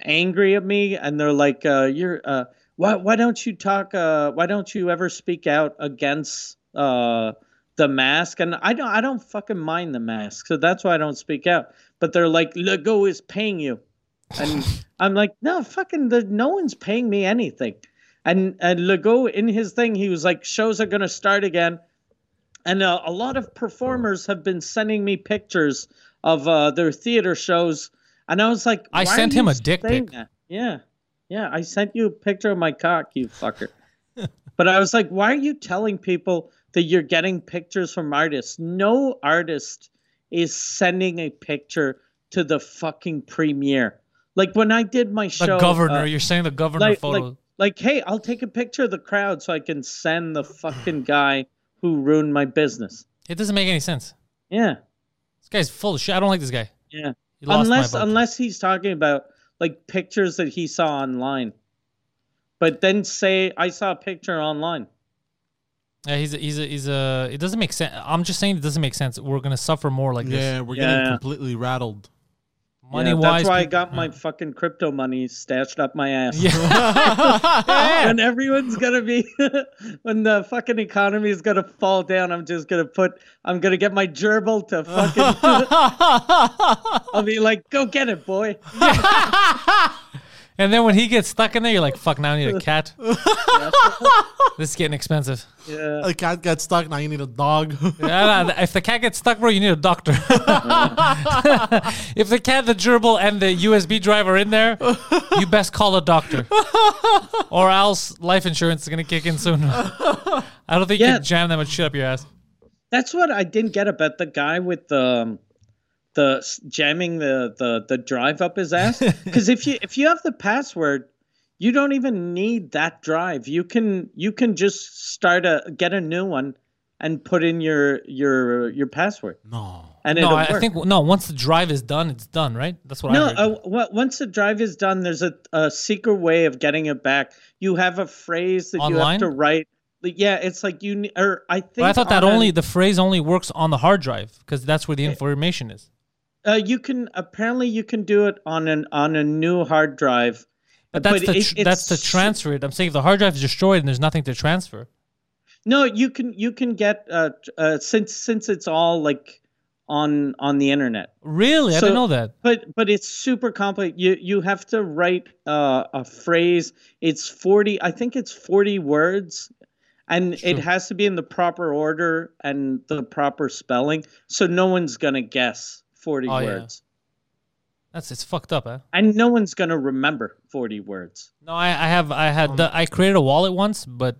Speaker 3: angry at me, and they're like, uh, "You're uh, why why don't you talk? Uh, why don't you ever speak out against uh, the mask?" And I don't I don't fucking mind the mask, so that's why I don't speak out. But they're like, "Lego is paying you," and I'm like, "No, fucking, the, no one's paying me anything." And and Legault in his thing, he was like, "Shows are gonna start again." and uh, a lot of performers have been sending me pictures of uh, their theater shows, and I was like,
Speaker 2: I
Speaker 3: "Why
Speaker 2: sent
Speaker 3: are
Speaker 2: him
Speaker 3: you
Speaker 2: a dick
Speaker 3: saying
Speaker 2: pic."
Speaker 3: that?" Yeah, yeah, I sent you a picture of my cock, you fucker. but I was like, "Why are you telling people that you're getting pictures from artists? No artist is sending a picture to the fucking premiere." Like when I did my
Speaker 2: the
Speaker 3: show,
Speaker 2: governor.
Speaker 3: uh,
Speaker 2: you're saying the governor
Speaker 3: like,
Speaker 2: photo.
Speaker 3: like, like, hey, I'll take a picture of the crowd so I can send the fucking guy who ruined my business.
Speaker 2: it doesn't make any sense.
Speaker 3: Yeah,
Speaker 2: This guy's full of shit. I don't like this guy.
Speaker 3: yeah.
Speaker 2: He lost
Speaker 3: Unless
Speaker 2: my vote.
Speaker 3: unless he's talking about like pictures that he saw online, but then say I saw a picture online.
Speaker 2: Yeah, he's a, he's a, he's a. It doesn't make sense. I'm just saying it doesn't make sense. We're gonna suffer more like
Speaker 4: Yeah,
Speaker 2: this.
Speaker 4: we're
Speaker 3: Yeah.
Speaker 4: getting completely rattled.
Speaker 2: Money
Speaker 3: Yeah,
Speaker 2: wise,
Speaker 3: that's why I
Speaker 2: people-
Speaker 3: got my fucking crypto money stashed up my ass.
Speaker 2: yeah.
Speaker 3: When everyone's gonna be, when the fucking economy is gonna fall down, I'm just gonna put, I'm gonna get my gerbil to fucking. I'll be like, go get it, boy.
Speaker 2: and then when he gets stuck in there, you're like, "Fuck! Now I need a cat. this is getting expensive."
Speaker 3: Yeah.
Speaker 4: A cat got stuck. Now you need a dog.
Speaker 2: Yeah, nah, if the cat gets stuck, bro, you need a doctor. if the cat, the gerbil, and the USB drive are in there, you best call a doctor, or else life insurance is gonna kick in soon. I don't think you
Speaker 3: Yeah.
Speaker 2: can jam that much shit up your ass.
Speaker 3: That's what I didn't get about the guy with the um, the s- jamming the the the drive up his ass. Because if you if you have the password, you don't even need that drive. You can you can just start a get a new one and put in your your your password.
Speaker 4: no.
Speaker 3: And
Speaker 2: No,
Speaker 3: it'll
Speaker 2: I,
Speaker 3: work.
Speaker 2: I think no. Once the drive is done, it's done, right? That's what
Speaker 3: no.
Speaker 2: I heard.
Speaker 3: Uh, wha- once the drive is done, there's a, a secret way of getting it back. You have a phrase that you
Speaker 2: Online?
Speaker 3: have to write. Like, Yeah, it's like you ne- or I think.
Speaker 2: but I thought that
Speaker 3: on Eh, an-
Speaker 2: only the phrase only works on the hard drive because that's where the information is.
Speaker 3: Uh, you can apparently you can do it on an on a new hard drive.
Speaker 2: But that's the
Speaker 3: it-
Speaker 2: tr- that's
Speaker 3: it's-
Speaker 2: to transfer it. I'm saying if the hard drive is destroyed and there's nothing to transfer.
Speaker 3: No, you can you can get uh, uh since since it's all like on on the internet.
Speaker 2: Really, I
Speaker 3: So-
Speaker 2: didn't know that.
Speaker 3: But but it's super complicated. You you have to write uh, a phrase. It's forty. I think it's forty words, and it has to be in the proper order and the proper spelling. So no one's gonna guess forty
Speaker 2: Oh, yeah.
Speaker 3: words,
Speaker 2: That's it's fucked up, eh?
Speaker 3: and no one's gonna remember forty words.
Speaker 2: No, I, I have I had
Speaker 3: Um,
Speaker 2: the, I created a wallet once, but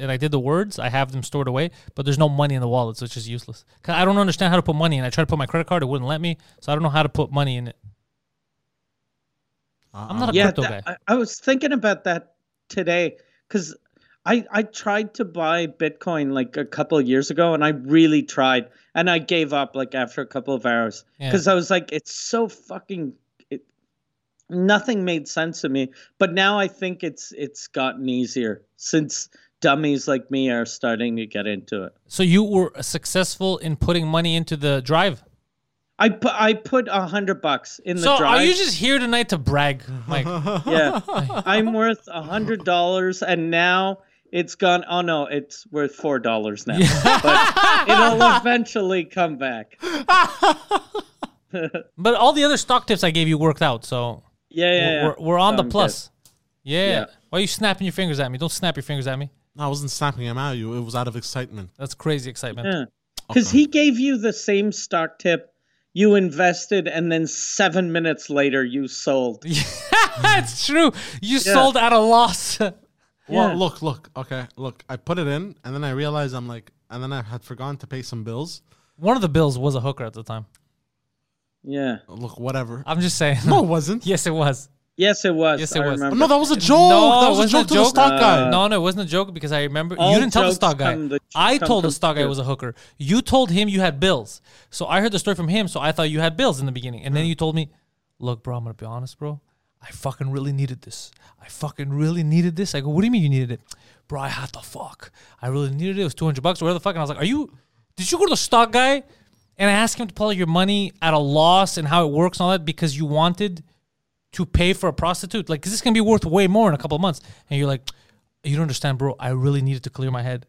Speaker 2: and I did the words. I have them stored away, but there's no money in the wallet, so it's just useless. 'Cause I don't understand how to put money in. I tried to put my credit card, it wouldn't let me, so I don't know how to put money in it. I'm not a
Speaker 3: yeah,
Speaker 2: crypto
Speaker 3: that-
Speaker 2: guy.
Speaker 3: I, I was thinking about that today because I I tried to buy Bitcoin like a couple of years ago, and I really tried, and I gave up like after a couple of hours
Speaker 2: Yeah.
Speaker 3: because I was like, it's so fucking. It, nothing made sense to me but now i think it's it's gotten easier since dummies like me are starting to get into it
Speaker 2: So you were successful in putting money into the drive.
Speaker 3: i put i put a hundred bucks in the
Speaker 2: So
Speaker 3: drive
Speaker 2: are you just here tonight to brag, Mike?
Speaker 3: yeah i'm worth a hundred dollars and now it's gone oh no it's worth four dollars now but it'll eventually come back
Speaker 2: but all the other stock tips I gave you worked out, so
Speaker 3: yeah yeah, yeah.
Speaker 2: we're, we're on
Speaker 3: So
Speaker 2: the
Speaker 3: I'm good.
Speaker 2: plus. Yeah.
Speaker 3: Yeah.
Speaker 2: Why are you snapping your fingers at me? Don't snap your fingers at me.
Speaker 4: No, I wasn't snapping him at you. It was out of excitement.
Speaker 2: That's crazy excitement.
Speaker 3: Yeah. Because he gave you the same stock tip you invested, and then seven minutes later you sold.
Speaker 2: That's true. You sold at a loss.
Speaker 4: Well,
Speaker 3: Yeah.
Speaker 4: look, look. Okay, look. I put it in, and then I realized I'm like, and then I had forgotten to pay some bills.
Speaker 2: One of the bills was a hooker at the time.
Speaker 3: Yeah.
Speaker 4: Look, whatever.
Speaker 2: I'm just saying.
Speaker 4: No, it wasn't.
Speaker 2: yes, it was.
Speaker 3: Yes, it was.
Speaker 2: Yes,
Speaker 3: I
Speaker 2: it was.
Speaker 3: remember.
Speaker 4: No, that was a joke.
Speaker 2: No,
Speaker 4: that
Speaker 2: it
Speaker 4: was a
Speaker 2: wasn't
Speaker 4: joke
Speaker 2: a
Speaker 4: to the
Speaker 2: joke. Uh,
Speaker 4: stock guy.
Speaker 2: No, no, it wasn't a joke because I remember
Speaker 3: All
Speaker 2: you didn't tell the
Speaker 3: jokes
Speaker 2: stock guy.
Speaker 3: come the-
Speaker 2: I
Speaker 3: come
Speaker 2: told the
Speaker 3: from
Speaker 2: stock guy it
Speaker 3: here.
Speaker 2: was a hooker. You told him you had bills. So I heard the story from him. So I thought you had bills in the beginning, and then
Speaker 3: Hmm.
Speaker 2: you told me, "Look, bro, I'm gonna be honest, bro. I fucking really needed this. I fucking really needed this." I go, "What do you mean you needed it, bro? I had the fuck. I really needed it. It was 200 bucks or whatever the fuck." And I was like, "Are you? Did you go to the stock guy and ask him to pull your money at a loss and how it works and all that because you wanted?" to pay for a prostitute? Like, 'cause this is gonna be worth way more in a couple of months. And you're like, you don't understand, bro. I really needed to clear my head.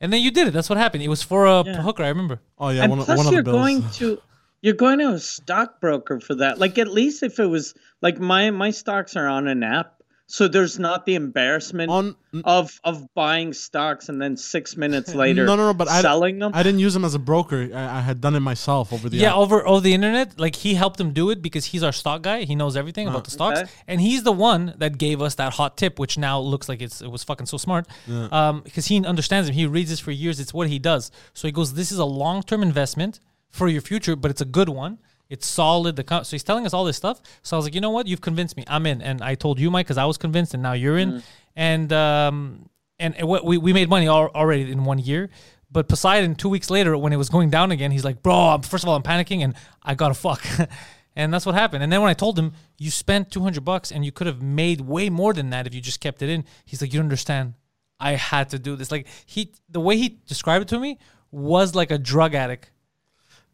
Speaker 2: And then you did it. That's what happened. It was for a hooker. I remember.
Speaker 4: Oh yeah,
Speaker 3: And
Speaker 4: one, of-
Speaker 3: plus,
Speaker 4: one of
Speaker 3: you're
Speaker 4: the bills.
Speaker 3: going to you're going to a stockbroker for that. Like at least if it was like my my stocks are on an app, so there's not the embarrassment
Speaker 4: On-
Speaker 3: of of buying stocks and then six minutes later
Speaker 4: no, no, no. But I
Speaker 3: selling them.
Speaker 4: I didn't use him as a broker. I, I had done it myself over the.
Speaker 2: Yeah.
Speaker 4: app.
Speaker 2: over over the internet. Like he helped him do it because he's our stock guy. He knows everything
Speaker 4: Uh,
Speaker 2: about the stocks,
Speaker 3: Okay.
Speaker 2: and he's the one that gave us that hot tip, which now looks like it's it was fucking so smart. Um, because he understands it. He reads this for years. It's what he does. So he goes, "This is a long term investment for your future, but it's a good one." It's solid. The com- so he's telling us all this stuff. So I was like, you know what? You've convinced me. I'm in. And I told you, Mike, because I was convinced, and now you're in.
Speaker 4: Mm.
Speaker 2: And um, and it, wa- we, we made money al- already in one year. But Poseidon, two weeks later, when it was going down again, he's like, bro, I'm, first of all, I'm panicking and I gotta fuck. and that's what happened. And then when I told him, you spent 200 bucks and you could have made way more than that if you just kept it in, he's like, you don't understand. I had to do this. Like he, the way he described it to me was like a drug addict.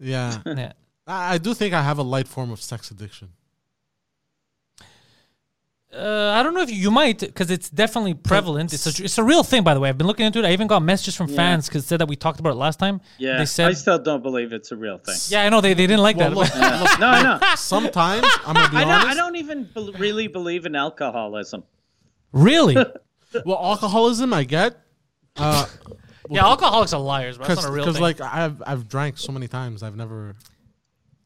Speaker 4: Yeah.
Speaker 2: Yeah.
Speaker 4: I, I do think I have a light form of sex addiction.
Speaker 2: Uh, I don't know if you might, because it's definitely prevalent. It's a, it's a real thing, by the way. I've been looking into it. I even got messages from fans because said that we talked about it last time.
Speaker 3: Yeah,
Speaker 2: they said,
Speaker 3: I still don't believe it's a real thing.
Speaker 2: yeah, I know they, they didn't like
Speaker 4: Well,
Speaker 2: that.
Speaker 4: look, look,
Speaker 3: No, I know.
Speaker 4: sometimes I'm gonna be
Speaker 3: I
Speaker 4: honest.
Speaker 3: don't, I don't even bel really believe in alcoholism.
Speaker 2: really?
Speaker 4: Well, alcoholism I get. Uh,
Speaker 2: yeah, alcoholics are liars, bro. That's
Speaker 4: because
Speaker 2: not a real thing.
Speaker 4: like I've I've drank so many times I've never,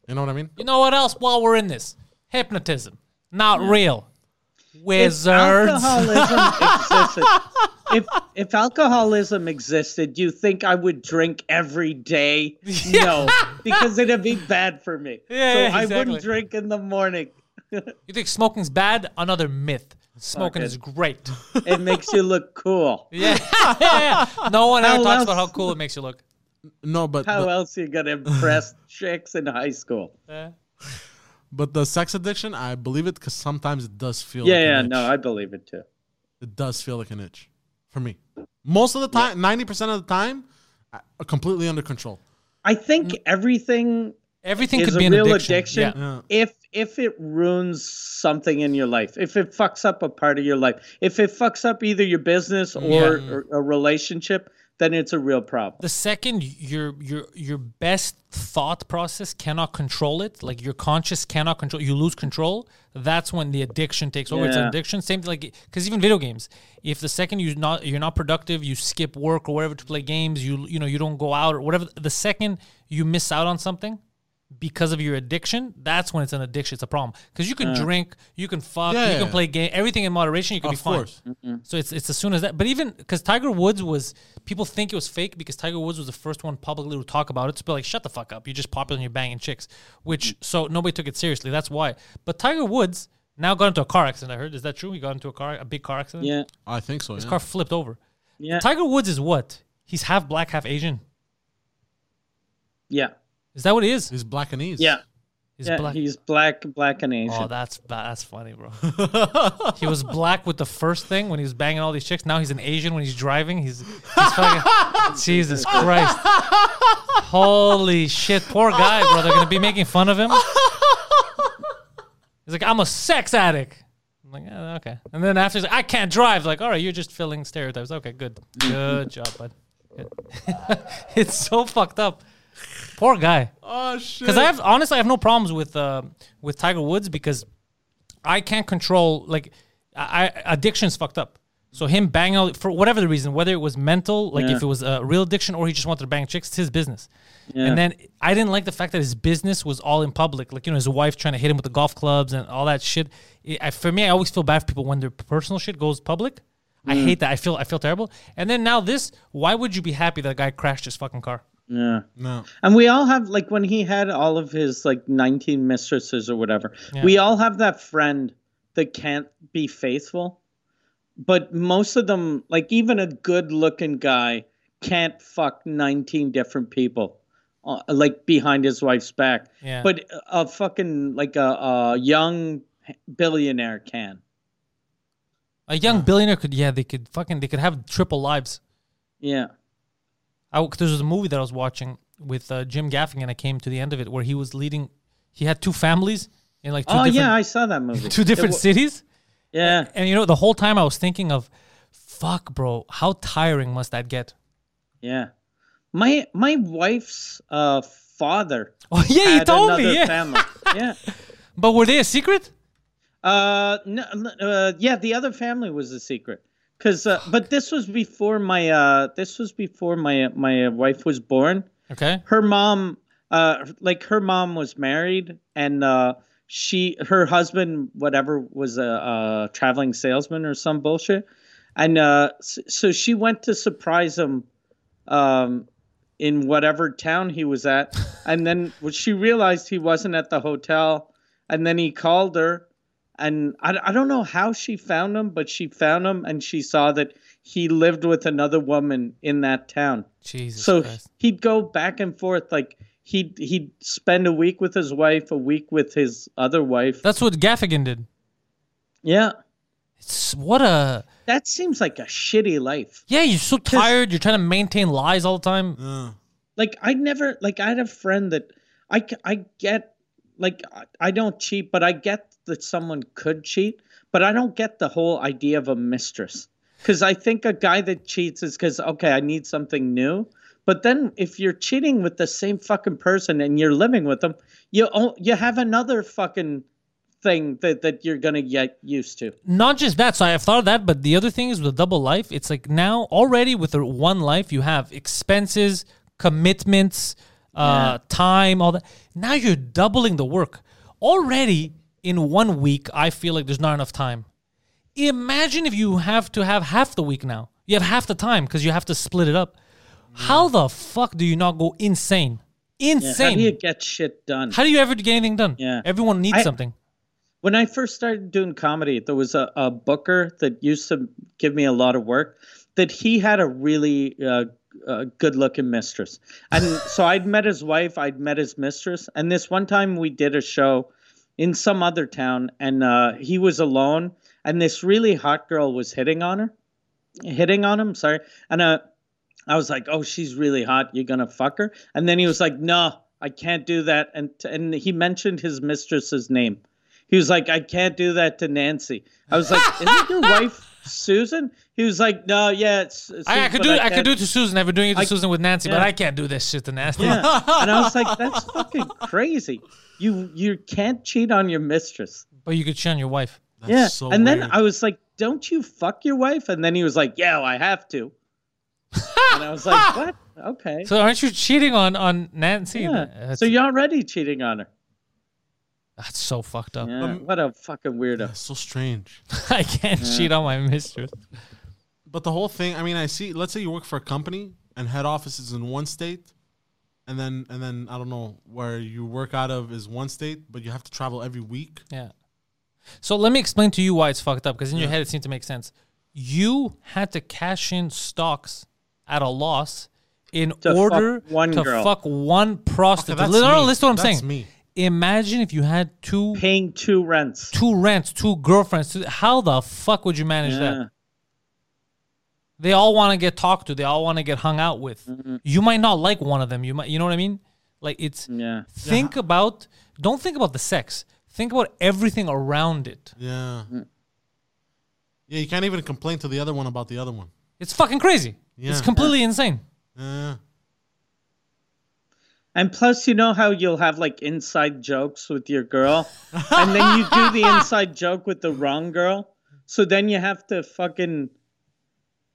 Speaker 4: you know what I mean?
Speaker 2: you know what else? While we're in this, hypnotism, not real.
Speaker 3: If
Speaker 2: Wizards.
Speaker 3: alcoholism existed, if if alcoholism existed, you think I would drink every day? No, because it'd be bad for me.
Speaker 2: Yeah,
Speaker 3: so
Speaker 2: yeah,
Speaker 3: I
Speaker 2: exactly.
Speaker 3: wouldn't drink in the morning.
Speaker 2: You think smoking's bad? Another myth. Smoking
Speaker 3: good.
Speaker 2: is great.
Speaker 3: It makes you look cool.
Speaker 2: Yeah, yeah, yeah. No one ever
Speaker 3: How
Speaker 2: talks about how
Speaker 3: else?
Speaker 2: cool it makes you look.
Speaker 4: No, but
Speaker 3: How
Speaker 4: but,
Speaker 3: else you gonna impress chicks in high school?
Speaker 4: but the sex addiction I believe it because sometimes it does feel
Speaker 3: Yeah,
Speaker 4: like
Speaker 3: yeah,
Speaker 4: an itch.
Speaker 3: no, I believe it too.
Speaker 4: it does feel like an itch for me. Most of the time, ninety percent of the time, I, I'm completely under control.
Speaker 3: I think
Speaker 2: Mm.
Speaker 3: everything
Speaker 2: Everything
Speaker 3: is
Speaker 2: could
Speaker 3: a
Speaker 2: be an
Speaker 3: real
Speaker 2: addiction.
Speaker 3: addiction,
Speaker 2: Yeah.
Speaker 3: if if it ruins something in your life if it fucks up a part of your life if it fucks up either your business or,
Speaker 2: Yeah.
Speaker 3: or a relationship then it's a real problem
Speaker 2: The second your your your best thought process cannot control it, like your conscious cannot control, you lose control. That's when the addiction takes over. It's an
Speaker 3: Yeah.
Speaker 2: addiction. Same thing, like because even video games. If the second you not you're not productive, you skip work or whatever to play games. You you know you don't go out or whatever. The second you miss out on something because of your addiction, that's when it's an addiction. It's a problem because you can drink, you can fuck,
Speaker 4: Yeah,
Speaker 2: you can
Speaker 4: yeah.
Speaker 2: play game, everything in moderation. You can
Speaker 4: Of
Speaker 2: be fine.
Speaker 4: course.
Speaker 2: So it's it's as soon as that. But even because Tiger Woods was, people think it was fake because Tiger Woods was the first one publicly to talk about it. To be like, shut the fuck up, you're just popular and you're banging chicks. Which
Speaker 3: Mm.
Speaker 2: so nobody took it seriously. That's why. But Tiger Woods now got into a car accident. I heard. Is that true? He got into a car, a big car accident.
Speaker 3: yeah
Speaker 4: I think so.
Speaker 2: his
Speaker 4: yeah.
Speaker 2: car flipped over.
Speaker 3: yeah
Speaker 2: Tiger Woods is what? He's half black, half Asian.
Speaker 3: yeah
Speaker 2: Is that what he is?
Speaker 4: He's black and east.
Speaker 3: yeah
Speaker 2: He's
Speaker 3: yeah, he's black black and asian
Speaker 2: Oh, that's ba- that's funny, bro. he was black with the first thing when he was banging all these chicks. Now he's an Asian when he's driving. He's, he's fucking Jesus Christ. Holy shit, poor guy, bro. They're gonna be making fun of him. He's like, I'm a sex addict. I'm like, "Yeah, okay. And then after he's like, I can't drive. Like, all right, you're just filling stereotypes. Okay, good, good job, bud. Good. it's so fucked up. Poor guy.
Speaker 4: Oh shit.
Speaker 2: Because I have honestly, I have no problems with uh, with Tiger Woods because I can't control like I, I addiction's fucked up. So him banging out for whatever the reason, whether it was mental, like if it was a real addiction, or he just wanted to bang chicks, it's his business. And then I didn't like the fact that his business was all in public, like you know his wife trying to hit him with the golf clubs and all that shit. It, I, for me, I always feel bad for people when their personal shit goes public. I hate that. I feel I feel terrible. And then now this, why would you be happy that guy crashed his fucking car?
Speaker 3: yeah
Speaker 4: no.
Speaker 3: And we all have like when he had all of his like 19 mistresses or whatever. We all have that friend that can't be faithful. But most of them like even a good-looking guy can't fuck 19 different people. Uh, like behind his wife's back.
Speaker 2: Yeah.
Speaker 3: But a fucking like a, a young billionaire can.
Speaker 2: A young billionaire could, yeah, they could fucking, they could have triple lives.
Speaker 3: Yeah.
Speaker 2: I, there was a movie that I was watching with uh, Jim Gaffigan, and I came to the end of it where he was leading, he had two families in like two
Speaker 3: Oh
Speaker 2: different,
Speaker 3: yeah, I saw that movie.
Speaker 2: two different cities.
Speaker 3: yeah.
Speaker 2: And you know, the whole time I was thinking of, fuck, bro, how tiring must that get?
Speaker 3: Yeah. My my wife's uh father
Speaker 2: Oh, yeah, you
Speaker 3: had
Speaker 2: told
Speaker 3: another
Speaker 2: me, yeah.
Speaker 3: family. Yeah.
Speaker 2: But were they a secret?
Speaker 3: Uh, no, n- uh, yeah, the other family was a secret. Cause, uh, but this was before my, uh, this was before my, my wife was born.
Speaker 2: Okay.
Speaker 3: Her mom, uh, like her mom was married and, uh, she, her husband, whatever, was a, uh traveling salesman or some bullshit. And, uh, s- so she went to surprise him, um, in whatever town he was at. And then when she realized he wasn't at the hotel. And then he called her and I, I don't know how she found him, but she found him and she saw that he lived with another woman in that town.
Speaker 2: Jesus
Speaker 3: so
Speaker 2: Christ.
Speaker 3: he'd go back and forth like he'd he'd spend a week with his wife, a week with his other wife.
Speaker 2: That's what Gaffigan did.
Speaker 3: yeah.
Speaker 2: It's, what a
Speaker 3: That seems like a shitty life.
Speaker 2: Yeah, you're so tired. You're trying to maintain lies all the time.
Speaker 3: Like I never like I had a friend that I c- I get like I- I don't cheat, but I get that someone could cheat, but I don't get the whole idea of a mistress. Cuz I think a guy that cheats is cuz okay, I need something new. But then if you're cheating with the same fucking person and you're living with them, you o- you have another fucking thing that, that you're going to get used to.
Speaker 2: Not just that. So I have thought of that, but the other thing is with double life, it's like now already with the one life you have expenses, commitments, uh, time, all that. Now you're doubling the work. Already in one week, I feel like there's not enough time. Imagine if you have to have half the week now. You have half the time because you have to split it
Speaker 3: Mm.
Speaker 2: up. How the fuck do you not go insane?
Speaker 3: Yeah,
Speaker 2: Insane.
Speaker 3: How do you get shit done?
Speaker 2: ever get anything done?
Speaker 3: Yeah.
Speaker 2: Everyone needs
Speaker 3: I-
Speaker 2: something.
Speaker 3: when I first started doing comedy, there was a, a booker that used to give me a lot of work. That he had a really uh, uh, good looking mistress. And so I'd met his wife, I'd met his mistress. And this one time we did a show in some other town, and uh, he was alone, and this really hot girl was hitting on her, hitting on him, sorry. And uh, I was like, "Oh, she's really hot. You're gonna fuck her." And then he was like, "No, I can't do that." And and he mentioned his mistress's name. He was like, "I can't do that to Nancy." I was like, "Isn't your wife Susan?" He was like, "No, yeah, it's." it's
Speaker 2: I, I
Speaker 3: Susan,
Speaker 2: could
Speaker 3: but
Speaker 2: do it. I
Speaker 3: can't."
Speaker 2: could do it to Susan. I've been doing it to
Speaker 3: I-
Speaker 2: Susan with Nancy, but
Speaker 3: yeah.
Speaker 2: I can't do this shit to Nancy.
Speaker 3: Yeah. and I was like, "That's fucking crazy. You you can't cheat on your mistress."
Speaker 2: But you could cheat on your wife.
Speaker 4: That's
Speaker 3: yeah.
Speaker 4: so
Speaker 3: and then
Speaker 4: weird.
Speaker 3: I was like, "Don't you fuck your wife?" And then he was like, "Yeah, well, I have to." and I was like, "What? Okay."
Speaker 2: So aren't you cheating on on Nancy?
Speaker 3: yeah.
Speaker 2: That's,
Speaker 3: So you're already cheating on her.
Speaker 2: that's so fucked up.
Speaker 3: Yeah, what a fucking weirdo.
Speaker 4: That's so strange.
Speaker 2: I can't cheat on my mistress.
Speaker 4: But the whole thing, I mean, I see. Let's say you work for a company and head office is in one state, and then and then I don't know where you work out of is one state, but you have to travel every week.
Speaker 2: Yeah. So let me explain to you why it's fucked up because in your head it seemed to make sense. You had to cash in stocks at a loss in
Speaker 3: To fuck
Speaker 2: order
Speaker 3: one
Speaker 2: to
Speaker 3: girl.
Speaker 2: fuck one prostitute.
Speaker 4: that's
Speaker 2: Li- no, no,
Speaker 4: me.
Speaker 2: listen to what I'm
Speaker 4: That's
Speaker 2: saying.
Speaker 4: me.
Speaker 2: Imagine if you had two
Speaker 3: Paying two rents.
Speaker 2: two rents, two girlfriends. Two, how the fuck would you manage
Speaker 3: Yeah.
Speaker 2: that? They all want to get talked to. They all want to get hung out with.
Speaker 3: Mm-hmm.
Speaker 2: You might not like one of them. You might, you know what I mean? Like it's
Speaker 3: Mm. Yeah.
Speaker 2: think about. Don't think about the sex. Think about everything around it.
Speaker 4: Yeah.
Speaker 3: Mm.
Speaker 4: Yeah, you can't even complain to the other one about the other one.
Speaker 2: It's fucking crazy. It's
Speaker 4: Yeah.
Speaker 2: completely insane.
Speaker 4: Yeah.
Speaker 3: And plus, you know how you'll have like inside jokes with your girl, and then you do the inside joke with the wrong girl. So then you have to fucking,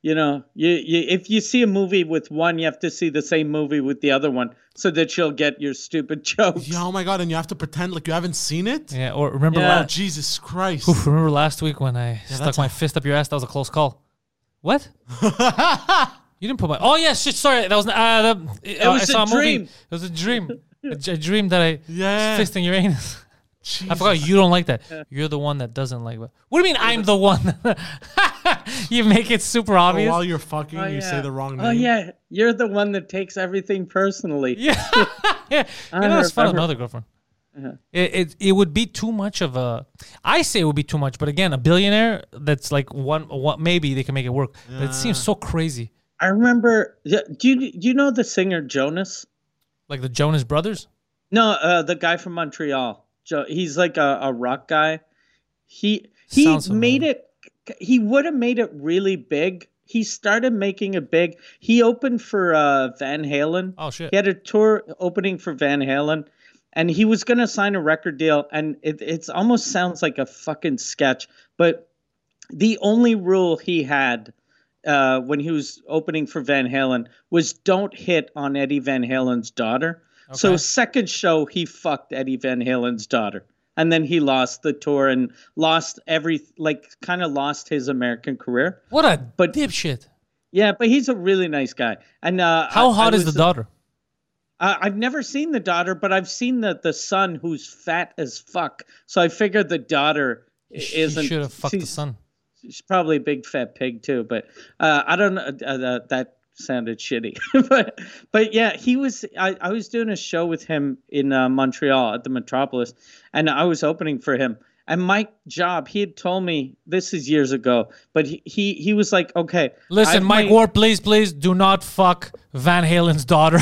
Speaker 3: you know, you, you if you see a movie with one, you have to see the same movie with the other one, so that she'll get your stupid jokes.
Speaker 4: Yeah. Oh my god! And you have to pretend like you haven't seen it.
Speaker 2: Yeah. Or remember,
Speaker 3: Yeah.
Speaker 4: Oh
Speaker 2: last,
Speaker 4: Jesus Christ!
Speaker 2: oof, remember last week when I stuck
Speaker 4: that's
Speaker 2: my
Speaker 4: a-
Speaker 2: fist up your ass? That was a close call. What? you didn't put my. Oh yeah, shit. Sorry, that was. Uh, the, it
Speaker 3: was a dream.
Speaker 2: It was a dream. a, j- a dream that I
Speaker 4: Yeah.
Speaker 2: was fisting your anus. I
Speaker 4: Jesus.
Speaker 2: forgot you don't like that. You're the one that doesn't like it. What do you mean I'm the one? you make it super
Speaker 4: Oh,
Speaker 2: obvious.
Speaker 4: while you're fucking, you say the wrong name.
Speaker 3: Oh yeah, you're the one that takes everything personally.
Speaker 2: yeah, you know it's fun with
Speaker 3: remember.
Speaker 2: my other girlfriend.
Speaker 3: Uh-huh.
Speaker 2: It, it it would be too much of a. I say it would be too much, but again, a billionaire that's like one what maybe they can make it work. But it seems so crazy,
Speaker 3: I remember. Do you do you know the singer Jonas?
Speaker 2: like the Jonas Brothers.
Speaker 3: No, uh, the guy from Montreal. Joe, he's like a, a rock guy. He he
Speaker 2: Sounds
Speaker 3: made it. He would have made it really big. He started making it big. He opened for uh, Van Halen.
Speaker 2: Oh, shit.
Speaker 3: He had a tour opening for Van Halen, and he was gonna sign a record deal. And it it's almost sounds like a fucking sketch. But the only rule he had uh, when he was opening for Van Halen was don't hit on Eddie Van Halen's daughter. So second show he fucked Eddie Van Halen's daughter. And then he lost the tour and lost every like kind of lost his American career.
Speaker 2: What a
Speaker 3: But-
Speaker 2: dipshit!
Speaker 3: Yeah, but he's a really nice guy. And uh,
Speaker 2: How
Speaker 3: I-
Speaker 2: hot
Speaker 3: I
Speaker 2: is the
Speaker 3: was-
Speaker 2: daughter?
Speaker 3: I- Uh, I've never seen the daughter, but I've seen the the son who's fat as fuck. So I figured the daughter
Speaker 2: She
Speaker 3: isn't.
Speaker 2: should have fucked the
Speaker 3: she's-
Speaker 2: son.
Speaker 3: she's probably a big fat pig too but uh, i don't know uh, uh, that sounded shitty but but yeah he was I, I was doing a show with him in uh, montreal at the metropolis and i was opening for him And Mike Job, he had told me this is years ago, but he he, he was like, okay,
Speaker 2: Listen,
Speaker 3: I've
Speaker 2: Mike
Speaker 3: made-
Speaker 2: Ward, please, please do not fuck Van Halen's daughter.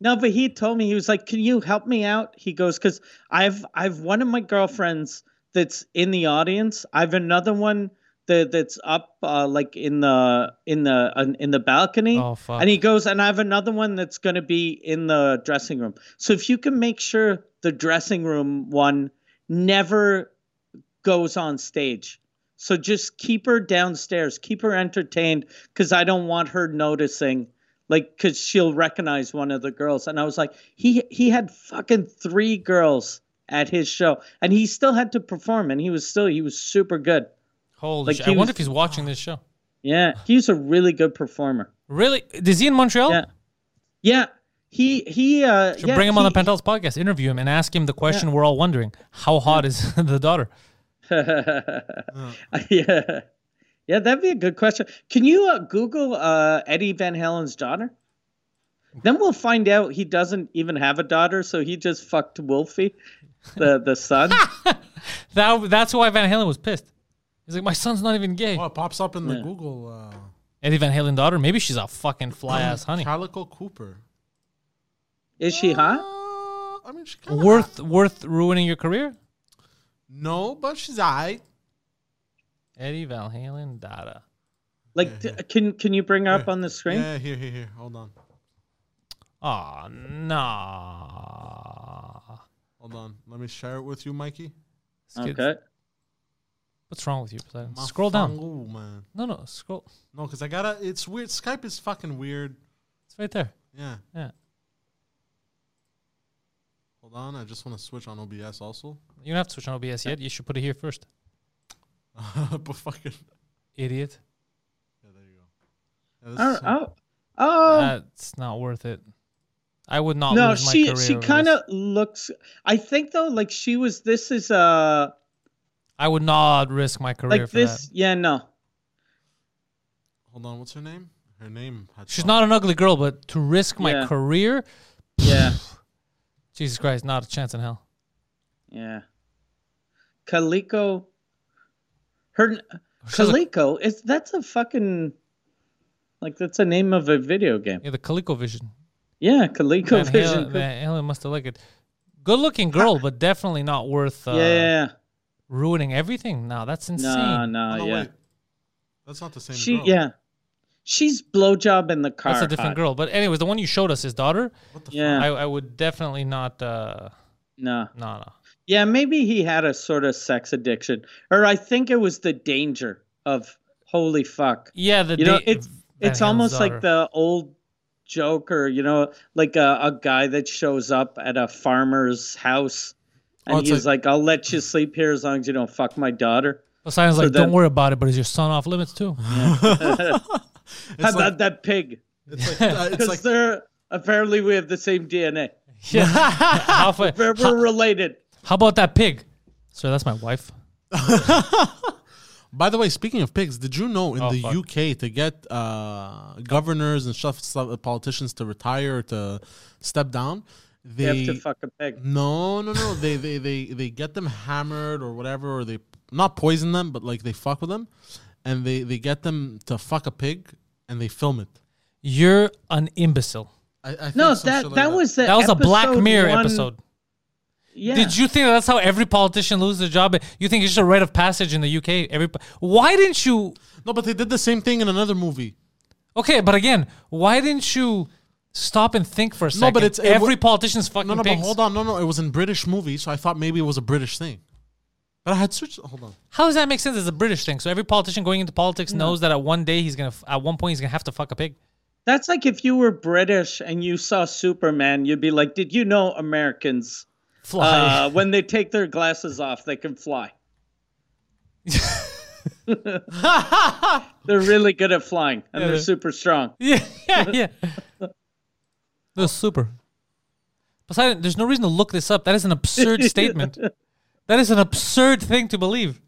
Speaker 3: No, but he told me he was like, "Can you help me out?" He goes, "Cause I've I've one of my girlfriends that's in the audience. I've another one that that's up uh, like in the in the uh, in the balcony.
Speaker 2: Oh, fuck.
Speaker 3: And he goes, and I have another one that's gonna be in the dressing room. So if you can make sure the dressing room one never goes on stage." So just keep her downstairs, keep her entertained, because I don't want her noticing, like, because she'll recognize one of the girls. And I was like, he he had fucking three girls at his show, and he still had to perform, and he was still he was super good.
Speaker 2: Holy
Speaker 3: Like,
Speaker 2: shit. I
Speaker 3: he
Speaker 2: wonder
Speaker 3: was-
Speaker 2: if he's watching this show.
Speaker 3: Yeah, he's a really good performer.
Speaker 2: Really? Is he in Montreal?
Speaker 3: Yeah, yeah, he he. Uh,
Speaker 2: Should
Speaker 3: yeah,
Speaker 2: bring him on the
Speaker 3: he-
Speaker 2: Penthouse podcast, interview him, and ask him the question we're all wondering: How hot is the daughter? Oh.
Speaker 3: yeah, yeah, that'd be a good question. Can you uh, Google uh, Eddie Van Halen's daughter? Then we'll find out he doesn't even have a daughter, so he just fucked Wolfie, the the son.
Speaker 2: That that's why Van Halen was pissed. He's like, my son's not even gay.
Speaker 4: Oh, it pops up in the Google. Uh,
Speaker 2: Eddie Van Halen daughter. Maybe she's a fucking fly ass honey.
Speaker 4: Calico Cooper.
Speaker 3: Is she hot?
Speaker 4: Uh, I mean, she kinda
Speaker 2: Worth worth ruining your career.
Speaker 4: No, but she's alright.
Speaker 2: Eddie Van Halen daughter.
Speaker 3: Like, d- can can you bring her up on the screen?
Speaker 4: Yeah, here, here, here. Hold on,
Speaker 2: Oh no.
Speaker 4: hold on. Let me share it with you, Mikey.
Speaker 2: This kid-
Speaker 3: Okay.
Speaker 2: What's wrong with you, Poseidon?
Speaker 4: My
Speaker 2: Scroll down.
Speaker 4: fangu, man.
Speaker 2: No, no, scroll.
Speaker 4: No, because I gotta. It's weird. Skype is fucking weird.
Speaker 2: It's right there.
Speaker 4: Yeah.
Speaker 2: Yeah.
Speaker 4: Hold on. I just want to switch on OBS also.
Speaker 2: You don't have to switch on OBS yet. You should put it here first.
Speaker 4: but fucking.
Speaker 2: Idiot.
Speaker 4: Yeah, there you go. Yeah, this
Speaker 3: Oh,
Speaker 4: is-
Speaker 3: oh, oh,
Speaker 2: That's not worth it. I would not
Speaker 3: no,
Speaker 2: lose my
Speaker 3: she
Speaker 2: career.
Speaker 3: she
Speaker 2: over
Speaker 3: kind
Speaker 2: this.
Speaker 3: of looks. I think though, like she was. This is uh
Speaker 2: I would not risk my career
Speaker 3: like
Speaker 2: for
Speaker 3: this.
Speaker 2: that.
Speaker 3: Yeah, no.
Speaker 4: Hold on. What's her name? Her name. had
Speaker 2: She's
Speaker 4: some-
Speaker 2: not an ugly girl, but to risk my
Speaker 3: Yeah.
Speaker 2: career,
Speaker 3: Yeah,
Speaker 2: Jesus Christ, not a chance in hell.
Speaker 3: yeah. Calico. Her
Speaker 2: She's a-
Speaker 3: Calico is that's a fucking like that's a name of a video game.
Speaker 2: yeah, the Calico Vision.
Speaker 3: Yeah, Calico
Speaker 2: Van Halen,
Speaker 3: Vision. Yeah,
Speaker 2: Van Halen must have liked it. Good looking girl, but definitely not worth uh,
Speaker 3: yeah, yeah.
Speaker 2: ruining everything. Now that's insane.
Speaker 3: No, no,
Speaker 4: Oh, no,
Speaker 3: Uh, yeah.
Speaker 4: wait. That's not the same.
Speaker 3: She
Speaker 4: girl.
Speaker 3: yeah. She's blowjob in the car.
Speaker 2: That's a different
Speaker 3: hot.
Speaker 2: girl. But anyways, the one you showed us, his daughter, I,
Speaker 3: Yeah.
Speaker 2: I would definitely not. Uh,
Speaker 3: No.
Speaker 2: no, no.
Speaker 3: Yeah, maybe he had a sort of sex addiction, or I think it was the danger of holy fuck.
Speaker 2: Yeah, the
Speaker 3: You know,
Speaker 2: da-
Speaker 3: it's
Speaker 2: Van
Speaker 3: it's
Speaker 2: Halen's
Speaker 3: almost
Speaker 2: daughter.
Speaker 3: like the old joke, or you know, like a, a guy that shows up at a farmer's house, and
Speaker 4: Oh, it's
Speaker 3: he's like, "I'll let you sleep here as long as you don't fuck my daughter."
Speaker 2: Poseidon's like,
Speaker 3: then-
Speaker 2: don't worry about it. But is your son off limits too?
Speaker 3: How
Speaker 4: It's
Speaker 3: about
Speaker 4: like,
Speaker 3: that pig?
Speaker 4: it's like, uh, it's
Speaker 3: Because
Speaker 4: like
Speaker 3: they're apparently we have the same DNA.
Speaker 2: yeah. how, fa-
Speaker 3: We're, we're related.
Speaker 2: how about that pig? Sir, that's my wife.
Speaker 4: By the way, speaking of pigs, did you know in
Speaker 2: Oh,
Speaker 4: the
Speaker 2: fuck.
Speaker 4: UK to get uh, governors and stuff, stuff, politicians to retire or to step down,
Speaker 3: You
Speaker 4: they
Speaker 3: have to fuck a pig.
Speaker 4: no no no they, they they they get them hammered or whatever or they not poison them but like they fuck with them, and they they get them to fuck a pig and they film it.
Speaker 2: You're an imbecile.
Speaker 4: I, I think
Speaker 3: No,
Speaker 4: some shit
Speaker 3: that
Speaker 4: like
Speaker 3: that was the
Speaker 2: That was a Black
Speaker 3: episode
Speaker 2: Mirror
Speaker 3: one-
Speaker 2: episode.
Speaker 3: Yeah.
Speaker 2: Did you think that's how every politician loses their job? You think it's just a rite of passage in the UK? Every po- why didn't you?
Speaker 4: no, but they did the same thing in another movie.
Speaker 2: Okay, but again, why didn't you stop and think for a second?
Speaker 4: No, but it's- it
Speaker 2: every
Speaker 4: wa-
Speaker 2: politician's fucking.
Speaker 4: No, no,
Speaker 2: pigs.
Speaker 4: but hold on, no, no, it was in British movie, so I thought maybe it was a British thing, but I had switched. Hold on.
Speaker 2: How does that make sense? It's a British thing. So every politician going into politics knows that at one day he's gonna, f- at one point he's gonna have to fuck a pig.
Speaker 3: That's like if you were British and you saw Superman, you'd be like, "Did you know Americans,
Speaker 2: Fly.
Speaker 3: uh, when they take their glasses off, they can fly? they're really good at flying, and they're super strong."
Speaker 2: yeah, yeah, yeah. That's super. Poseidon, there's no reason to look this up. That is an absurd statement. That is an absurd thing to believe.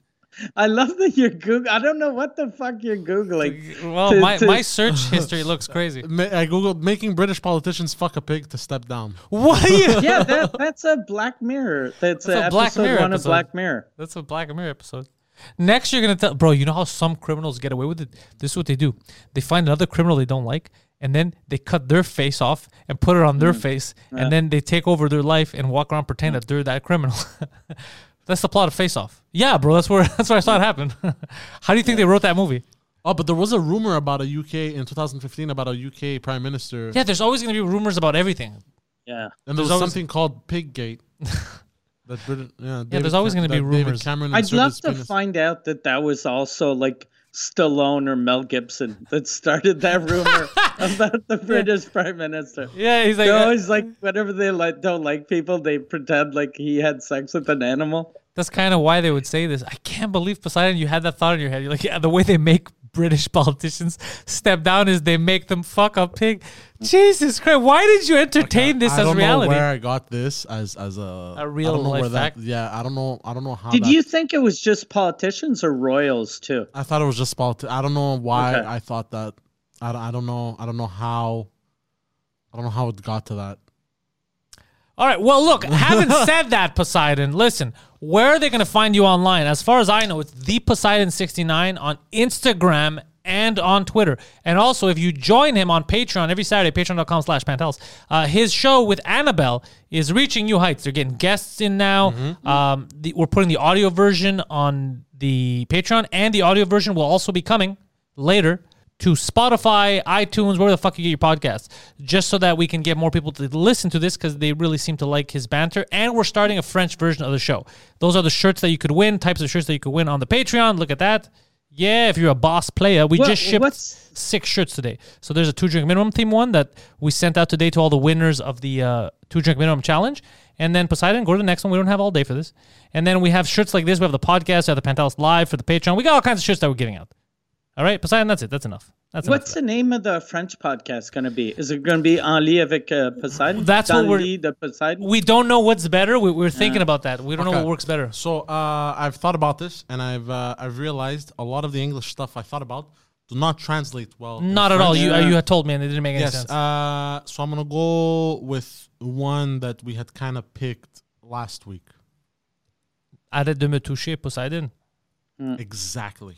Speaker 3: I love that you're Google. I don't know what the fuck you're googling.
Speaker 2: Well,
Speaker 3: To-
Speaker 2: my,
Speaker 3: to-
Speaker 2: my search history looks crazy.
Speaker 4: Ma- I googled making British politicians fuck a pig to step down.
Speaker 2: What are you?
Speaker 3: yeah, that, that's a Black Mirror.
Speaker 2: That's
Speaker 3: That's, a
Speaker 2: a Black
Speaker 3: episode
Speaker 2: Mirror
Speaker 3: one
Speaker 2: episode.
Speaker 3: of Black Mirror.
Speaker 2: That's a Black Mirror episode. Next, you're gonna tell, bro. You know how some criminals get away with it. This is what they do: they find another criminal they don't like, and then they cut their face off and put it on their face, and then they take over their life and walk around pretend that they're that criminal. that's the plot of Face Off. Yeah, bro. That's where that's where I saw it happen. how do you think they wrote that movie?
Speaker 4: Oh, but there was a rumor about a UK in 2015 about a UK prime minister,
Speaker 2: Yeah, there's always gonna be rumors about everything.
Speaker 3: Yeah.
Speaker 4: and there was
Speaker 2: there's always-
Speaker 4: something called Piggate. that Brit- yeah, David
Speaker 2: there's always gonna
Speaker 4: that
Speaker 2: be
Speaker 4: David
Speaker 2: rumors.
Speaker 4: Cameron
Speaker 3: I'd
Speaker 4: inserted
Speaker 3: love
Speaker 4: his
Speaker 3: to
Speaker 4: penis.
Speaker 3: find out that that was also like Stallone or Mel Gibson that started that rumor about the British Prime Minister.
Speaker 2: Yeah, he's like,
Speaker 3: They
Speaker 2: uh,
Speaker 3: always like whenever they like don't like people, they pretend like he had sex with an animal.
Speaker 2: that's kind of why they would say this. I can't believe Poseidon, you had that thought in your head. You're like, yeah, the way they make British politicians step down is they make them fuck a pig. Jesus Christ, why did you entertain this
Speaker 4: I
Speaker 2: as
Speaker 4: don't
Speaker 2: reality?
Speaker 4: know where I got this as as a a
Speaker 2: real life fact?
Speaker 4: yeah, I don't know. I don't know how.
Speaker 3: Did
Speaker 4: that-
Speaker 3: you think it was just politicians or royals too?
Speaker 4: I thought it was just politi- I don't know why
Speaker 3: Okay.
Speaker 4: I thought that. I, don't- I don't know. I don't know how. I don't know how it got to that.
Speaker 2: All right, well, look, having said that, Poseidon, listen, where are they going to find you online? As far as I know, it's the Poseidon69 on Instagram and on Twitter. And also, if you join him on Patreon every Saturday, patreon.com slash Pantelis, uh, his show with Annabelle is reaching new heights. They're getting guests in now. Um, the, we're putting the audio version on the Patreon, and the audio version will also be coming later to Spotify, iTunes, where the fuck you get your podcasts, just so that we can get more people to listen to this because they really seem to like his banter. And we're starting a French version of the show. Those are the shirts that you could win, types of shirts that you could win on the Patreon. Look at that. Yeah, if you're a boss player, we
Speaker 3: What-
Speaker 2: just shipped
Speaker 3: what's-
Speaker 2: six shirts today. So there's a two drink minimum theme one that we sent out today to all the winners of the uh, two drink minimum challenge. And then Poseidon, go to the next one. We don't have all day for this. And then we have shirts like this. We have the podcast. We have the Pantelis Live for the Patreon. We got all kinds of shirts that we're giving out. All right, Poseidon, that's it. That's enough. That's enough.
Speaker 3: What's the name of the French podcast going to be? Is it going to be En Lie avec uh, Poseidon?
Speaker 2: That's what
Speaker 3: Dans
Speaker 2: we're-
Speaker 3: Lie de Poseidon?
Speaker 2: We don't know what's better. We, we're thinking about that. We don't know what
Speaker 4: Okay.
Speaker 2: works better.
Speaker 4: So uh, I've thought about this, and I've uh, I've realized a lot of the English stuff I thought about do not translate well. in
Speaker 2: Not at all.
Speaker 4: French.
Speaker 2: You you had told me, and it didn't make any
Speaker 4: uh, Yes.
Speaker 2: sense.
Speaker 4: Uh, so I'm gonna go with one that we had kind of picked last week.
Speaker 2: Arrête de me toucher, Poseidon.
Speaker 4: Exactly.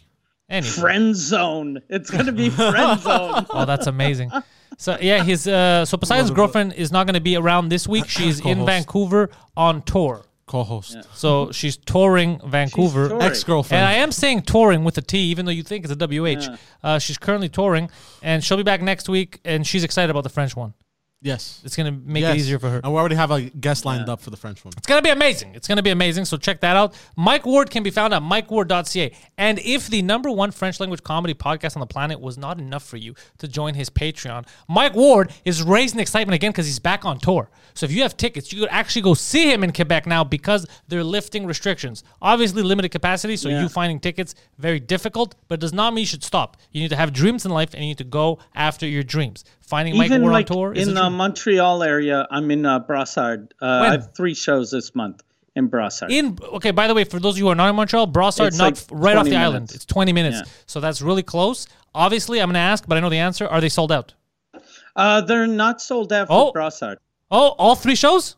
Speaker 2: Anyway.
Speaker 3: Friend Zone. It's going to be Friend Zone.
Speaker 2: Oh, that's amazing. So yeah, his uh, so Poseidon's girlfriend is not going to be around this week. She's in
Speaker 4: Co-host.
Speaker 2: Vancouver on tour,
Speaker 4: Co-host,
Speaker 2: so she's touring Vancouver.
Speaker 3: Mm-hmm. touring.
Speaker 4: ex-girlfriend.
Speaker 2: And I am saying touring with a T, even though you think it's a WH. Uh, she's currently touring, and she'll be back next week. And she's excited about the French one.
Speaker 4: yes.
Speaker 2: It's going to make
Speaker 4: Yes.
Speaker 2: it easier for her.
Speaker 4: And we already have a guest lined up for the French one.
Speaker 2: It's going to be amazing. It's going to be amazing. So check that out. Mike Ward can be found at mikeward.ca. And if the number one French language comedy podcast on the planet was not enough for you to join his Patreon, Mike Ward is raising excitement again because he's back on tour. So if you have tickets, you could actually go see him in Quebec now because they're lifting restrictions. Obviously, limited capacity. So you finding tickets very difficult, but it does not mean you should stop. You need to have dreams in life and you need to go after your dreams. Finding Mike
Speaker 3: Even
Speaker 2: Ward
Speaker 3: like
Speaker 2: on tour is a
Speaker 3: in um, the
Speaker 2: dream.
Speaker 3: Montreal area, I'm in uh, Brassard. Uh, I
Speaker 2: When?
Speaker 3: have three shows this month in Brassard.
Speaker 2: in okay by the way for those of you who are not in montreal brossard
Speaker 3: It's
Speaker 2: not
Speaker 3: like
Speaker 2: f- right off the
Speaker 3: 20
Speaker 2: island
Speaker 3: minutes.
Speaker 2: it's 20 minutes
Speaker 3: Yeah.
Speaker 2: so that's really close obviously i'm going to ask but i know the answer are they sold out
Speaker 3: uh, they're not sold out for
Speaker 2: Oh.
Speaker 3: Brassard.
Speaker 2: oh all three shows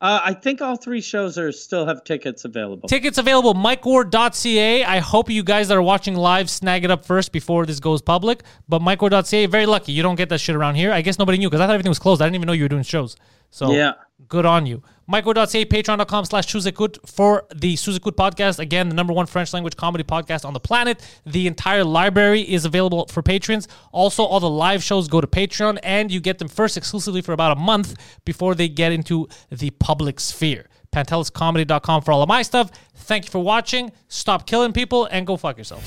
Speaker 3: Uh, I think all three shows are still have tickets available.
Speaker 2: tickets available mikeward.ca i hope you guys that are watching live snag it up first before this goes public but mikeward.ca very lucky you don't get that shit around here i guess nobody knew because i thought everything was closed i didn't even know you were doing shows so
Speaker 3: Yeah.
Speaker 2: good on you mikeward.ca patreon.com slash suzekut for the suzekut podcast again the number one french language comedy podcast on the planet the entire library is available for patrons also all the live shows go to patreon and you get them first exclusively for about a month before they get into the public sphere panteliscomedy.com for all of my stuff thank you for watching stop killing people and go fuck yourselves